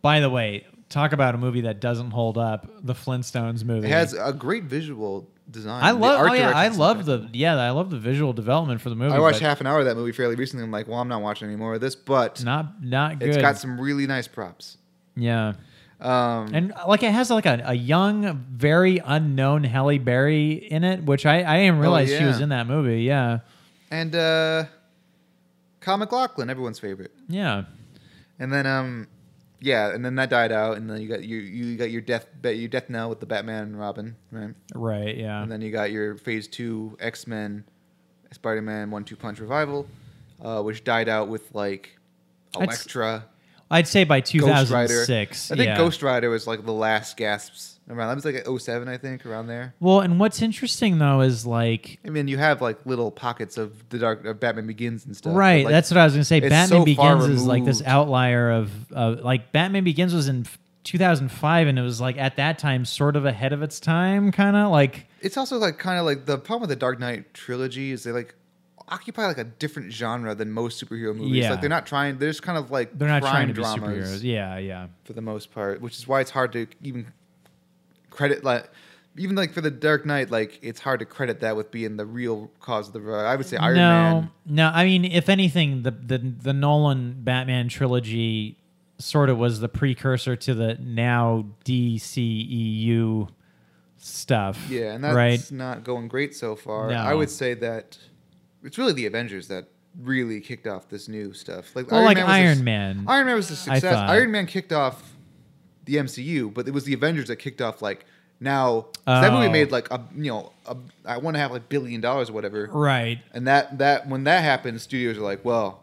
[SPEAKER 2] By the way, talk about a movie that doesn't hold up. The Flintstones movie
[SPEAKER 1] It has a great visual design.
[SPEAKER 2] I
[SPEAKER 1] The
[SPEAKER 2] love.
[SPEAKER 1] art
[SPEAKER 2] Oh yeah, I
[SPEAKER 1] direction's
[SPEAKER 2] love
[SPEAKER 1] fantastic.
[SPEAKER 2] the yeah. I love the visual development for the movie.
[SPEAKER 1] I watched
[SPEAKER 2] but
[SPEAKER 1] half an hour of that movie fairly recently. I'm like, well, I'm not watching any more of this, but
[SPEAKER 2] Not not good.
[SPEAKER 1] it's got some really nice props.
[SPEAKER 2] yeah,
[SPEAKER 1] Um,
[SPEAKER 2] and like it has like a, a young, very unknown Halle Berry in it, which I I didn't realize she
[SPEAKER 1] Oh, yeah.
[SPEAKER 2] was in that movie. Yeah,
[SPEAKER 1] and uh, Kyle McLaughlin, everyone's favorite.
[SPEAKER 2] yeah.
[SPEAKER 1] And then um yeah, and then that died out and then you got you you got your death your death knell with the Batman and Robin, right?
[SPEAKER 2] Right. Yeah.
[SPEAKER 1] And then you got your phase two X Men, Spider Man One Two Punch revival, uh, which died out with like
[SPEAKER 2] I'd s-
[SPEAKER 1] Elektra,
[SPEAKER 2] I'd say by
[SPEAKER 1] Ghost Rider.
[SPEAKER 2] 2006.
[SPEAKER 1] I think
[SPEAKER 2] yeah.
[SPEAKER 1] Ghost Rider was like the last gasps around. That was like 07, I think, around there.
[SPEAKER 2] Well, and what's interesting though is like
[SPEAKER 1] I mean, you have like little pockets of the dark of Batman Begins and stuff. but,
[SPEAKER 2] right.
[SPEAKER 1] like,
[SPEAKER 2] that's what I was gonna say.
[SPEAKER 1] it's
[SPEAKER 2] Batman
[SPEAKER 1] so far
[SPEAKER 2] Begins is like this
[SPEAKER 1] removed.
[SPEAKER 2] outlier of of like Batman Begins was in 2005, and it was like at that time sort of ahead of its time, kind of like
[SPEAKER 1] it's also like kind of like the problem with the Dark Knight trilogy is they like occupy like a different genre than most superhero movies.
[SPEAKER 2] Yeah.
[SPEAKER 1] Like they're not trying. They're just kind of like
[SPEAKER 2] they're not
[SPEAKER 1] crime
[SPEAKER 2] trying to be
[SPEAKER 1] dramas.
[SPEAKER 2] superheroes. Yeah. Yeah.
[SPEAKER 1] for the most part, which is why it's hard to even credit like even like for the Dark Knight, like it's hard to credit that with being the real cause of the. I would say Iron
[SPEAKER 2] no,
[SPEAKER 1] Man.
[SPEAKER 2] No, I mean, if anything, the the the Nolan Batman trilogy sort of was the precursor to the now DCEU stuff.
[SPEAKER 1] Yeah, and that's
[SPEAKER 2] right.
[SPEAKER 1] not going great so far.
[SPEAKER 2] No.
[SPEAKER 1] I would say that it's really the Avengers that really kicked off this new stuff. Like
[SPEAKER 2] Well, like
[SPEAKER 1] was a
[SPEAKER 2] Iron
[SPEAKER 1] s-
[SPEAKER 2] Man,
[SPEAKER 1] Mm-hmm. Iron Man was a
[SPEAKER 2] I
[SPEAKER 1] success.
[SPEAKER 2] thought.
[SPEAKER 1] Iron Man kicked off the MCU, but it was the Avengers that kicked off like now 'cause that movie
[SPEAKER 2] Oh.
[SPEAKER 1] made like a you know a, I want to have like billion dollars or whatever.
[SPEAKER 2] Right.
[SPEAKER 1] And that that when that happens, studios are like, well,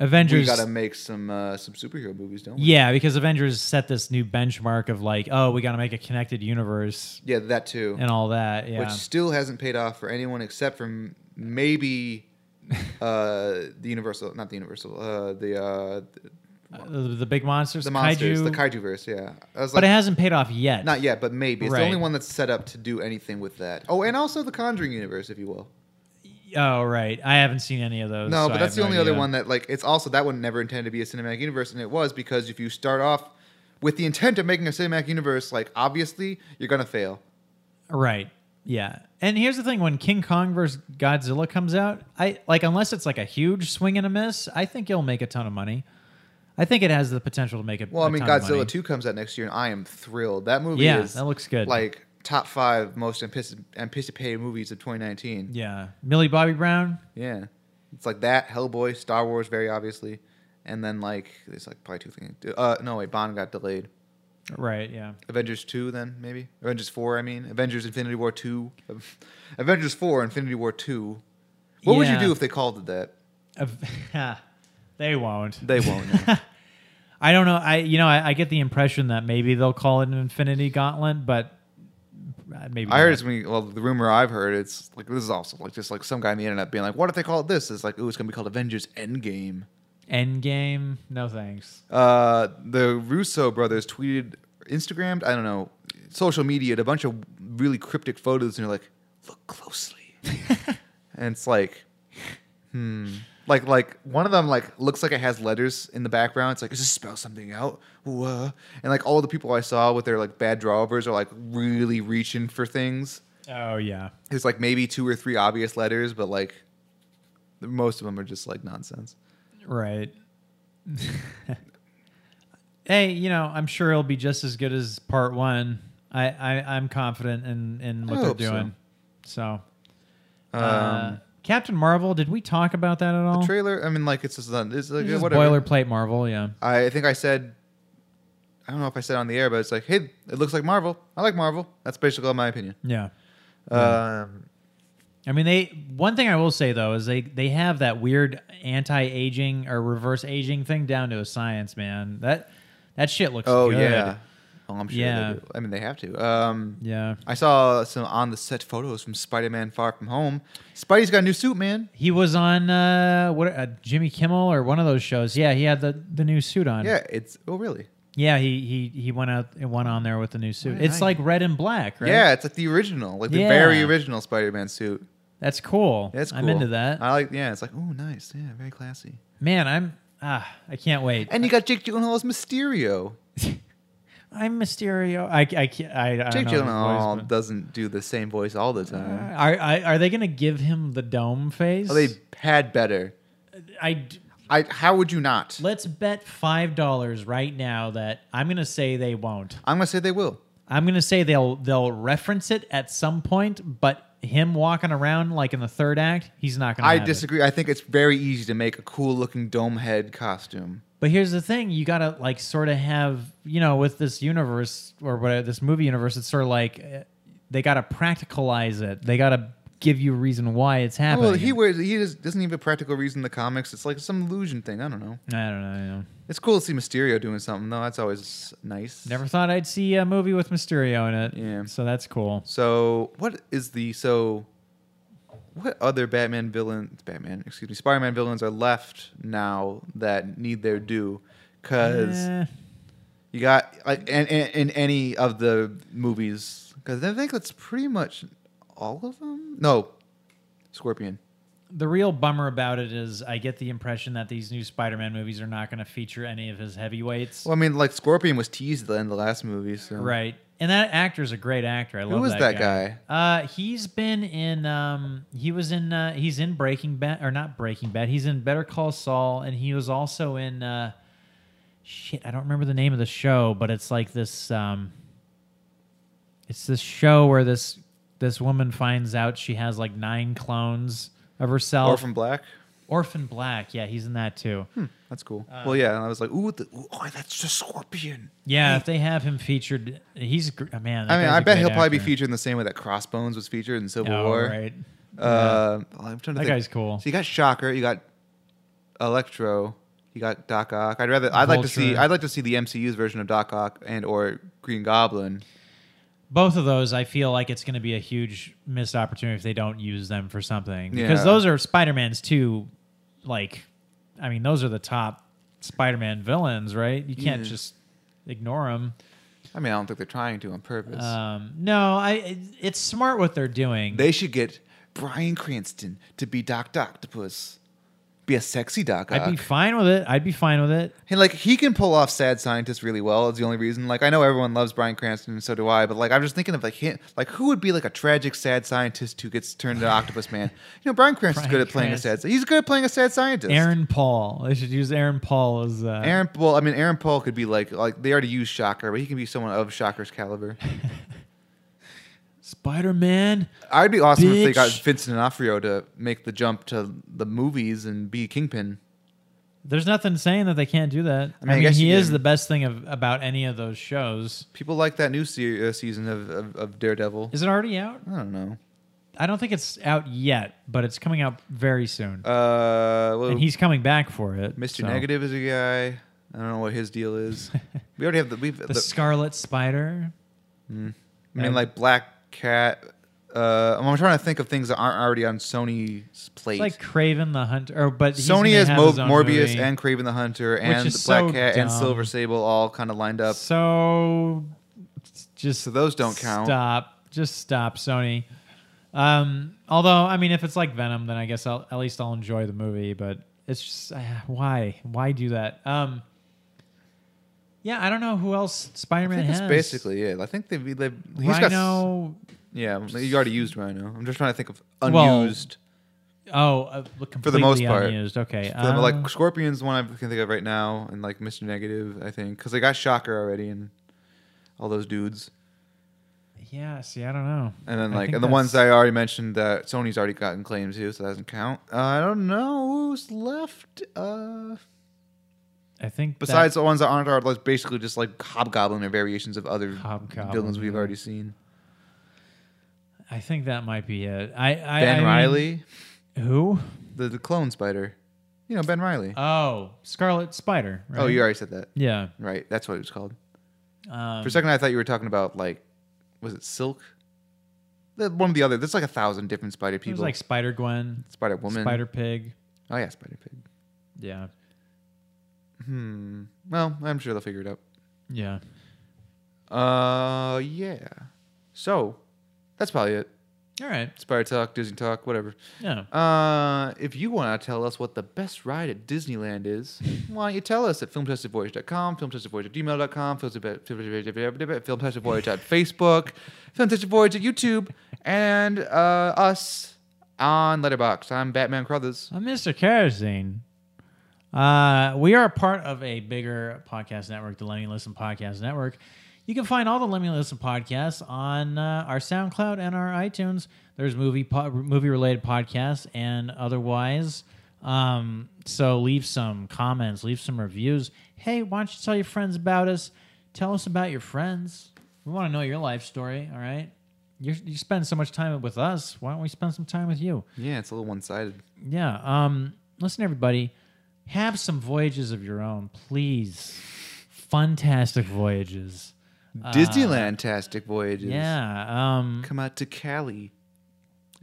[SPEAKER 1] we
[SPEAKER 2] Avengers.
[SPEAKER 1] got to make some uh, some superhero movies, don't we?
[SPEAKER 2] Yeah, because Avengers set this new benchmark of like, oh, we got to make a connected universe
[SPEAKER 1] Yeah, that too.
[SPEAKER 2] and all that. Yeah.
[SPEAKER 1] Which still hasn't paid off for anyone except for m- maybe uh, the Universal, not the Universal, uh, the uh,
[SPEAKER 2] Uh, the, the big monsters,
[SPEAKER 1] the monsters,
[SPEAKER 2] kaiju,
[SPEAKER 1] the kaiju verse. Yeah, I was
[SPEAKER 2] but it
[SPEAKER 1] like,
[SPEAKER 2] hasn't paid off yet.
[SPEAKER 1] not yet, but maybe it's
[SPEAKER 2] Right.
[SPEAKER 1] the only one that's set up to do anything with that. Oh, and also the Conjuring universe, if you will.
[SPEAKER 2] Oh, right. I haven't seen any of those.
[SPEAKER 1] No,
[SPEAKER 2] so I
[SPEAKER 1] but that's
[SPEAKER 2] have
[SPEAKER 1] the only other
[SPEAKER 2] idea.
[SPEAKER 1] one that like it's also that one never intended to be a cinematic universe, and it was because if you start off with the intent of making a cinematic universe, like obviously you're gonna fail.
[SPEAKER 2] Right. Yeah. And here's the thing: when King Kong versus Godzilla comes out, I like unless it's like a huge swing and a miss, I think it'll make a ton of money. I think it has the potential to make it.
[SPEAKER 1] Well, I mean,
[SPEAKER 2] ton of money.
[SPEAKER 1] Godzilla Two comes out next year, and I am thrilled. That movie
[SPEAKER 2] Yeah,
[SPEAKER 1] is
[SPEAKER 2] that looks good.
[SPEAKER 1] Like top five most antici- anticipated movies of 2019. Yeah.
[SPEAKER 2] Yeah, Millie Bobby Brown.
[SPEAKER 1] it's like that Hellboy, Star Wars, very obviously, and then like there's like probably two things. Uh, no wait, Bond got delayed.
[SPEAKER 2] Right. Yeah.
[SPEAKER 1] Avengers two, then maybe Avengers four. I mean, Avengers Infinity War two, Avengers four, Infinity War two. What would you
[SPEAKER 2] Yeah.
[SPEAKER 1] do if they called it that?
[SPEAKER 2] Of- they won't.
[SPEAKER 1] They won't.
[SPEAKER 2] I don't know. I you know I, I get the impression that maybe they'll call it an Infinity Gauntlet, but uh, maybe
[SPEAKER 1] I heard
[SPEAKER 2] not.
[SPEAKER 1] it's gonna be- well, the rumor I've heard it's like this is also like just like some guy on the internet being like, what if they call it this? It's like, ooh, it's gonna be called Avengers Endgame.
[SPEAKER 2] Endgame. No thanks.
[SPEAKER 1] Uh, the Russo brothers tweeted, Instagrammed, I don't know, social media, a bunch of really cryptic photos, and you're like, look closely, and it's like, hmm, like like one of them like looks like it has letters in the background. It's like, does this spell something out? Ooh, uh. And like all the people I saw with their like bad drawovers are like really reaching for things.
[SPEAKER 2] Oh yeah.
[SPEAKER 1] There's like maybe two or three obvious letters, but like the- most of them are just like nonsense.
[SPEAKER 2] Right. hey, you know, I'm sure it'll be just as good as part one. I, I I'm confident in in what
[SPEAKER 1] I
[SPEAKER 2] they're
[SPEAKER 1] hope so. Um,
[SPEAKER 2] doing. So, uh, Captain Marvel, did we talk about that at all?
[SPEAKER 1] The trailer, I mean, like it's just, it's like
[SPEAKER 2] Oh. It's just
[SPEAKER 1] whatever.
[SPEAKER 2] boilerplate Marvel, yeah.
[SPEAKER 1] I, I think I said, I don't know if I said on the air, but it's like, hey, it looks like Marvel. I like Marvel. That's basically my opinion.
[SPEAKER 2] Yeah. Hmm.
[SPEAKER 1] Um,
[SPEAKER 2] I mean, they one thing I will say though is they they have that weird anti-aging or reverse aging thing down to a science, man. That that shit looks
[SPEAKER 1] oh
[SPEAKER 2] good.
[SPEAKER 1] yeah. Oh, I'm sure they
[SPEAKER 2] Yeah.
[SPEAKER 1] do. I mean, they have to. Um,
[SPEAKER 2] Yeah.
[SPEAKER 1] I saw some on the set photos from Spider-Man: Far From Home. Spidey's got a new suit, man.
[SPEAKER 2] He was on uh what uh, Jimmy Kimmel or one of those shows. Yeah, he had the the new suit on.
[SPEAKER 1] Yeah, it's oh really?
[SPEAKER 2] Yeah, he he he went out and went on there with the new suit.
[SPEAKER 1] Oh,
[SPEAKER 2] it's
[SPEAKER 1] nice.
[SPEAKER 2] like red and black, right?
[SPEAKER 1] Yeah, it's like the original, like the
[SPEAKER 2] Yeah.
[SPEAKER 1] very original Spider-Man suit.
[SPEAKER 2] that's cool.
[SPEAKER 1] That's cool.
[SPEAKER 2] I'm into that.
[SPEAKER 1] I like. Yeah, it's like oh nice. Yeah, very classy.
[SPEAKER 2] Man, I'm ah, I can't wait.
[SPEAKER 1] And you got Jake Gyllenhaal as Mysterio.
[SPEAKER 2] I'm Mysterio. I I can't. I, I don't
[SPEAKER 1] Jake
[SPEAKER 2] know his voice,
[SPEAKER 1] Gyllenhaal
[SPEAKER 2] but-
[SPEAKER 1] doesn't do the same voice all the time.
[SPEAKER 2] Are, I, are they gonna give him the dome face?
[SPEAKER 1] Oh, they had better.
[SPEAKER 2] I d-
[SPEAKER 1] I. How would you not?
[SPEAKER 2] let's bet five dollars right now that I'm gonna say they won't.
[SPEAKER 1] I'm gonna say they will.
[SPEAKER 2] I'm gonna say they'll they'll reference it at some point, but him walking around like in the third act, he's not gonna.
[SPEAKER 1] I
[SPEAKER 2] have it.
[SPEAKER 1] disagree. I think it's very easy to make a cool looking dome head costume.
[SPEAKER 2] But here's the thing: you gotta like sort of have you know with this universe or whatever this movie universe, it's sort of like eh, they gotta practicalize it. They gotta give you a reason why it's
[SPEAKER 1] Oh,
[SPEAKER 2] happening.
[SPEAKER 1] well, he wears. He just doesn't even have a practical reason in the comics. It's like some illusion thing. I don't know.
[SPEAKER 2] I don't know. You know.
[SPEAKER 1] It's cool to see Mysterio doing something though. That's always nice.
[SPEAKER 2] Never thought I'd see a movie with Mysterio in it.
[SPEAKER 1] Yeah.
[SPEAKER 2] So that's cool.
[SPEAKER 1] So what is the so? What other Batman villains, Batman, excuse me, Spider-Man villains are left now that need their due? Because
[SPEAKER 2] Eh,
[SPEAKER 1] you got like in, in, in any of the movies, because I think that's pretty much all of them. No, Scorpion.
[SPEAKER 2] the real bummer about it is I get the impression that these new Spider-Man movies are not going to feature any of his heavyweights.
[SPEAKER 1] Well, I mean, like Scorpion was teased at the end of the last movie, so
[SPEAKER 2] Right. And that actor's a great actor. I love
[SPEAKER 1] was
[SPEAKER 2] that
[SPEAKER 1] that
[SPEAKER 2] Uh, he's been in. Um, he was in. Uh, he's in Breaking Bad, or not Breaking Bad. He's in Better Call Saul, and he was also in. Uh, shit, I don't remember the name of the show, but it's like this. Um, it's this show where this this woman finds out she has like nine clones of herself.
[SPEAKER 1] Orphan Black.
[SPEAKER 2] Orphan Black. Yeah, he's in that too.
[SPEAKER 1] That's cool.
[SPEAKER 2] Uh,
[SPEAKER 1] well, yeah, and I was like, ooh, the, ooh, oh, that's just Scorpion.
[SPEAKER 2] Yeah, if they have him featured, he's gr- oh, man. that
[SPEAKER 1] I mean,
[SPEAKER 2] guy's a
[SPEAKER 1] I bet
[SPEAKER 2] great
[SPEAKER 1] he'll probably be
[SPEAKER 2] actor.
[SPEAKER 1] featured in the same way that Crossbones was featured in Civil
[SPEAKER 2] Oh,
[SPEAKER 1] War.
[SPEAKER 2] right.
[SPEAKER 1] Uh, I'm trying to
[SPEAKER 2] That
[SPEAKER 1] think.
[SPEAKER 2] guy's cool.
[SPEAKER 1] So you got Shocker, you got Electro, you got Doc Ock. I'd rather I'd like to see
[SPEAKER 2] Vulture.
[SPEAKER 1] I'd like to see the MCU's version of Doc Ock and or Green Goblin.
[SPEAKER 2] both of those i feel like it's going to be a huge missed opportunity if they don't use them for something because
[SPEAKER 1] Yeah.
[SPEAKER 2] those are spider-man's two like i mean those are the top spider-man villains right you can't
[SPEAKER 1] Yeah.
[SPEAKER 2] just ignore them
[SPEAKER 1] I mean, I don't think they're trying to on purpose.
[SPEAKER 2] um, no i it's smart what they're doing
[SPEAKER 1] they should get Brian Cranston to be Doc Octopus. Be a sexy Doc Ock.
[SPEAKER 2] i'd be fine with it i'd be fine with it
[SPEAKER 1] And like he can pull off sad scientist really well. It's the only reason. Like I know everyone loves Brian Cranston, and so do I. But like I'm just thinking of like him, like who would be like a tragic sad scientist who gets turned into Octopus Man? You know, Brian Cranston's
[SPEAKER 2] Bryan
[SPEAKER 1] good at playing a
[SPEAKER 2] Cranston.
[SPEAKER 1] sad. He's good at playing a sad scientist.
[SPEAKER 2] aaron paul they should use aaron paul as uh,
[SPEAKER 1] Aaron. Well, I mean, Aaron Paul could be like like they already use Shocker, but he can be someone of Shocker's caliber.
[SPEAKER 2] spider-man
[SPEAKER 1] I'd be awesome if they got
[SPEAKER 2] Bitch.
[SPEAKER 1] Vincent D'Onofrio to make the jump to the movies and be Kingpin.
[SPEAKER 2] there's nothing saying that they can't do that i
[SPEAKER 1] mean,
[SPEAKER 2] mean,
[SPEAKER 1] I guess
[SPEAKER 2] he
[SPEAKER 1] you
[SPEAKER 2] is
[SPEAKER 1] can-
[SPEAKER 2] the best thing of, about any of those shows
[SPEAKER 1] People like that new se- uh, season of, of, of Daredevil.
[SPEAKER 2] is it already out
[SPEAKER 1] I don't know.
[SPEAKER 2] I don't think it's out yet, but it's coming out very soon.
[SPEAKER 1] Uh, well,
[SPEAKER 2] and he's coming back for it.
[SPEAKER 1] Mr.
[SPEAKER 2] so.
[SPEAKER 1] Negative is a guy. I don't know what his deal is. we already have the we've
[SPEAKER 2] The,
[SPEAKER 1] the-
[SPEAKER 2] Scarlet Spider.
[SPEAKER 1] I mean like Black Cat. Uh, I'm trying to think of things that aren't already on Sony's plate.
[SPEAKER 2] It's like Craven the Hunter. Or, but he's
[SPEAKER 1] Sony
[SPEAKER 2] gonna
[SPEAKER 1] has
[SPEAKER 2] have
[SPEAKER 1] Mo-
[SPEAKER 2] his own
[SPEAKER 1] Morbius
[SPEAKER 2] movie.
[SPEAKER 1] and Craven the Hunter and
[SPEAKER 2] is
[SPEAKER 1] the Black
[SPEAKER 2] so
[SPEAKER 1] Cat and
[SPEAKER 2] dumb.
[SPEAKER 1] Silver Sable all kind of lined up.
[SPEAKER 2] So just
[SPEAKER 1] So those don't count.
[SPEAKER 2] Stop. Just stop, Sony. Um, although, I mean, if it's like Venom, then I guess I'll at least I'll enjoy the movie. But it's just uh, why why do that? Um, yeah, I don't know who else
[SPEAKER 1] I
[SPEAKER 2] Spider-Man
[SPEAKER 1] think that's
[SPEAKER 2] has.
[SPEAKER 1] basically it. I think they've, they've he's got s-
[SPEAKER 2] Rhino.
[SPEAKER 1] yeah, you already used Rhino. I'm just trying to think of
[SPEAKER 2] Well,
[SPEAKER 1] unused.
[SPEAKER 2] Oh, uh, completely
[SPEAKER 1] the most part.
[SPEAKER 2] unused. Okay,
[SPEAKER 1] The-
[SPEAKER 2] uh,
[SPEAKER 1] like Scorpion's one I can think of right now, and like Mr. Negative, I think, because they got Shocker already and all those dudes.
[SPEAKER 2] yeah. See, I don't know.
[SPEAKER 1] And then
[SPEAKER 2] I
[SPEAKER 1] like
[SPEAKER 2] think
[SPEAKER 1] and the ones
[SPEAKER 2] that's-
[SPEAKER 1] that I already mentioned that Sony's already gotten claims to, so that doesn't count. Uh, I don't know who's left. Uh,
[SPEAKER 2] I think
[SPEAKER 1] besides the ones that aren't our list, basically just like Hobgoblin or variations of other
[SPEAKER 2] Hobgoblin,
[SPEAKER 1] villains we've
[SPEAKER 2] yeah.
[SPEAKER 1] already seen.
[SPEAKER 2] that, I think that might be it. I, I I
[SPEAKER 1] ben
[SPEAKER 2] mean,
[SPEAKER 1] Riley,
[SPEAKER 2] who?
[SPEAKER 1] the, the clone spider. You know Ben Riley.
[SPEAKER 2] Oh, Scarlet Spider. Right?
[SPEAKER 1] Oh, you already said that.
[SPEAKER 2] yeah.
[SPEAKER 1] Right, that's what it was called.
[SPEAKER 2] Um,
[SPEAKER 1] For a second, I thought you were talking about like, was it Silk? The- One of the other. There's like a thousand different spider
[SPEAKER 2] it was
[SPEAKER 1] people.
[SPEAKER 2] like Spider Gwen,
[SPEAKER 1] Spider Woman.
[SPEAKER 2] Spider Pig.
[SPEAKER 1] Oh yeah, Spider Pig.
[SPEAKER 2] Yeah,
[SPEAKER 1] Hmm. Well, I'm sure they'll figure it out.
[SPEAKER 2] yeah.
[SPEAKER 1] Uh, yeah. So that's probably it.
[SPEAKER 2] All right.
[SPEAKER 1] Spider Talk, Disney Talk, whatever.
[SPEAKER 2] Yeah.
[SPEAKER 1] Uh, if you want to tell us what the best ride at Disneyland is, why don't you tell us at filmtestedvoyage.com, filmtestedvoyage at gmail.com, filmtestedvoyage at Facebook, filmtestedvoyage at YouTube, and uh, us on Letterbox. I'm Batman Crothers.
[SPEAKER 2] I'm Mr. Kerosene. Uh, we are a part of a bigger podcast network, the Let Me Listen Podcast Network. You can find all the Let Me Listen podcasts on uh, our SoundCloud and our iTunes. There's movie po- movie related podcasts and otherwise. Um, so leave some comments, leave some reviews. Hey, why don't you tell your friends about us? Tell us about your friends. We want to know your life story. All right. You you spend so much time with us. Why don't we spend some time with you?
[SPEAKER 1] Yeah, it's a little one sided.
[SPEAKER 2] Yeah. Um, listen, everybody, have some voyages of your own, please. Fantastic voyages.
[SPEAKER 1] Disneyland tastic voyages.
[SPEAKER 2] Yeah. Um,
[SPEAKER 1] Come out to Cali,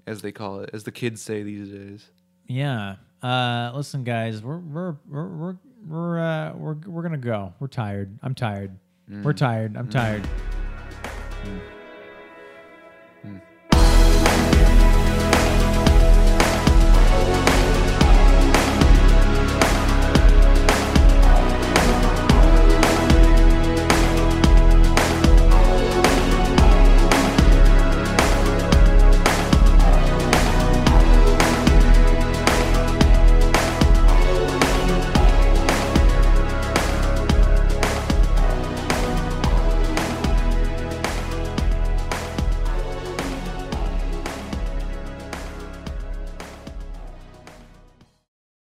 [SPEAKER 1] as they call it, as the kids say these days.
[SPEAKER 2] yeah. Uh, listen, guys, we're we're we're we're we're, uh, we're we're gonna go. We're tired. I'm tired. We're tired. I'm tired.